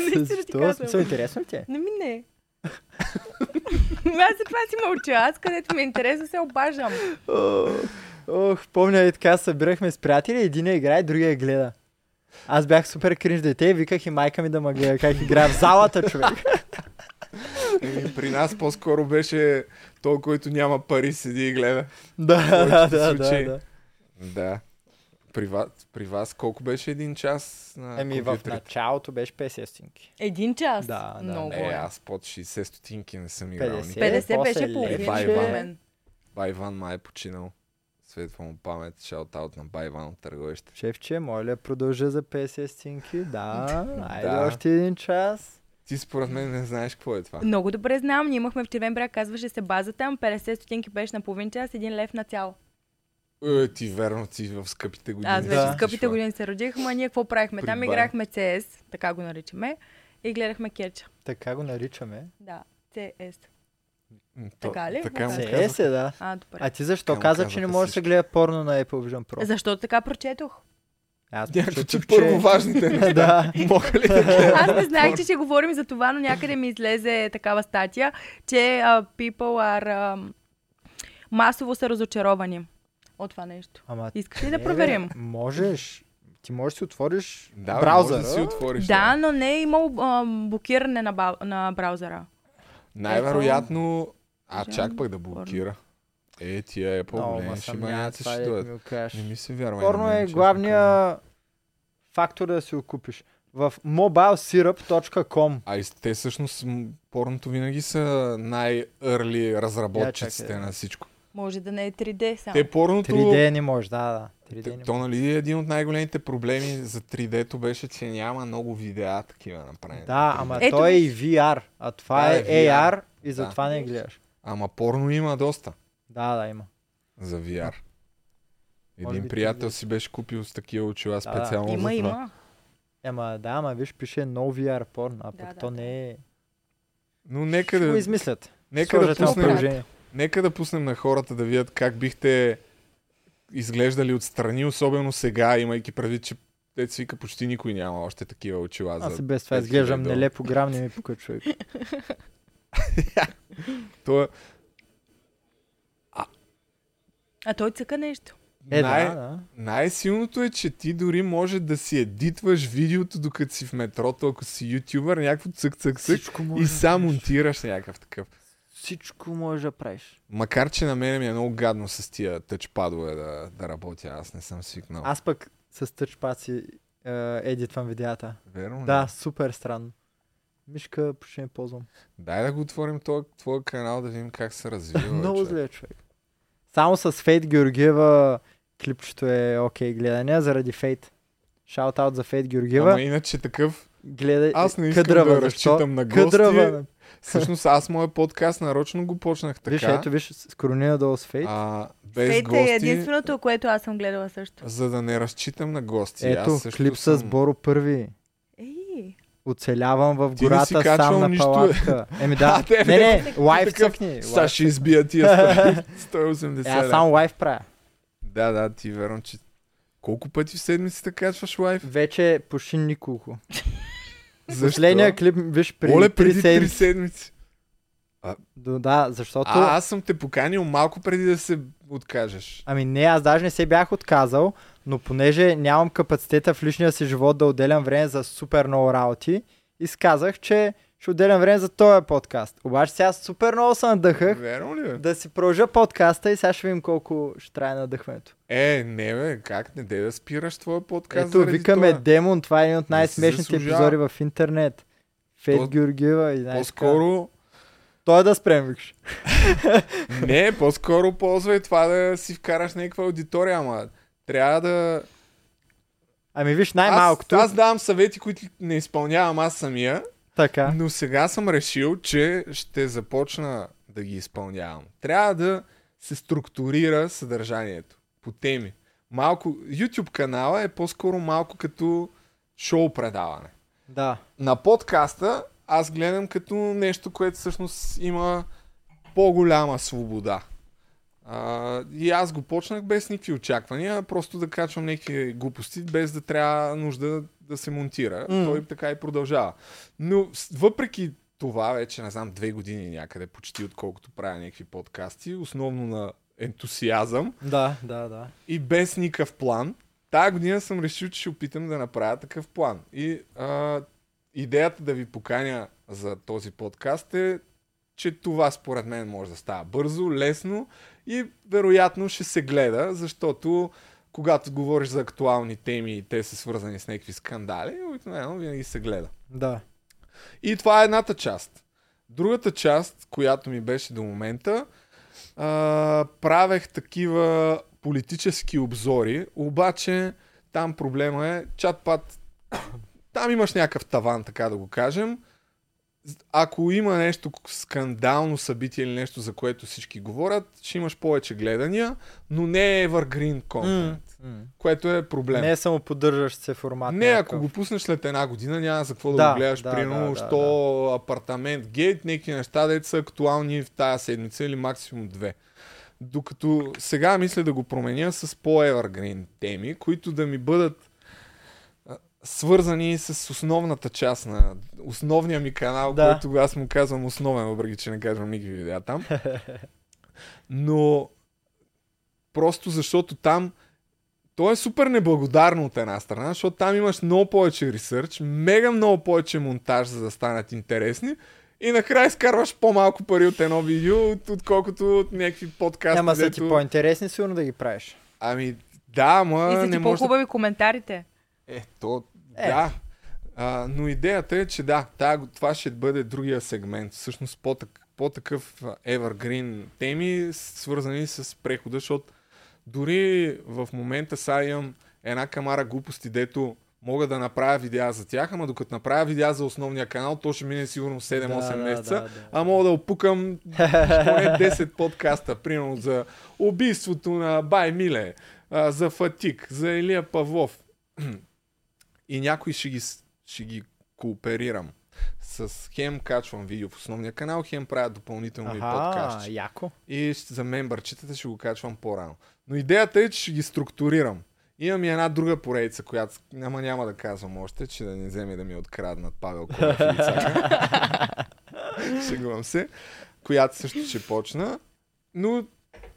Наистина ти
Защо?
казвам.
Смисъл, интересно ли ти? е?
Не ми не. Аз затова си мълча. Аз където ми е интересно се обаждам.
О, Ох, помня и така събирахме с приятели, един играе, другия гледа. Аз бях супер кринж дете и виках и майка ми да ме гледа как играе в залата, човек.
Еми, Е, при нас по-скоро беше той, който няма пари, седи и гледа.
да, да,
повечето
да,
случаи.
да, да.
Да. При вас, при вас колко беше един час на
Еми, Ами, в
компютрите?
началото беше 50 стинки.
Един час?
Да, да.
Много
Е,
е.
аз под 60 стотинки не съм играл.
50.
50
после
беше
лече.
половина.
Бай,
за
бай.
мен.
Байван май е починал. Светва му памет, шаутаут на Байван от търговище.
Шефче, моля, продължа за 50 стинки. Да, айде
Да.
още един час.
Ти според мен не знаеш какво е това.
Много добре знам. Ние имахме в Червен бряг, казваше се базата. ама 50 стотинки беше на половин час, един лев на цяло.
Е, ти верно, ти в скъпите години.
Аз вече
Да.
да. скъпите години се родих, ма ние какво правихме?
При
Там
бай.
играхме CS, така го наричаме, и гледахме керча.
Така го наричаме.
Да, CS.
М, то-
Така ли?
Така му
Се
Се е,
казвах.
се, да.
А, добре.
А ти
Така
защо
му
каза, че не
казваха
може да се
всички.
гледа порно на Apple Vision Pro?
Защо така прочетох?
Аз
Някакви
прочетох,
първо
че...
важните неща.
да.
Мога ли да гледам?
Аз не знаех, че ще говорим за това, но някъде ми излезе такава статия, че uh, people are um, масово са разочаровани от това нещо.
Ама
Искаш ли да
Е,
не, бе,
проверим?
Можеш. Ти можеш да си отвориш
Да, браузър.
браузъра.
Да си отвориш.
Да, но не е имало ам, блокиране на, ба- на браузъра.
Най-вероятно... А,
Жан
чак пък да блокира. Е, тия е
Много ма
по-големи ще
съмнявам,
маняци
това
ще
дето
дойдат.
ми го кажеш.
Не ми се вярва.
Порно е главния фактор да си го купиш. В mobilesyrup.com
А и с- те всъщност м, порното винаги са най-ърли разработчиците
чакай, да. е
на всичко.
Може да не е 3D само.
Те порното...
3D не може, да, да. 3D не
Т-
може.
То нали е един от най-големите проблеми за 3D-то беше, че няма много видеа такива направени.
Да, ама
Ето
той е
виж.
и VR, а това
Да,
е
е VR.
AR и затова не гледаш.
Ама порно има доста
Да, да, има.
за VR.
Може
Един
би
приятел
3D.
си беше купил с такива очила
Да, да.
специално
Има,
за това.
има.
Ема да, ама виж, пише no VR porn, а пък
Да, да,
то
да.
не е...
Но
Ще
нека
го
да,
измислят.
нека, да
Сложат едно
пуснем,
приложение.
нека да пуснем на хората да видят как бихте изглеждали отстрани, особено сега, имайки предвид, че те си вика почти никой няма още такива очила.
Аз и
За...
без това
пет
изглеждам
хиляди
нелепо, грам не ми пука човек.
То е
А той цъка нещо.
Е,
най-
да, да.
Най-силното е, че ти дори може да си едитваш видеото, докато си в метрото, ако си ютубър, някакво цък-цък-цък
Всичко
и
може,
сам монтираш някакъв такъв.
всичко може да правиш.
Макар, че на мен ми е много гадно с тия тъчпадове да, да работя, аз не съм свикнал.
Аз пък с тъчпад си е, едитвам видеята.
Верно ли?
Да, супер странно. Мишка, почти не ползвам.
Дай да го отворим този твой канал, да видим как се развива.
Много
човек.
зле е човек. Само с Фейт Георгиева клипчето е окей okay, гледане, заради Фейт. Шаут-аут за Фейт Георгиева.
Ама иначе такъв,
Гледай,
аз не искам
кадрава,
да
защо?
разчитам на гости.
Кадрава.
всъщност аз моят подкаст нарочно го почнах така.
Виж, ето, виж, скрони надолу с Фейт.
а, без
Фейт
гости,
е единственото, което аз съм гледала също.
за да не разчитам на гости.
ето,
аз също
клип
съм...
с Боро първи.
Ей,
Оцелявам в
Ти не си
гората
качвал
сам на
нищо, бе.
палатка. Еми да,
А, те,
не,
бе,
не, лайв
такъв,
цъкни.
Сега
лайв.
ще избия тия 100 180
Е,
лева.
аз само лайв правя.
Да, да, ти верно, че... Колко пъти в седмицата качваш лайф?
Вече е почти николко.
Защо?
Последния клип, виж, преди
Оле,
3
преди 3
седмици.
седмици.
До- Да, защото...
А, аз съм те поканил малко преди да се откажеш.
Ами не, аз даже не се бях отказал, но понеже нямам капацитета в личния си живот да отделям време за супер много работи, изказах, че ще отделям време за този подкаст. Обаче сега супер много се надъхах
Верно ли бе?
да си продължа подкаста и сега ще видим колко ще трябва надъхването.
Е, не бе, как не, де да спираш твоя подкаст
Ето,
заради
викаме
това.
Демон, това е един от
Не си
най-смешните
заслужава.
епизоди в интернет. Фед
То-
Георгиева и най
По-скоро,
Той е да спрем, викаш.
не, по-скоро ползвай това да си вкараш някаква аудитория, ама трябва да...
Ами виж, най-малкото,
Аз, аз давам съвети, които не изпълнявам аз самия,
така,
Но сега съм решил, че ще започна да ги изпълнявам. Трябва да се структурира съдържанието по теми. Малко, YouTube канала е по-скоро малко като шоу предаване.
да.
На подкаста аз гледам като нещо, което всъщност има по-голяма свобода. А, и аз го почнах без никакви очаквания, просто да качвам някакви глупости, без да трябва нужда да се монтира.
М.
Mm. Той така и продължава. Но с- въпреки това, вече не знам, две години някъде, почти отколкото правя някакви подкасти, основно на ентусиазъм,
Да, да, да.
и без никакъв план. Тая година съм решил, че ще опитам да направя такъв план. И а, идеята да ви поканя за този подкаст е, че това според мен може да става бързо, лесно и вероятно ще се гледа, защото когато говориш за актуални теми и те са свързани с някакви скандали, обикновено винаги се гледа.
Да.
И това е едната част. Другата част, която ми беше до момента, а, правех такива политически обзори, обаче там проблема е, чат-пат, там имаш някакъв таван, така да го кажем. Ако има нещо скандално събитие или нещо, за което всички говорят, ще имаш повече гледания, но не е evergreen content,
М,
mm.
м.
което е проблем.
Не е само поддържащ се формат.
Не,
някакъв.
ако го пуснеш след една година, няма за какво да,
Да,
го гледаш.
да,
примерно,
да, да,
що апартамент, гейт, някакви неща, дето са актуални в тази седмица или максимум две. Докато сега мисля да го променя с по-evergreen теми, които да ми бъдат свързани с основната част на основния ми канал,
Да.
който аз му казвам основен, въпреки че не казвам никакви видеа там. Но просто защото там то е супер неблагодарно от една страна, защото там имаш много повече ресърч, мега много повече монтаж, за да станат интересни. И накрая изкарваш по-малко пари от едно видео, от- отколкото от някакви подкасти.
Няма са ти
дето-
по-интересни, сигурно да ги правиш.
Ами, да, ма
И са
не
ти
може да
по-хубави коментарите.
е, то,
Е.
е. да. А, но идеята е, че да, тая, го- това ще бъде другия сегмент. Всъщност по-так, по-такъв а, evergreen теми, свързани с прехода, защото дори в момента сега имам една камара глупости, дето мога да направя видеа за тях, ама докато направя видеа за основния канал, то ще мине сигурно 7-8
Да, да,
месеца,
да, да.
а мога да опукам поне 10 подкаста, примерно за убийството на Бай Миле, а, за Фатик, за Илия Павлов. И някой ще ги, с- ще ги кооперирам. С хем качвам видео в основния канал, хем правя допълнителни подкасти.
яко.
И ще- за мембърчетата ще го качвам по-рано. Но идеята е, че ще ги структурирам. Имам и една друга поредица, която с- няма, няма да казвам още, че да не вземе да ми откраднат Павел Колев и Ицака. Шегувам се. Която също ще почна. Но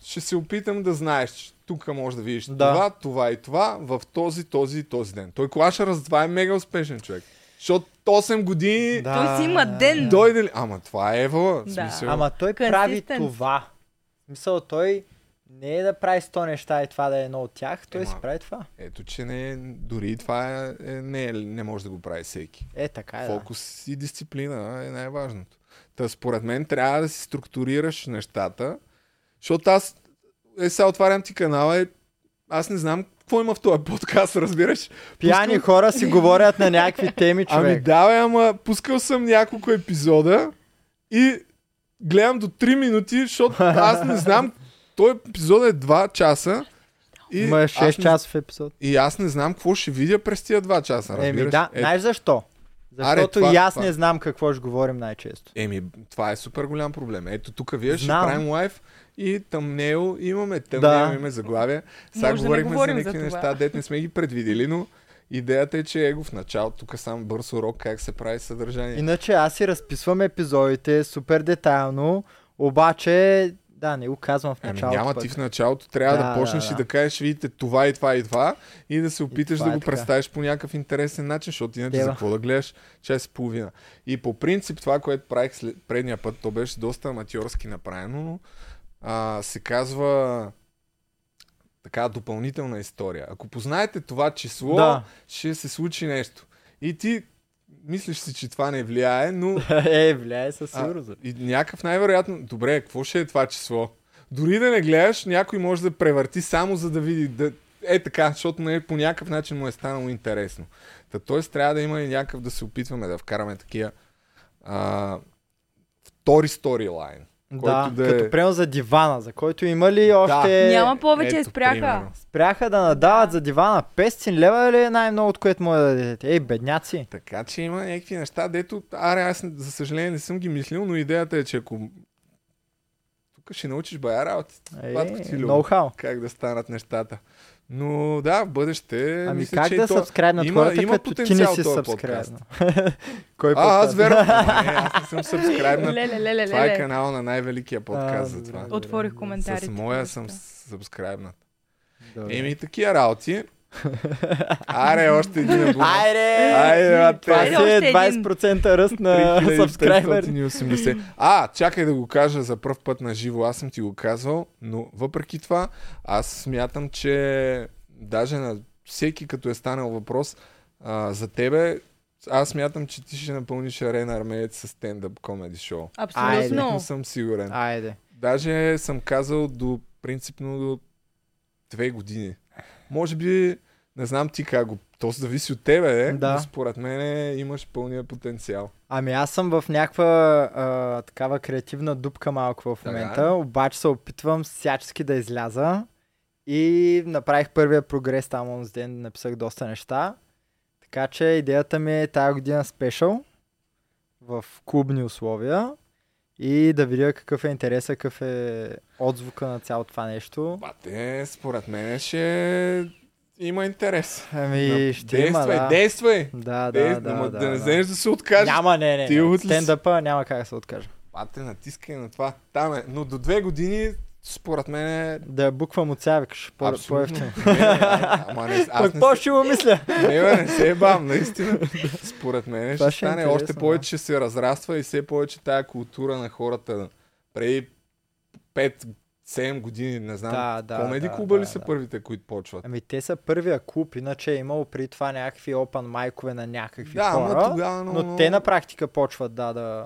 ще се опитам да знаеш, че тук може да видиш
Да.
да. това, това и това в този, този и този ден. Той Клаша раз това е мега успешен човек. Защото 8 години да.
Той си има ден.
дойде ли... Ама това е Ева. Да.
Да.
Смисъл...
Ама той прави
Consistent.
това. В Смисъл, той не е да прави 100 неща и това да е едно от тях, той
Ема-
си прави това.
Ето, че не, е- дори и това е, е, не, е, не може да го прави всеки.
Е, така е. да.
Фокус и дисциплина е най-важното. Та според мен трябва да си структурираш нещата, защото аз е, сега отварям ти канала и аз не знам какво има в този подкаст, разбираш?
Пияни
Пускам-
хора си говорят на някакви теми, човек.
Ами да, бе, ама пускал съм няколко епизода и гледам до 3 минути, защото аз не знам, той епизод е 2 часа и,
Има
аз
6
не
часов епизод.
И аз не знам какво ще видя през тия два часа, разбираш?
Еми да,
Е,
знаеш защо?
Аре,
Защото
това-
и аз
това-
не знам какво ще говорим най-често.
Еми, това е супер голям проблем. Ето тук вие ще
Знам.
правим лайв и тъмнел имаме. Тъмнел
Да.
имаме заглавие. Сега
Може да не
говорихме за
говорим за
някакви
това.
неща, дет не сме ги предвидели, но идеята е, че его в началото, тук сам бърз урок как се прави съдържание.
Иначе аз си разписвам епизодите супер детайлно, обаче да, не го казвам в
Ами
началото.
няма
пък.
ти в началото, трябва да,
Да,
да
да,
почнеш
да.
и да кажеш, видите, това и това и това и да се опиташ
това
да
е
го
така.
представиш по някакъв интересен начин, защото иначе
Дева.
за какво да гледаш час и половина. И по принцип това, което правих след, предния път, то беше доста аматьорски направено, но а, се казва така допълнителна история. Ако познаете това число,
Да.
да. ще се случи нещо. И ти мислиш си, че това не влияе, но
е, влияе със
а,
сигурност.
И някакъв най-вероятно... Добре, какво ще е това число? Дори да не гледаш, някой може да превърти само за да види... Да... Е така, защото не, по някакъв начин му е станало интересно. Та, т.е. трябва да има и някакъв да се опитваме да вкараме такива а, втори сторилайн.
Да,
който
да
да
като
е-
примерно за дивана, за който има ли още...
Няма повече е
Ето,
спряха.
примерно.
Спряха да надават за дивана 500 лева или е най-много, от което му да дадете? Ей, бедняци.
Така че има някакви неща, дето... Аре, аз за съжаление не съм ги мислил, но идеята е, че ако... Тук ще научиш бая работи.
Е,
Батко ти, Любо.
ноу-хау.
как да станат нещата. Но да, в бъдеще...
Ами
Е, мисля,
как
че
да
и то-
сабскрайбнат
има-
хората,
има
като ти не
потенциал
си
този
сабскрайбна? Кой
А, аз
подкаст?
верно. Ама не, аз не съм сабскрайбнат.
Леле, леле,
Това е
леле.
канала на най-великия подкаст
А,
за това.
добре.
Отворих коментарите.
С моя
просто.
съм сабскрайбнат.
Добре.
Еми, такива работи. Аре, още един абонат.
Айде!
Айде, бате.
Това си
Айде, още
е
един.
20% ръст на сабскрайбър.
3580. А, чакай да го кажа за първ път на живо. Аз съм ти го казвал, но въпреки това, аз смятам, че даже на всеки, като е станал въпрос а, за тебе, аз смятам, че ти ще напълниш арена армеец с стендъп комеди шоу.
Айде.
Абсолютно.
Не съм сигурен.
Айде.
Даже съм казал до принципно до две години. Може би, не знам ти как го. То зависи от тебе, е,
Да.
но според мен имаш пълния потенциал.
Ами аз съм в някаква а, такава креативна дупка малко в
Така. е.
момента, обаче се опитвам всячески да изляза и направих първия прогрес там онзи ден, написах доста неща. Така че идеята ми е тази година спешъл в клубни условия и да видя какъв е интересът, какъв е отзвука на цялото това нещо.
Бате, според мен ще има интерес.
Ами, ще има,
действай,
да.
действай!
Да, да,
Действ-
да,
ама
да,
да не
да.
вземеш да се откажеш.
Няма, не, не.
Ти
не.
от ли си?
Стендъпа няма как да се откажа.
Пате, натискай на това. Там е. Но до две години, според мен е...
Да буквам от сявикаш, по-
абсолютно.
по-ефтино.
Не, не, не. Ама не, аз
Пък
не,
по-ще го мисля.
се- не, бе, не се ебам, наистина. Според мен
Това
ще
ще е
стане
интересно,
още
да.
повече, ще се разраства и все повече тая култура на хората. Преди 5-7 години, не знам.
Да, да,
комеди
да,
клуба ли
да,
са
да.
първите, които почват?
Ами те са първия клуб, иначе е имало при това някакви опен майкове на някакви
Да,
Ами, хора.
ама тогава много...
Но те на практика почват да да...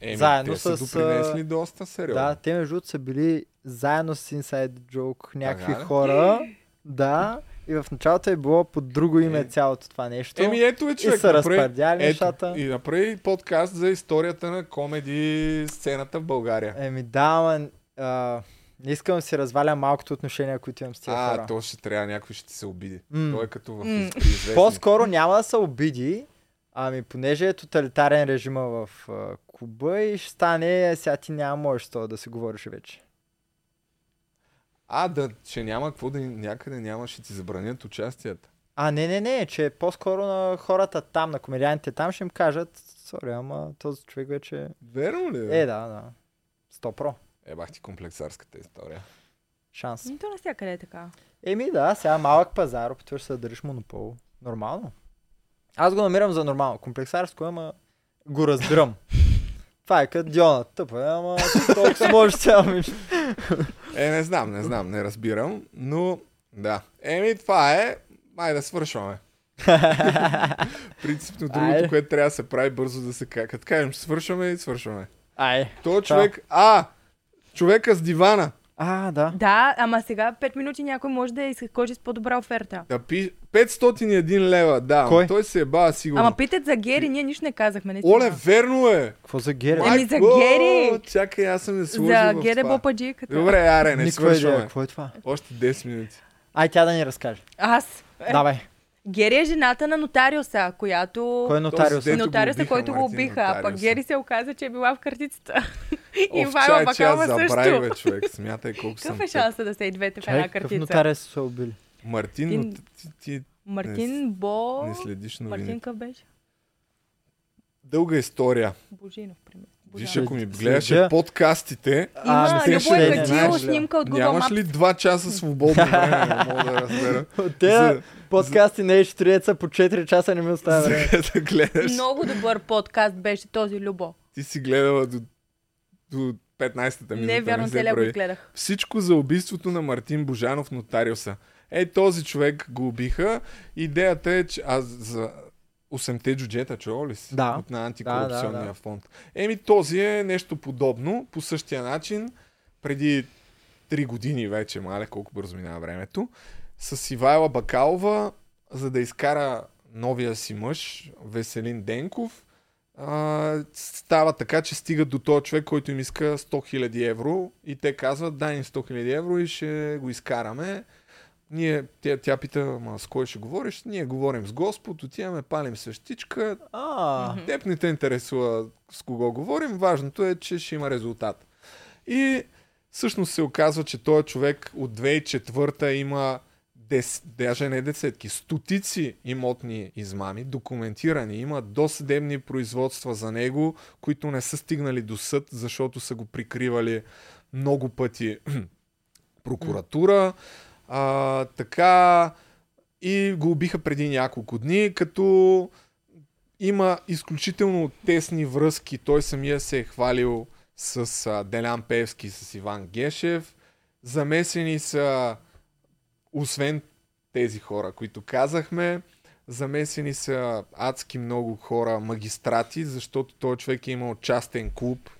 Еми,
заедно
те са
с,
допринесли доста сериозно.
Да, те между другото са били заедно с Inside Joke някакви
Така ли?
хора. Да. И в началото е било под друго име
Е.
цялото това нещо.
Еми ето е човек.
са
направи-
разпредяли
ето,
нещата.
И направи подкаст за историята на комеди сцената в България.
Еми да, ама... а, Не искам да си разваля малкото отношения, които имам с тия
а,
хора.
то ще трябва, някой ще ти се обиди.
М.
Той е като в
М.
известни.
По-скоро няма да се обиди, ами понеже е тоталитарен режима в а, Куба и ще стане, е, сега ти няма можеш с това да си говориш вече.
А, да, че няма какво да някъде няма, ще ти забранят участията.
А, не, не, не, че по-скоро на хората там, на комедианите там ще им кажат, сори, ама този човек вече...
Верно ли?
Е, да, да. 100 про.
е бах ти комплексарската история.
Шанс.
М, То навсякъде е така.
Еми да, сега малък пазар, опитваш се да държиш монопол. Нормално. Аз го намирам за нормално. Комплексарско, е, ама го разбирам. Това е като Диона. Тъпа, е, ама колко си можеш цял миш.
Е, не знам, не знам, не разбирам, но да. Еми, това е. Май да свършваме. Принципно другото,
Айде.
което трябва да се прави бързо да се ка- като кажем, свършваме и свършваме.
Ай.
То човек... А! Човека с дивана.
А, да.
Да, ама сега 5 минути някой може да изкочи с по-добра оферта.
Да пи... 501 лева, да. ама
Кой?
Той се ебава сигурно.
Ама питат за Гери, ние нищо не казахме. Не
Оле, верно е!
Какво за Гере?
Еми,
Майко,
за Гери!
Чакай, аз съм не сложил
за е
в
Гере
това.
Бопаджиката.
Добре, аре, не
Никаква идея.
свършваме.
Какво е това?
Още 10 минути.
Ай, тя да ни разкаже.
Аз.
Давай.
Гери е жената на нотариуса, която...
Кой е нотариус?
Този дето го
Нотариуса,
убиха,
който го
Мартин,
убиха, а пък
нотариуса.
Гери се оказа, че е била в картицата. И
Овчай,
Вайла
че аз
Бакалова
забравих, бе,
също.
човек. Смятай колко съм.
Какъв е
тъп.
шанса да се и двете в една
Чай, какъв
картица?
нотариус са убили?
Мартин, но ти, ти, ти
Мартин Бо...
не следиш
Мартин
новини.
какъв беше?
Дълга история.
Божинов, примерно.
Виж,
Божанов.
ако ми
Следя.
гледаше подкастите,
Има,
ще
Любо
да
е
не
качила
знаеш ли?
снимка от Google
нямаш
Maps.
ли 2 часа свободно време? Не мога да разбера.
От
За-
тези подкасти на H3 по 4 часа не ми остава
За
време.
да гледаш.
Много добър подкаст беше този Любо.
Ти си гледала до, до 15-та минута.
Не, е вярно,
Ами, се
те ля
прави.
го гледах.
Всичко за убийството на Мартин Божанов нотариуса. Е, този човек го убиха. Идеята е, че аз за 8-те джуджета, чувал ли си?
Да.
От на антикорупционния
Да, да, да.
фонд. Еми, този е нещо подобно, по същия начин, преди 3 години вече, мале, колко бързо минава времето, с Ивайла Бакалова, за да изкара новия си мъж, Веселин Денков, а, става така, че стига до този човек, който им иска 100 000 евро и те казват, дай им 100 000 евро и ще го изкараме. Ние, тя, тя пита, ма с кой ще говориш? Ние говорим с Господ, отиваме, палим свещичка,
А,
Теб не те интересува с кого говорим, важното е, че ще има резултат. И всъщност се оказва, че този човек от 2004-та има дес, даже не десетки, стотици имотни измами, документирани. Има досъдебни производства за него, които не са стигнали до съд, защото са го прикривали много пъти прокуратура. А, така и го убиха преди няколко дни, като има изключително тесни връзки. Той самия се е хвалил с а, Делян Певски, с Иван Гешев. Замесени са, освен тези хора, които казахме, замесени са адски много хора, магистрати, защото той човек е имал частен клуб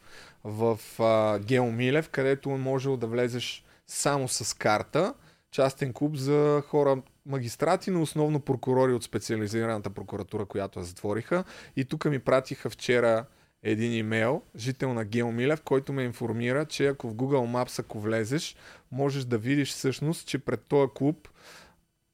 в а, Гео Милев, където е можел да влезеш само с карта. Частен клуб за хора магистрати, но основно прокурори от специализираната прокуратура, която я затвориха. И тук ми пратиха вчера един имейл, жител на Гео Милев, който ме информира, че ако в Google Maps, ако влезеш, можеш да видиш всъщност, че пред този клуб,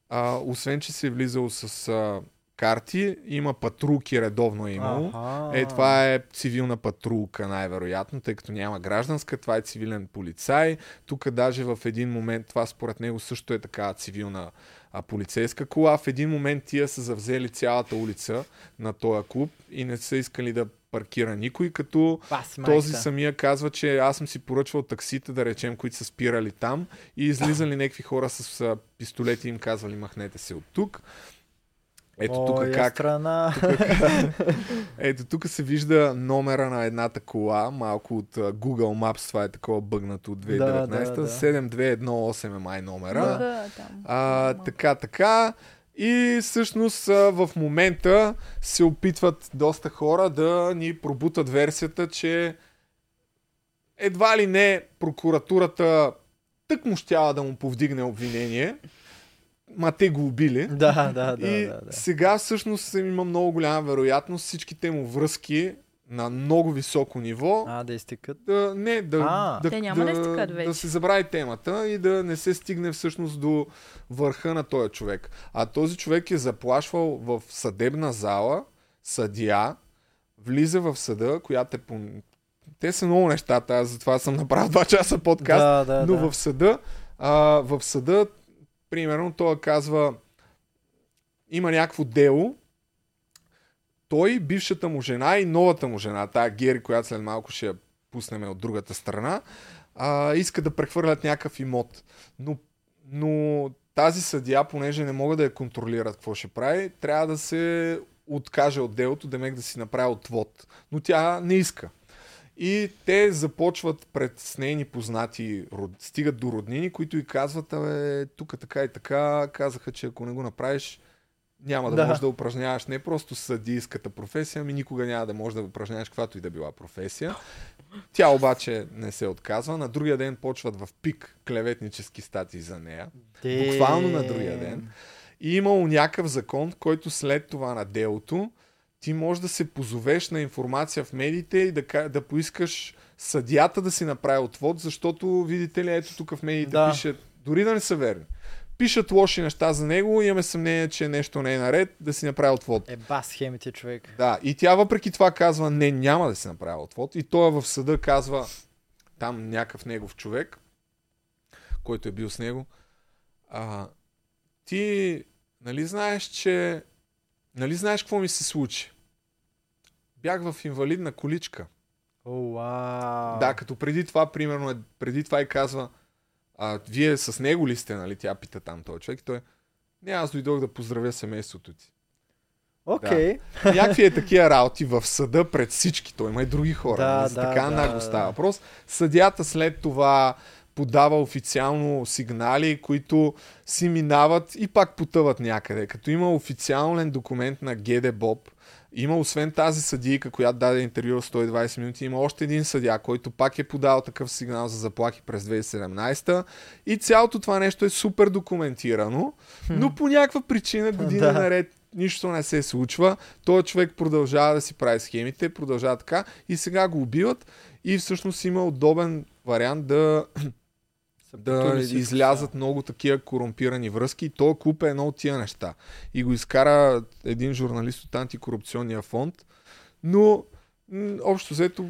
а, освен че си е влизал с а, карти, има патрулки редовно е имало.
Аха.
Е, това е цивилна патрулка най-вероятно, тъй като няма гражданска, това е цивилен полицай. Тук даже в един момент, това според него също е така цивилна а, полицейска кола. В един момент тия са завзели цялата улица на този клуб и не са искали да паркира никой, като
Бас, майка.
този самия казва, че аз съм си поръчвал таксите, да речем, които са спирали там и излизали някакви хора с а, пистолети и им казвали махнете се от тук. Ето
О,
тук е-
я
как
страна.
ето тук се вижда номера на едната кола, малко от а, Google Maps, това е такова бъгнато от 2019.
Да, да, да.
7218 е май номера.
Да.
Тука, там.
А,
Ма.
така, така. И всъщност а, в момента се опитват доста хора да ни пробутат версията, че едва ли не прокуратурата тък му щяла да му повдигне обвинение, ма те го убили.
Да, да, да,
И
да, да.
сега всъщност има много голяма вероятност всичките му връзки на много високо ниво
А, да изтекат.
да, не, да,
А.
да,
Те няма да
да,
стигат вече.
да се забрави темата и да не се стигне всъщност до върха на този човек. А този човек е заплашвал в съдебна зала, съдия, влиза в съда, която е по... Те са много нещата, аз затова съм направил два часа подкаст,
Да, да,
но
да.
в съда, а, в съда, примерно, той казва, има някакво дело, той, бившата му жена и новата му жена, тая Гери, която след малко ще я пуснем от другата страна, а, иска да прехвърлят някакъв имот. Но, но тази съдия, понеже не могат да я контролират какво ще прави, трябва да се откаже от делото, демек да си направи отвод. Но тя не иска. И те започват пред с нейни познати, род- стигат до роднини, които и казват, абе, тук така и така, казаха, че ако не го направиш, няма да, да.
Да.
можеш да упражняваш не просто съдийската професия, ами никога няма да можеш да упражняваш каквато и да била професия. Тя обаче не се отказва. На другия ден почват в пик клеветнически статии за нея.
Те-
Буквално на другия ден. И е имало някакъв закон, който след това на делото ти можеш да се позовеш на информация в медиите и да, ка- да поискаш съдията да си направи отвод, защото, видите ли, ето тук в медиите да.
Да.
пишат, дори да не са верни, пишат лоши неща за него, имаме съмнение, че нещо не е наред, да си направи отвод.
Е, ба, схемите, човек.
Да, и тя въпреки това казва, не, няма да се направи отвод. И той в съда казва, там някакъв негов човек, който е бил с него, а, ти нали знаеш, че... Нали знаеш какво ми се случи? Бях в инвалидна количка.
О, вау.
Да, като преди това, примерно, е- преди това и казва, а, вие с него ли сте, нали? Тя пита там този човек и той, не, аз дойдох да поздравя семейството ти.
Окей.
Някакви е такива работи в съда пред всички. Той има и други хора.
Да,
нали? За
да,
така
да,
нагло
да.
става въпрос. Съдята след това подава официално сигнали, които си минават и пак потъват някъде. Като има официален документ на ГД Боб, има освен тази съдийка, която даде интервю в 120 минути, има още един съдя, който пак е подал такъв сигнал за заплахи през 2017 и цялото това нещо е супер документирано, но по някаква причина година
Да.
наред нищо не се случва. Той човек продължава да си прави схемите, продължава така и сега го убиват и всъщност има удобен вариант да да
Потули си е
излязат много такива корумпирани връзки. И Той клуб е едно от тия неща. И го изкара един журналист от антикорупционния фонд, но м, общо взето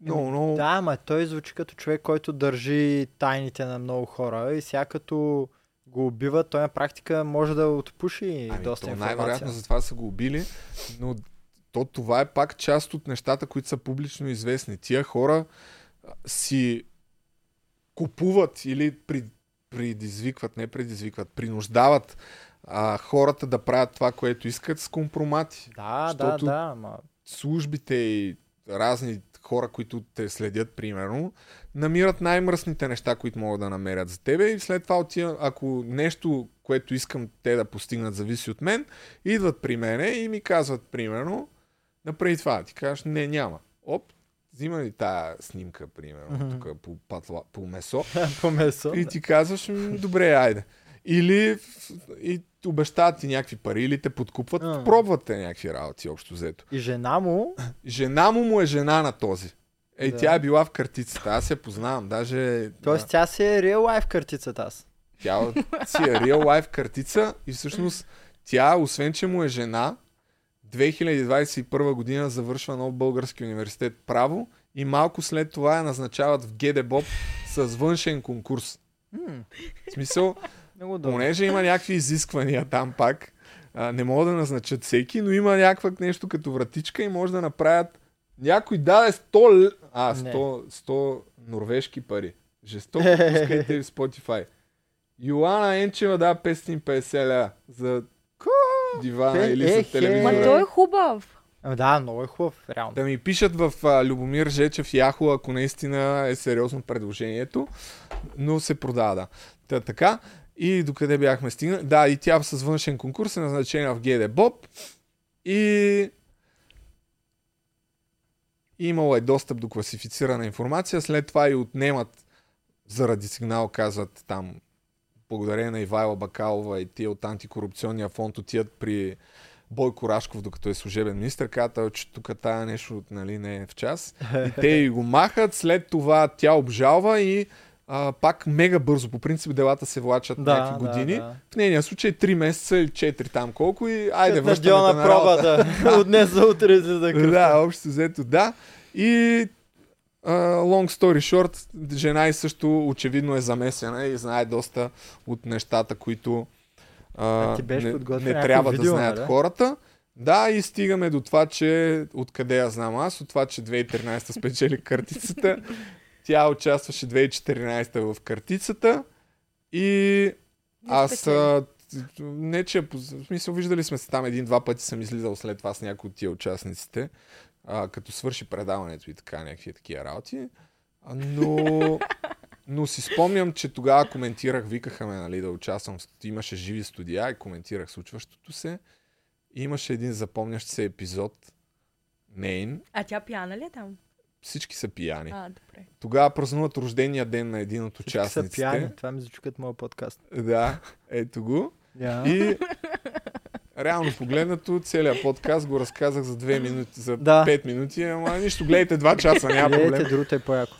много, много...
Да, ама той звучи като човек, който държи тайните на много хора и сега като го убива, той на практика може да отпуши
Ами,
доста
то
информация.
най-вероятно затова са го убили, но то това е пак част от нещата, които са публично известни. Тия хора а, си купуват или при, предизвикват, не предизвикват, принуждават а, хората да правят това, което искат с компромати.
Да,
Защото-
да, да, ама
службите и разни хора, които те следят, примерно, намират най-мръсните неща, които могат да намерят за тебе и след това отивам, ако нещо, което искам те да постигнат, зависи от мен, идват при мене и ми казват, примерно, направи това. Ти кажеш, не, няма. Оп, взима ли тая снимка, примерно,
Мгм.
тук по, патла, по месо
по месо.
и ти казваш, «М, добре, айде. Или в- и обещават ти някакви пари, или те подкупват,
А.
пробват те някакви работи, общо взето.
И жена му,
Жена му му е жена на този. Ей, да.
Да.
тя е била в картицата. Аз я познавам. Даже
т.е.
да,
тя си е реал лайф картицата аз.
тя си е реал лайф картица и всъщност тя, освен че му е жена, 2021 година завършва нов български университет право и малко след това я назначават в ГДБОП с външен конкурс.
М,
В смисъл,
Много добре.
понеже има някакви изисквания там пак, а, не могат да назначат всеки, но има някаква нещо като вратичка и може да направят някой даде 100, л... а,
Не.
100, 100 норвежки пари. Жестоко пускайте в Spotify. Йоана Енчева дава 550 лева за дивана
Е,
или за
е,
телевизора.
хе.
Ма той е хубав.
Ами Да, много е хубав, реално.
Да ми пишат в а, Любомир Жечев Яхо, ако наистина е сериозно предложението, но се продава, да. Та, така. И докъде бяхме стигнали? Да, и тя с външен конкурс е назначена в ГД Боб. И имала е достъп до класифицирана информация, след това и отнемат заради сигнал, казват там, благодарение на Ивайла Бакалова и тия от антикорупционния фонд отиват при Бойко Рашков, докато е служебен министр, казва, че тук тая нещо нали, не е в час. И те и го махат, след това тя обжалва и а, пак мега бързо. По принцип делата се влачат
Да,
някакви
да,
години.
да.
В нейния случай 3 месеца или 4 там колко и айде
Като на
връщаме те
Диона
на работа.
пробата. От днес за утре за да е
Да, общо взето да. И а, long story short, жена и също очевидно е замесена и знае доста от нещата, които а,
А ти беше
не,
подготвил
не
някакво
трябва да
видео,
знаят
нали?
хората. Да, и стигаме до това, че откъде я знам аз, от това, че 2013 спечели картицата. Тя участваше 2014 в картицата и
Не
аз
спечели.
а, т- т- не че, я поз- в смисъл, виждали сме се там един-два пъти съм излизал след това с някои от тия участниците, а, като свърши предаването и така, някакви такива работи. А, Но, но си спомням, че тогава коментирах, викаха ме нали, да участвам, в ст- имаше живи студия и коментирах случващото се. И имаше един запомнящ се епизод, нейн,
А тя пияна ли е там?
всички са пияни.
А, добре.
Тогава празнуват рождения ден на един от
Всички са
участниците.
пияни. Това ми звучи като моят подкаст.
Да, ето го.
Я.
И реално погледнато, целият подкаст го разказах за 2 минути, за
Да.
5 минути, ама нищо, гледайте 2 часа, няма
Гледайте,
проблем.
другото е по-яко.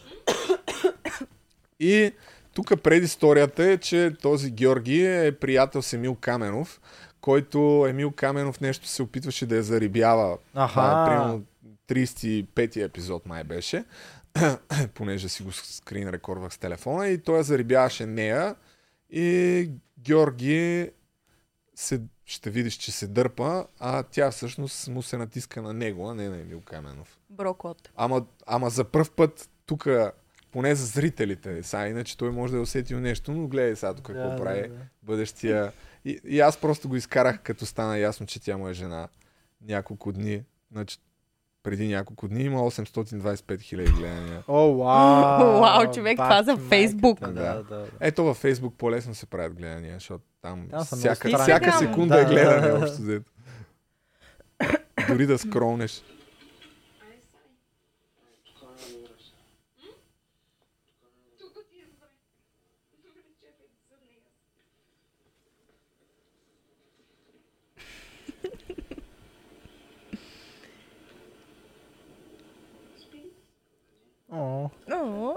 И тук предисторията е, че този Георги е приятел с Емил Каменов, който Емил Каменов нещо се опитваше да я зарибява. Това е
Аха.
примерно 35-ти епизод май беше, понеже си го скрин рекордвах с телефона и той я зарибяваше нея и Георги се, ще видиш, че се дърпа, а тя всъщност му се натиска на него, а не на Емил Каменов.
Брокот.
Ама, ама за първ път тук, поне за зрителите, са, иначе той може да е усетил нещо, но гледай сега тук какво
Да, да,
прави
да.
бъдещия. И, и аз просто го изкарах, като стана ясно, че тя му е жена няколко дни. Значи, преди няколко дни има 825 хиляди гледания.
О, вау!
Вау, човек, това
Бах
за
ти майка,
Фейсбук.
Да, да, да.
Ето във Фейсбук по-лесно се правят гледания, защото там,
Там са много
всяка,
странни.
всяка
Там,
секунда
да,
е гледане
да, да.
общо взето. Дори да скролнеш.
О,
О,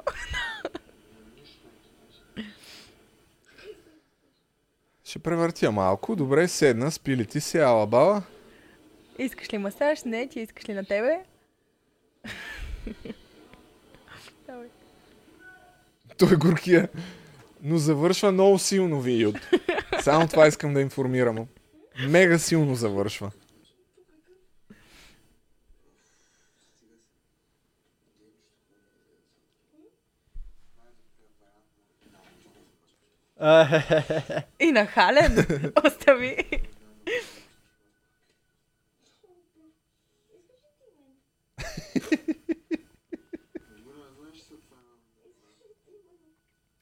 Ще превъртя малко. Добре, седна, спили ти си, ала бала.
Искаш ли масаж? Не, ти искаш ли на тебе? Давай.
Той е горкия. Но завършва много силно видеото. Само това искам да информирам. Мега силно завършва.
И нахален. Остави.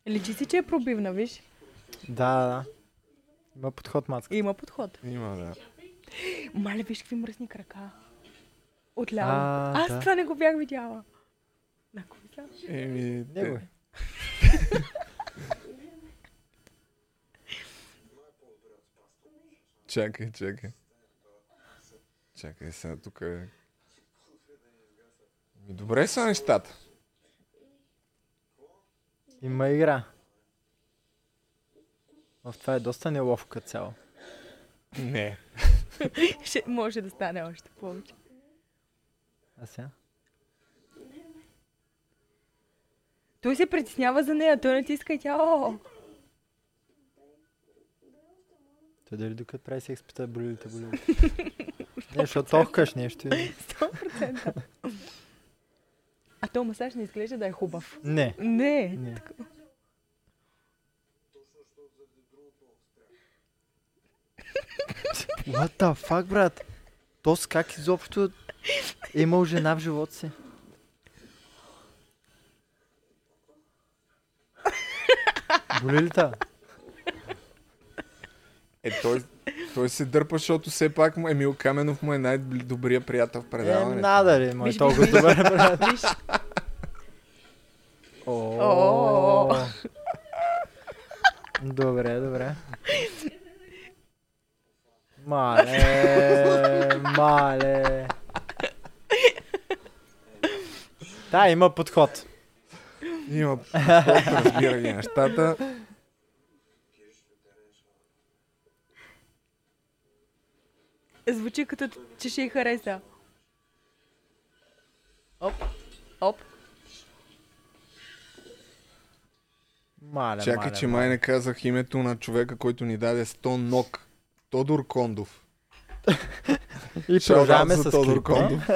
Личи си, че е пробивна, виж.
да, да. Има подход, мацка.
Има подход.
Има, да.
Мале, виж какви мръсни крака. Отляво.
А,
Аз
да.
това не го бях видяла. На кой знам?
Еми, те-
Него е.
Чакай, чакай. Чакай сега, тук е... Ми добре са нещата.
Има игра. В това е доста неловко като цяло.
Не.
Ще, може да стане още повече.
А сега?
Той се притеснява за нея, той не ти иска и тя. О,
Той дали докато прави секс, пита болите, болите. Не, защото тохкаш нещо. и-
100%. А то масаж не изглежда да е хубав.
Не.
Не.
Не. What the fuck, брат? Тос как изобщо е имал жена в живота си? Боли ли та?
Е, той, той се дърпа, защото все пак му- Емил Каменов му е най-добрия приятел в
Е,
предаването.
надари, му е
Виж,
толкова
виж, виж.
добър, брат.
Виж,
О. Добре, добре. Мале, мале. Да, има подход.
Има подход, разбира ги нещата.
звучи като че ще й хареса. Оп. Оп.
Мале,
Чакай,
мале,
че
мале.
май не казах името на човека, който ни даде 100 нок. Тодор Кондов.
И
Шаут
продължаваме
аут за
с
Тодор
клипа.
Кондов.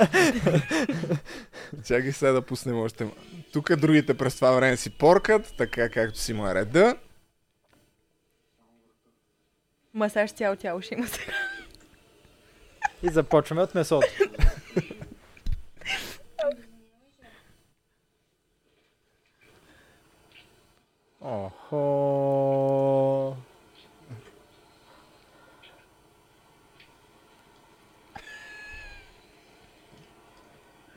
Чакай сега да пуснем още. м- Тук другите през това време си поркат, така както си му е реда.
Масаж цяло тяло ще има сега.
И започваме от месото. Охо.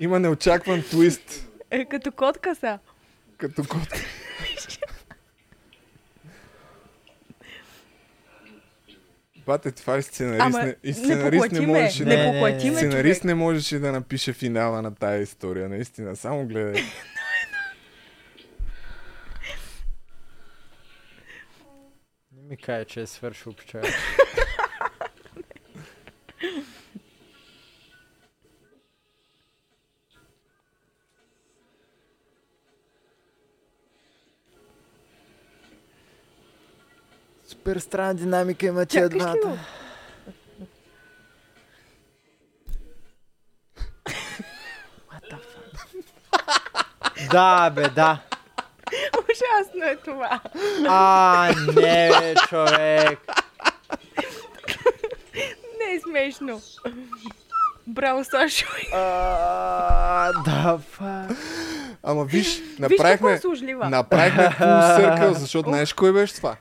Има неочакван твист,
Е, като котка са.
като кот. Бате, това е сценарист.
Ама
не, и
не
сценарист не,
поплати ме.
можеше да...
Не, не, не.
Не поплати ме,
Сценарист
човек.
не можеше да напише финала на тая история, наистина. Само гледай.
Не ми кай, че е свършил печал. Супер странна динамика има тия
Чакаш ли го?
двата. Да, бе, да.
Ужасно е това.
А, не, бе, човек.
Не е смешно. Браво, Сашо.
А, да, фак.
Ама виж,
Виж какво
направихме...
е служлива.
Направихме full circle, защото знаеш кой беше това?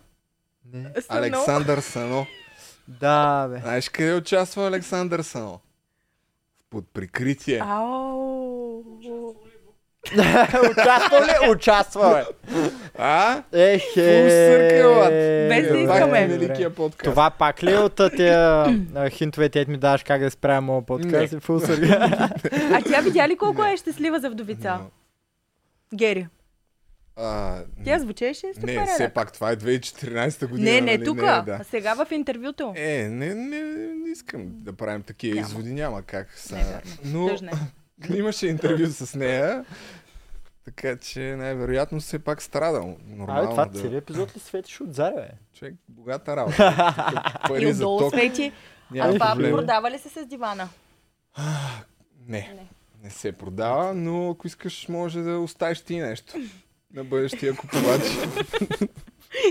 Не.
Съно.
Александър Сано.
Да, бе.
Знаеш къде участва Александър Сано? Под прикритие.
Ау.
Участвал ли? Участвал е.
А? Full
Ехе.
circle, бат.
Без да
Е, пак
искаме.
е Великия подкаст. Това...
Това пак ли е от тия а, хинтове, те ми даваш как да спря моят подкаст и фул сърга?
А тя видя ли колко е щастлива за вдовица? Гери.
А,
Тя звучеше супер.
не, все пак това е 2014 година.
не, не
нали?
тук,
е,
а
да.
сега в интервюто.
Е, не, не, не искам да правим такива
Няма.
изводи, няма как. Са.
Не, верно.
Но
Тъжна. е.
имаше интервю с нея, така че най-вероятно все пак страдал. Нормално
Абе, това
да...
цели епизод ли светиш от заря, бе?
Човек, богата работа. Тук
е. И
Пари за
отдолу
ток,
свети.
няма
А това
проблем.
продава ли се с дивана?
Не, не се продава, но ако искаш, може да оставиш ти нещо на бъдещия купувач.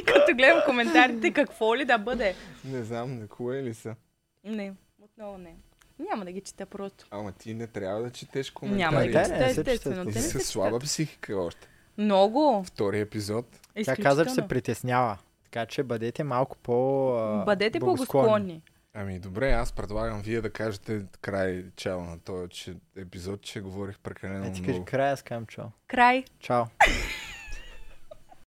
И като гледам коментарите, какво ли да бъде?
не знам, на кое ли са.
Не, отново не. Няма да ги чета просто.
Ама ти не трябва да четеш
Няма да
коментари.
ги
да, не,
чета,
Е, не се четат.
естествено.
Ти
Те не
си
се
с слаба
слаба.
психика още.
Много.
Втори епизод.
Тя
Изключително.
каза, че се притеснява. Така че бъдете малко по... а,
Бъдете благосклонни.
Ами добре, аз предлагам вие да кажете край чао на този че епизод, че говорих прекалено
Е, ти
много.
кажи края, аз казвам чао.
Край.
Чао.